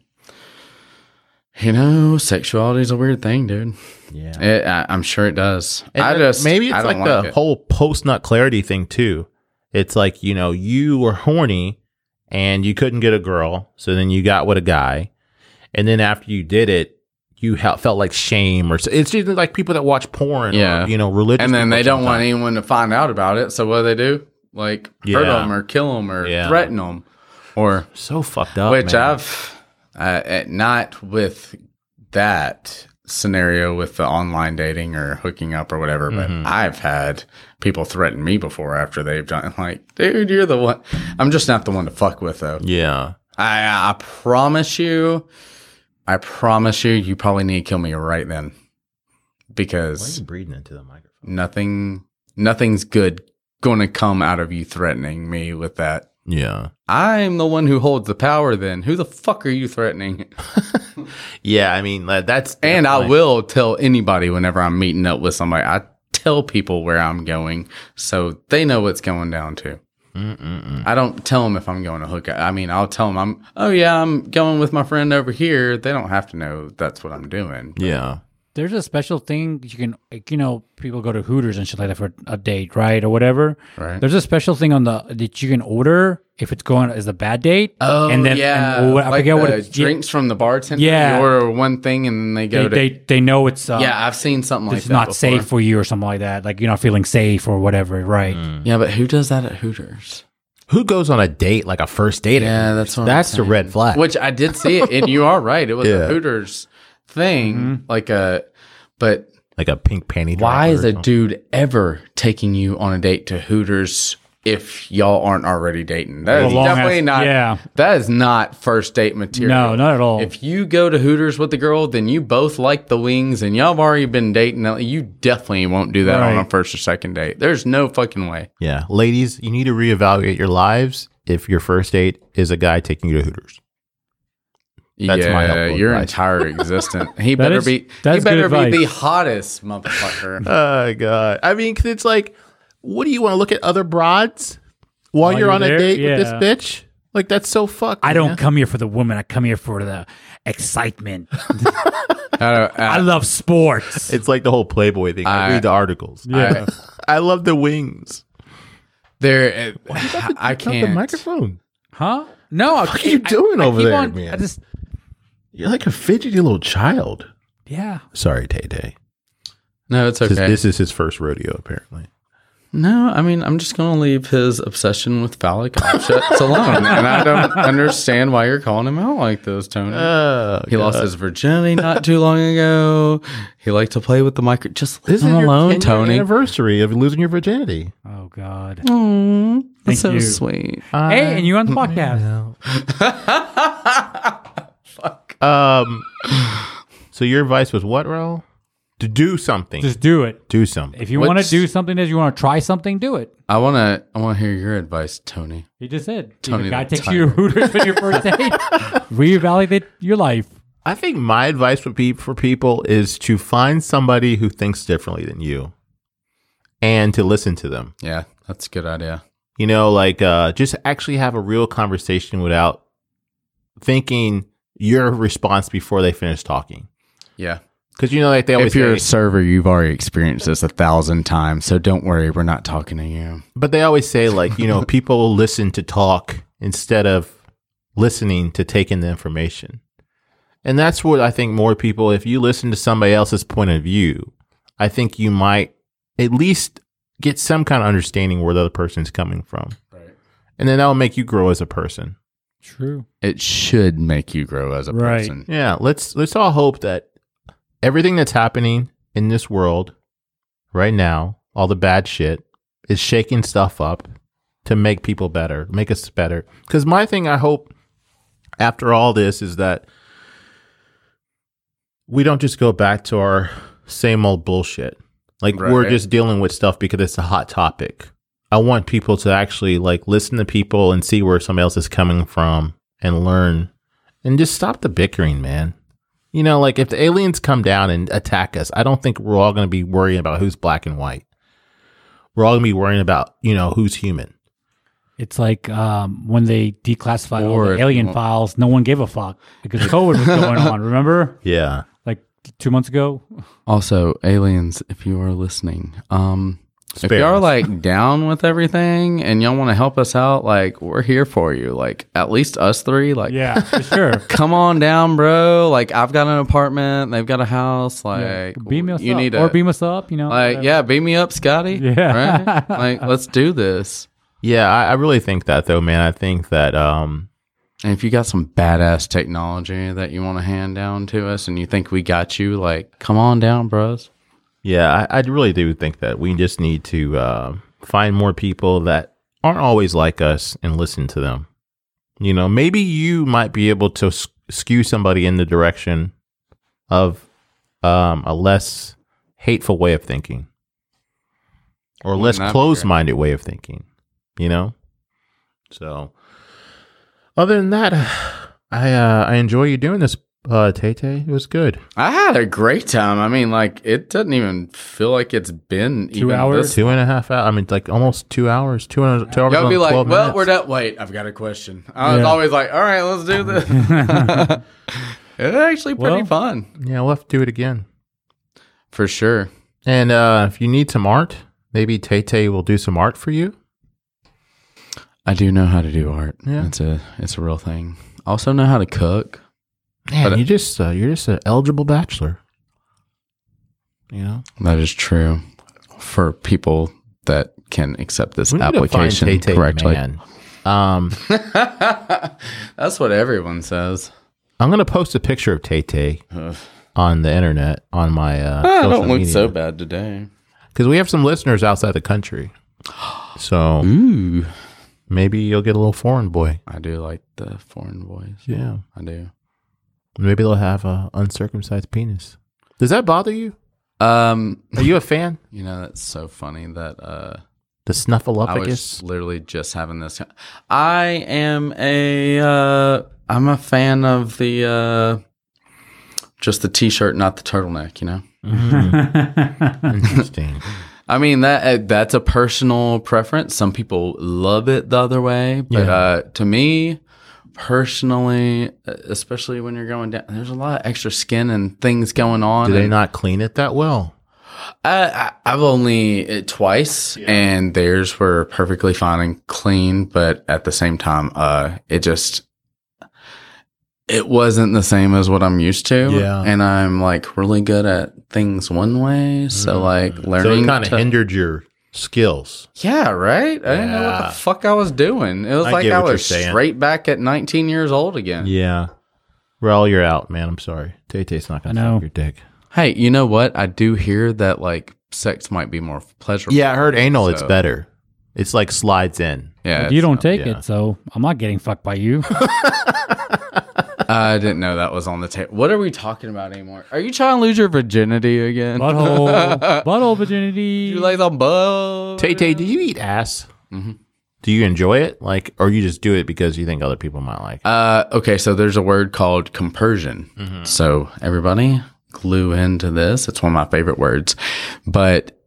you know, sexuality is a weird thing, dude. yeah It, I, I'm sure it does. I then just maybe it's I like, don't the it. whole post nut clarity thing too. It's like you know you were horny and you couldn't get a girl, so then you got with a guy, and then after you did it, you he- felt like shame or so. It's just like people that watch porn, Yeah. or, you know, religious, and then people they don't want sometimes. anyone to find out about it. So what do they do? Like hurt Yeah. them or kill them or Yeah. threaten them, or so fucked up. which man. I've uh, eh, not with that scenario with the online dating or hooking up or whatever, but I've had people threaten me before after they've done. [LAUGHS] Like, dude, you're the one. I'm just not the one to fuck with though. yeah, I I promise you, I promise you, you probably need to kill me right then why are because you breathing into the microphone? nothing, nothing's good going to come out of you threatening me with that. Yeah, I'm the one who holds the power. Then who the fuck are you threatening? yeah. I mean, like, that's And I like- will tell anybody whenever I'm meeting up with somebody, I tell people where I'm going so they know what's going down too. Mm-mm-mm. I don't tell them if I'm going to hook up. I mean, I'll tell them I'm, oh yeah, I'm going with my friend over here. They don't have to know that's what I'm doing. Yeah, there's a special thing you can like, you know people go to hooters and shit like that for a date right or whatever Right. there's a special thing on the that you can order if it's going as a bad date Oh, and then yeah. and what- i like forget what the it's drinks from the bartender. Yeah. You order one thing and then they they, go to. they, they know it's uh, yeah, I've seen something like it's that. not before. safe for you or something like that like you're not feeling safe or whatever right Yeah, but who does that at Hooters? who goes on a date like a first date? Yeah, that's what I'm that's the saying. red flag. Which I did see it, and you are right. It was Yeah. a Hooters thing, Mm-hmm. like a. But like a pink panty. why dropper is or a something. dude ever taking you on a date to Hooters if y'all aren't already dating? That is long definitely ass- not. yeah. that is not first date material. no not at all If you go to Hooters with the girl, then you both like the wings, and y'all have already been dating. You definitely won't do that on a Right. first or second date. There's no fucking way. Yeah. Ladies, you need to reevaluate your lives if your first date is a guy taking you to Hooters. That's yeah, my helpful your advice. [LAUGHS] entire existence. He That better is- be. He that's good better be the advice. hottest motherfucker. Oh, God. I mean, 'cause it's like, what do you want to look at other broads while, While you're you're on a there? date with Yeah. this bitch? Like that's so fucked. I don't man. come here for the woman. I come here for the [LAUGHS] excitement. I, don't- I I, love [LAUGHS] sports. It's like the whole Playboy thing. I, I- read the articles. Yeah. I, I love the wings. [LAUGHS] there, I can't. microphone. huh? No, I, What are you doing over keep there, on- man? I just You're like a fidgety little child. yeah. Sorry, Tay Tay. No, it's okay. This- This is his first rodeo, apparently. No, I mean, I'm just going to leave his obsession with [LAUGHS] phallic objects alone. And I don't understand why you're calling him out like this, Tony. Oh, Uh, he lost his virginity not too long ago. He liked to play with the micro. Just leave This is him your alone, 10-year Tony. Anniversary of losing your virginity. Oh God. Aw, Thank that's so you. Uh, sweet. Hey, and you [LAUGHS] on the podcast? Um. so your advice was what, Raul? To do something. Just do it. do something. If you want to What's- do something, that you want to try something, do it. I want to. I want to hear your advice, Tony. He just said. If Tony a guy the takes you to Hooters for your first date, [LAUGHS] reevaluate your life. I think my advice would be for people is to find somebody who thinks differently than you, and to listen to them. Yeah, that's a good idea. you know like uh just actually have a real conversation without thinking your response before they finish talking Yeah. because you know like they always If you're a say, server, you've already experienced this a thousand times, so don't worry. We're not talking to you. but they always say like you know people listen to talk instead of listening to take in the information and that's what i think more people if you listen to somebody else's point of view i think you might at least get some kind of understanding where the other person's coming from Right. and then that will make you grow as a person True. It should make you grow as a Right. person. Yeah, let's let's all hope that everything that's happening in this world right now, all the bad shit, is shaking stuff up to make people better, make us better. Because my thing, I hope after all this is that we don't just go back to our same old bullshit. Like we're Right. just dealing with stuff because it's a hot topic. I want people to actually like listen to people and see where somebody else is coming from and learn and just stop the bickering, man. You know, like if the aliens come down and attack us, I don't think we're all going to be worrying about who's black and white. We're all going to be worrying about, you know, who's human. It's like um, when they declassified all Or the if alien you want- files, no one gave a fuck because COVID was going on. Remember, Yeah. like two months ago. Also, aliens, if you are listening, um, if Spare you are us. [LAUGHS] like down with everything and y'all want to help us out, like we're here for you. Like at least us three, like Yeah, for [LAUGHS] sure. come on down, bro. Like I've got an apartment, they've got a house. Like beam us you up, need or a, beam us up. You know, Uh, like yeah, beam me up, [LAUGHS] Scotty. Yeah. right? like let's do this. Yeah. I, I really think that, though, man. I think that, um, And if you got some badass technology that you want to hand down to us, and you think we got you, like come on down, bros. yeah, I, I really do think that we just need to uh, find more people that aren't always like us and listen to them. You know, maybe you might be able to s- skew somebody in the direction of um, a less hateful way of thinking or Wouldn't less that be great? closed minded way of thinking, you know? So, other than that, [SIGHS] I uh, I enjoy you doing this, uh, Tay Tay. It was good. I had a great time. I mean, like it doesn't even feel like it's been Two even hours? This. Two and a half hours. I mean, like almost two hours. Two hours. Two hours. Y'all and be like, 12 well, minutes. we're done. Wait, I've got a question. I was Yeah. always like, all right, let's do this. [LAUGHS] it's actually pretty Well- fun Yeah, we'll have to do it again. for sure. And uh, if you need some art, maybe Tay Tay will do some art for you. I do know how to do art. Yeah. It's a it's a real thing. I also know how to cook. Man, But- you just uh, you're just an eligible bachelor. You know, That is true for people that can accept this We need to find application Tay-Tay correctly. Man. Um, That's what everyone says. I'm gonna post a picture of Tay Tay Ugh. on the internet on my. Uh, I social Ah, don't look media. so bad today. because we have some listeners outside the country. So Ooh, maybe you'll get a little foreign boy. I do like the foreign voice. Yeah, I do. maybe they'll have a uncircumcised penis. Does that bother you? Um, Are you a fan? you know that's so funny that uh, The I snuffleupagus. [LAUGHS] was literally just having this. I am a uh, I'm a fan of the uh, just the t-shirt, not the turtleneck. You know, [LAUGHS] Interesting. I mean that uh, that's a personal preference. Some people love it the other way, but uh, to me, personally, uh, especially when you're going down, there's a lot of extra skin and things going on. Do they and not clean it that well? I, Uh, I, I've only uh, twice, and theirs were perfectly fine and clean, but at the same time, uh, it just it wasn't the same as what I'm used to. Yeah. and I'm like really good at things one way, so like Mm. So learning it kind of to- hindered your skills. Yeah, right. I didn't know what Yeah. the fuck I was doing. It was I like get I what you're was saying. straight back at 19 years old again. Yeah. Raul, you're out, man. I'm sorry. Tay Tay's not going I to know. suck your dick. Hey, you know what? I do hear that like sex might be more pleasurable. Yeah, I heard anal. It's So- better. It's like slides in. [LAUGHS] yeah. you don't take yeah. it, so I'm not getting fucked by [LAUGHS] you. I didn't know that was on the table. What are we talking about anymore? Are you trying to lose your virginity again? butthole, butthole virginity. you like the butt? Tay Tay, do you eat ass? Mm-hmm. Do you enjoy it? Like, or you just do it because you think other people might like? it? Uh, okay, so there's a word called compersion. So everybody glue into this. It's one of my favorite words. But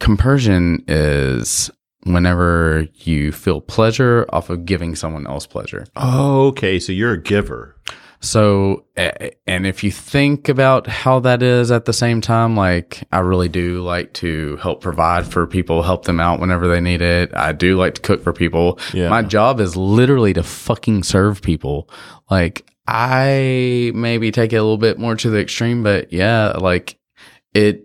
compersion is whenever you feel pleasure off of giving someone else pleasure. Oh, okay. So you're a giver. So, a- and if you think about how that is at the same time, like I really do like to help provide for people, help them out whenever they need it. I do like to cook for people. Yeah. My job is literally to fucking serve people. Like I maybe take it a little bit more to the extreme, but yeah, like it,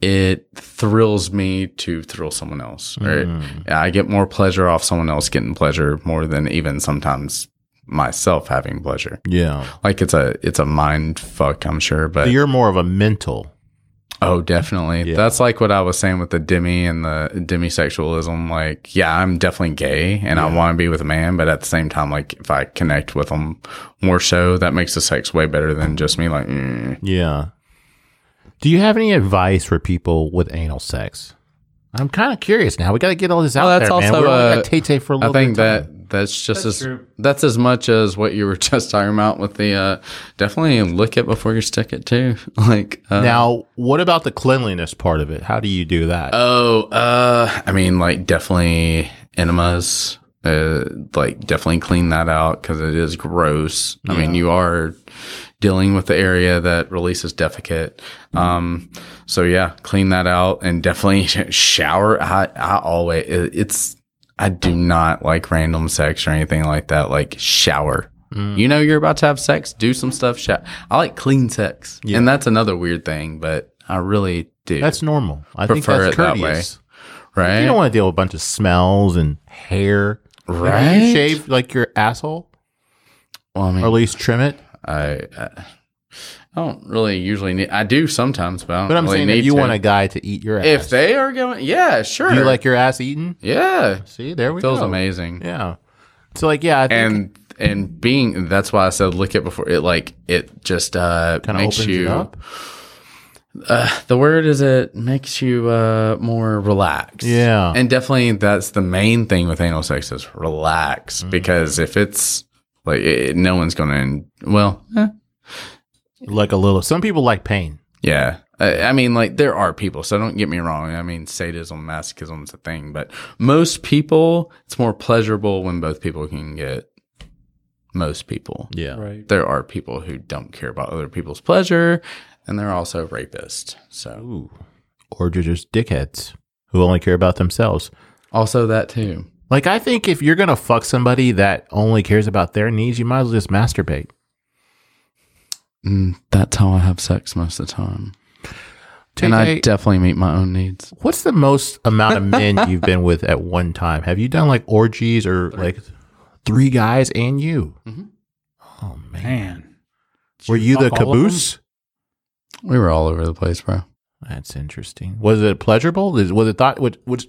it thrills me to thrill someone else. Right. Mm. I get more pleasure off someone else getting pleasure more than even sometimes myself having pleasure Yeah. like it's a it's a mind fuck i'm sure but So you're more of a mental. oh definitely Yeah. that's like what i was saying with the demi and the demisexualism like yeah i'm definitely gay and i want to be with a man but at the same time like if i connect with them more so that makes the sex way better than just me like mm. Yeah. Do you have any advice for people with anal sex? I'm kind of curious now. We got to get all this out Well, that's there, man. also, We're only uh, at Tay Tay for a i little. think bit of time. that that's just as that's as much as what you were [LAUGHS] just talking about with the uh definitely look it before you stick it too [LAUGHS] like uh, Now, what about the cleanliness part of it? How do you do that? Oh, uh, I mean, like definitely enemas. Uh, like definitely clean that out because it is gross. I mean, you are dealing with the area that releases defecate. Um, so yeah, clean that out and definitely [LAUGHS] shower. I I always it, it's I do not like random sex or anything like that. Like shower. Mm. You know you're about to have sex. Do some stuff. Sho- I like clean sex, and that's another weird thing. But I really do. that's normal. I think Prefer that's it that way. Eh? courteous. right. You don't want to deal with a bunch of smells and hair. Like, do Right? you shave like your asshole, Well, I mean, or at least trim it. I, I I don't really usually need. I do sometimes, but I don't But I'm really saying need if you to. want a guy to eat your ass, If they are going, yeah, sure. do you like your ass eaten? yeah, See, there we feels go. amazing. Yeah. So like, yeah, I think And and being that's why I said lick it before it like it just uh kind of makes opens you it up. the word is it makes you uh more relaxed. Yeah. And definitely that's the main thing with anal sex is relax Mm. because if it's like it, no one's going to well, eh, Like a little. Some people like pain. Yeah. I, I mean, like, there are people, so don't get me wrong. I mean, sadism, masochism's a thing, but most people, it's more pleasurable when both people can get most people. Yeah. Right. There are people who don't care about other people's pleasure, and they're also rapists. So, Ooh. Or you're just dickheads who only care about themselves. also that too. Like I think if you're gonna fuck somebody that only cares about their needs, you might as well just masturbate. Mm, that's how I have sex most of the time. Tay And I Tay, definitely meet my own needs. what's the most amount of [LAUGHS] men you've been with at one time? Have you done like orgies or like three guys and you? Oh man. Man, Were you the fuck all of them? caboose? We were all over the place, bro. That's interesting. Was it pleasurable? Is- Was it thought? Was, was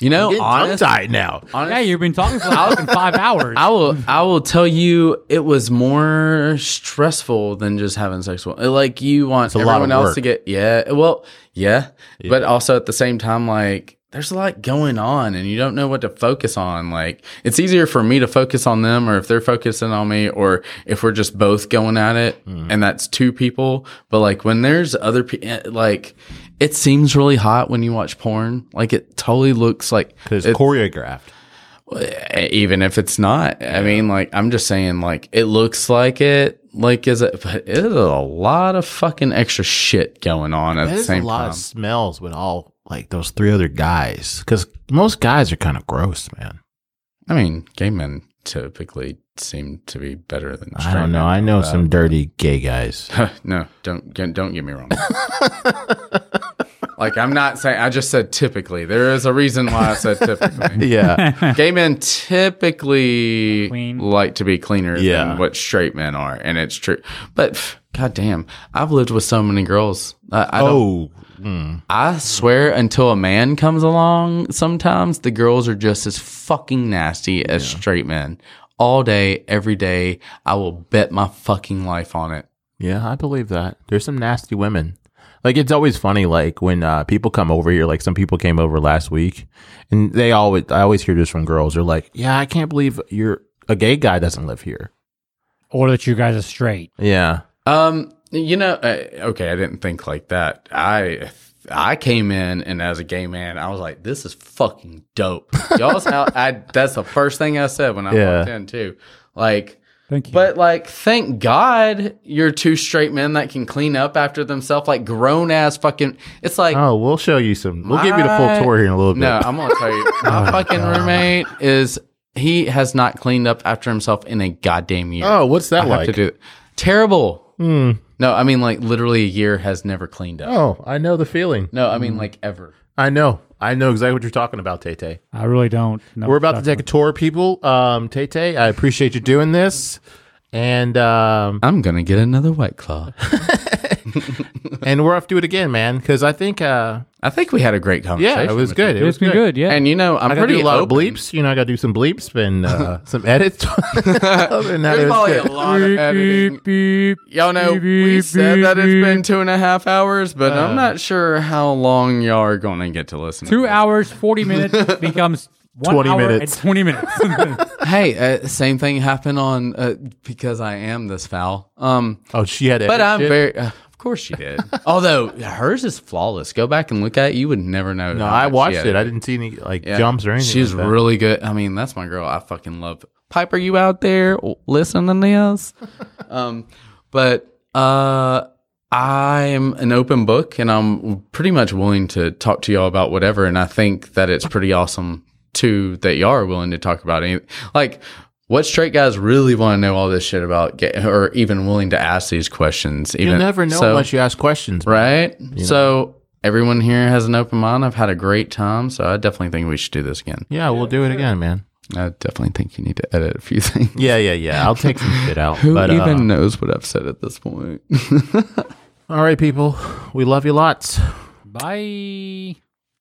You know, I'm honest, tired now. yeah, you've been talking for like fucking [LAUGHS] five hours. I will. I will tell you, it was more stressful than just having sex. With, like you want a lot of everyone else to work. get. Yeah. Well. Yeah, But also at the same time, like there's a lot going on, and you don't know what to focus on. Like it's easier for me to focus on them, or if they're focusing on me, or if we're just Mm-hmm. both going at it, and that's two people. But eh, like when there's other people, like it seems really hot when you watch porn. Like it totally looks like because it's choreographed. e, even if it's not. I mean, like I'm just saying, like it looks like it. Like is it? But it is a lot of fucking extra shit going on at the There's a same lot time. of smells with all like those three other guys because most guys are kind of gross, man. I mean, gay men typically seem to be better than. I don't know. I know some dirty gay guys. know. [LAUGHS] no, don't get- don't get me wrong. like I'm not saying. I just said typically. There is a reason why I said typically. [LAUGHS] Yeah, [LAUGHS] Gay men typically Clean. like to be cleaner Yeah. than what straight men are, and it's true. But pff, goddamn, I've lived with so many girls. I, I don't. oh, mm. I swear, until a man comes along, sometimes the girls are just as fucking nasty as straight men. All day, every day, I will bet my fucking life on it. yeah, I believe that. There's some nasty women. Like it's always funny, like when uh, people come over here. Like some people came over last week, and they always, I always hear this from girls. They're like, "Yeah, I can't believe you're a gay guy doesn't live here." or that you guys are straight. Yeah, Um, you know, uh, okay, I didn't think like that. I I came in and as a gay man, I was like, this is fucking dope. [LAUGHS] Y'all's house, I that's the first thing I said when I Yeah. walked in too. Like, Thank you. but like, thank God you're two straight men that can clean up after themselves, like grown ass fucking. It's like. Oh, we'll show you some. We'll give you the I- full tour here in a little bit. No, I'm gonna tell you, [LAUGHS] Oh, my fucking roommate is he has not cleaned up after himself in a goddamn year. oh, what's that I like? have to do it. Terrible. No, I mean like literally a year has never cleaned up. Oh, I know the feeling. No, I mean like ever. I know. I know exactly what you're talking about, Tay Tay. I really don't. know. We're about to take a tour, people. Um, Tay Tay, I appreciate you doing this. And um, I'm gonna get another white claw. and we're off to do it again, man, because I think uh, I think we had a great conversation. yeah, it was good. It It's was been good. good, yeah. And you know, I'm I gotta pretty do a lot open. of bleeps. You know, I gotta do some bleeps and [LAUGHS] uh, some edits. [LAUGHS] and that There's is probably good. a lot of editing. Y'all know we said that it's been two and a half hours, but Uh. I'm not sure how long y'all are gonna get to listen. two hours, forty minutes [LAUGHS] becomes one 20 hour minutes. and twenty minutes. Hey, uh, same thing happened on uh, because I am this foul. Um, Oh, she had. but edit I'm shit? very. Uh, of course she did. [LAUGHS] Although hers is flawless. Go back and look at it. You would never know. No, I watched it. I didn't see any like jumps or anything. She's like that. really good. I mean, that's my girl. I fucking love Piper. You out there listening to [LAUGHS] us? um, but uh, I am an open book, and I'm pretty much willing to talk to y'all about whatever. And I think that it's pretty awesome too that y'all are willing to talk about any like. What straight guys really want to know all this shit about, ga- or even willing to ask these questions? Even You never know so- unless you ask questions, man. right? So everyone here has an open mind. I've had a great time, so I definitely think we should do this again. Yeah, we'll do it again, man. I definitely think you need to edit a few [LAUGHS] things. Yeah, yeah, yeah. I'll take some shit out. Who but, uh, even knows what I've said at this point? all right, people. We love you lots. Bye.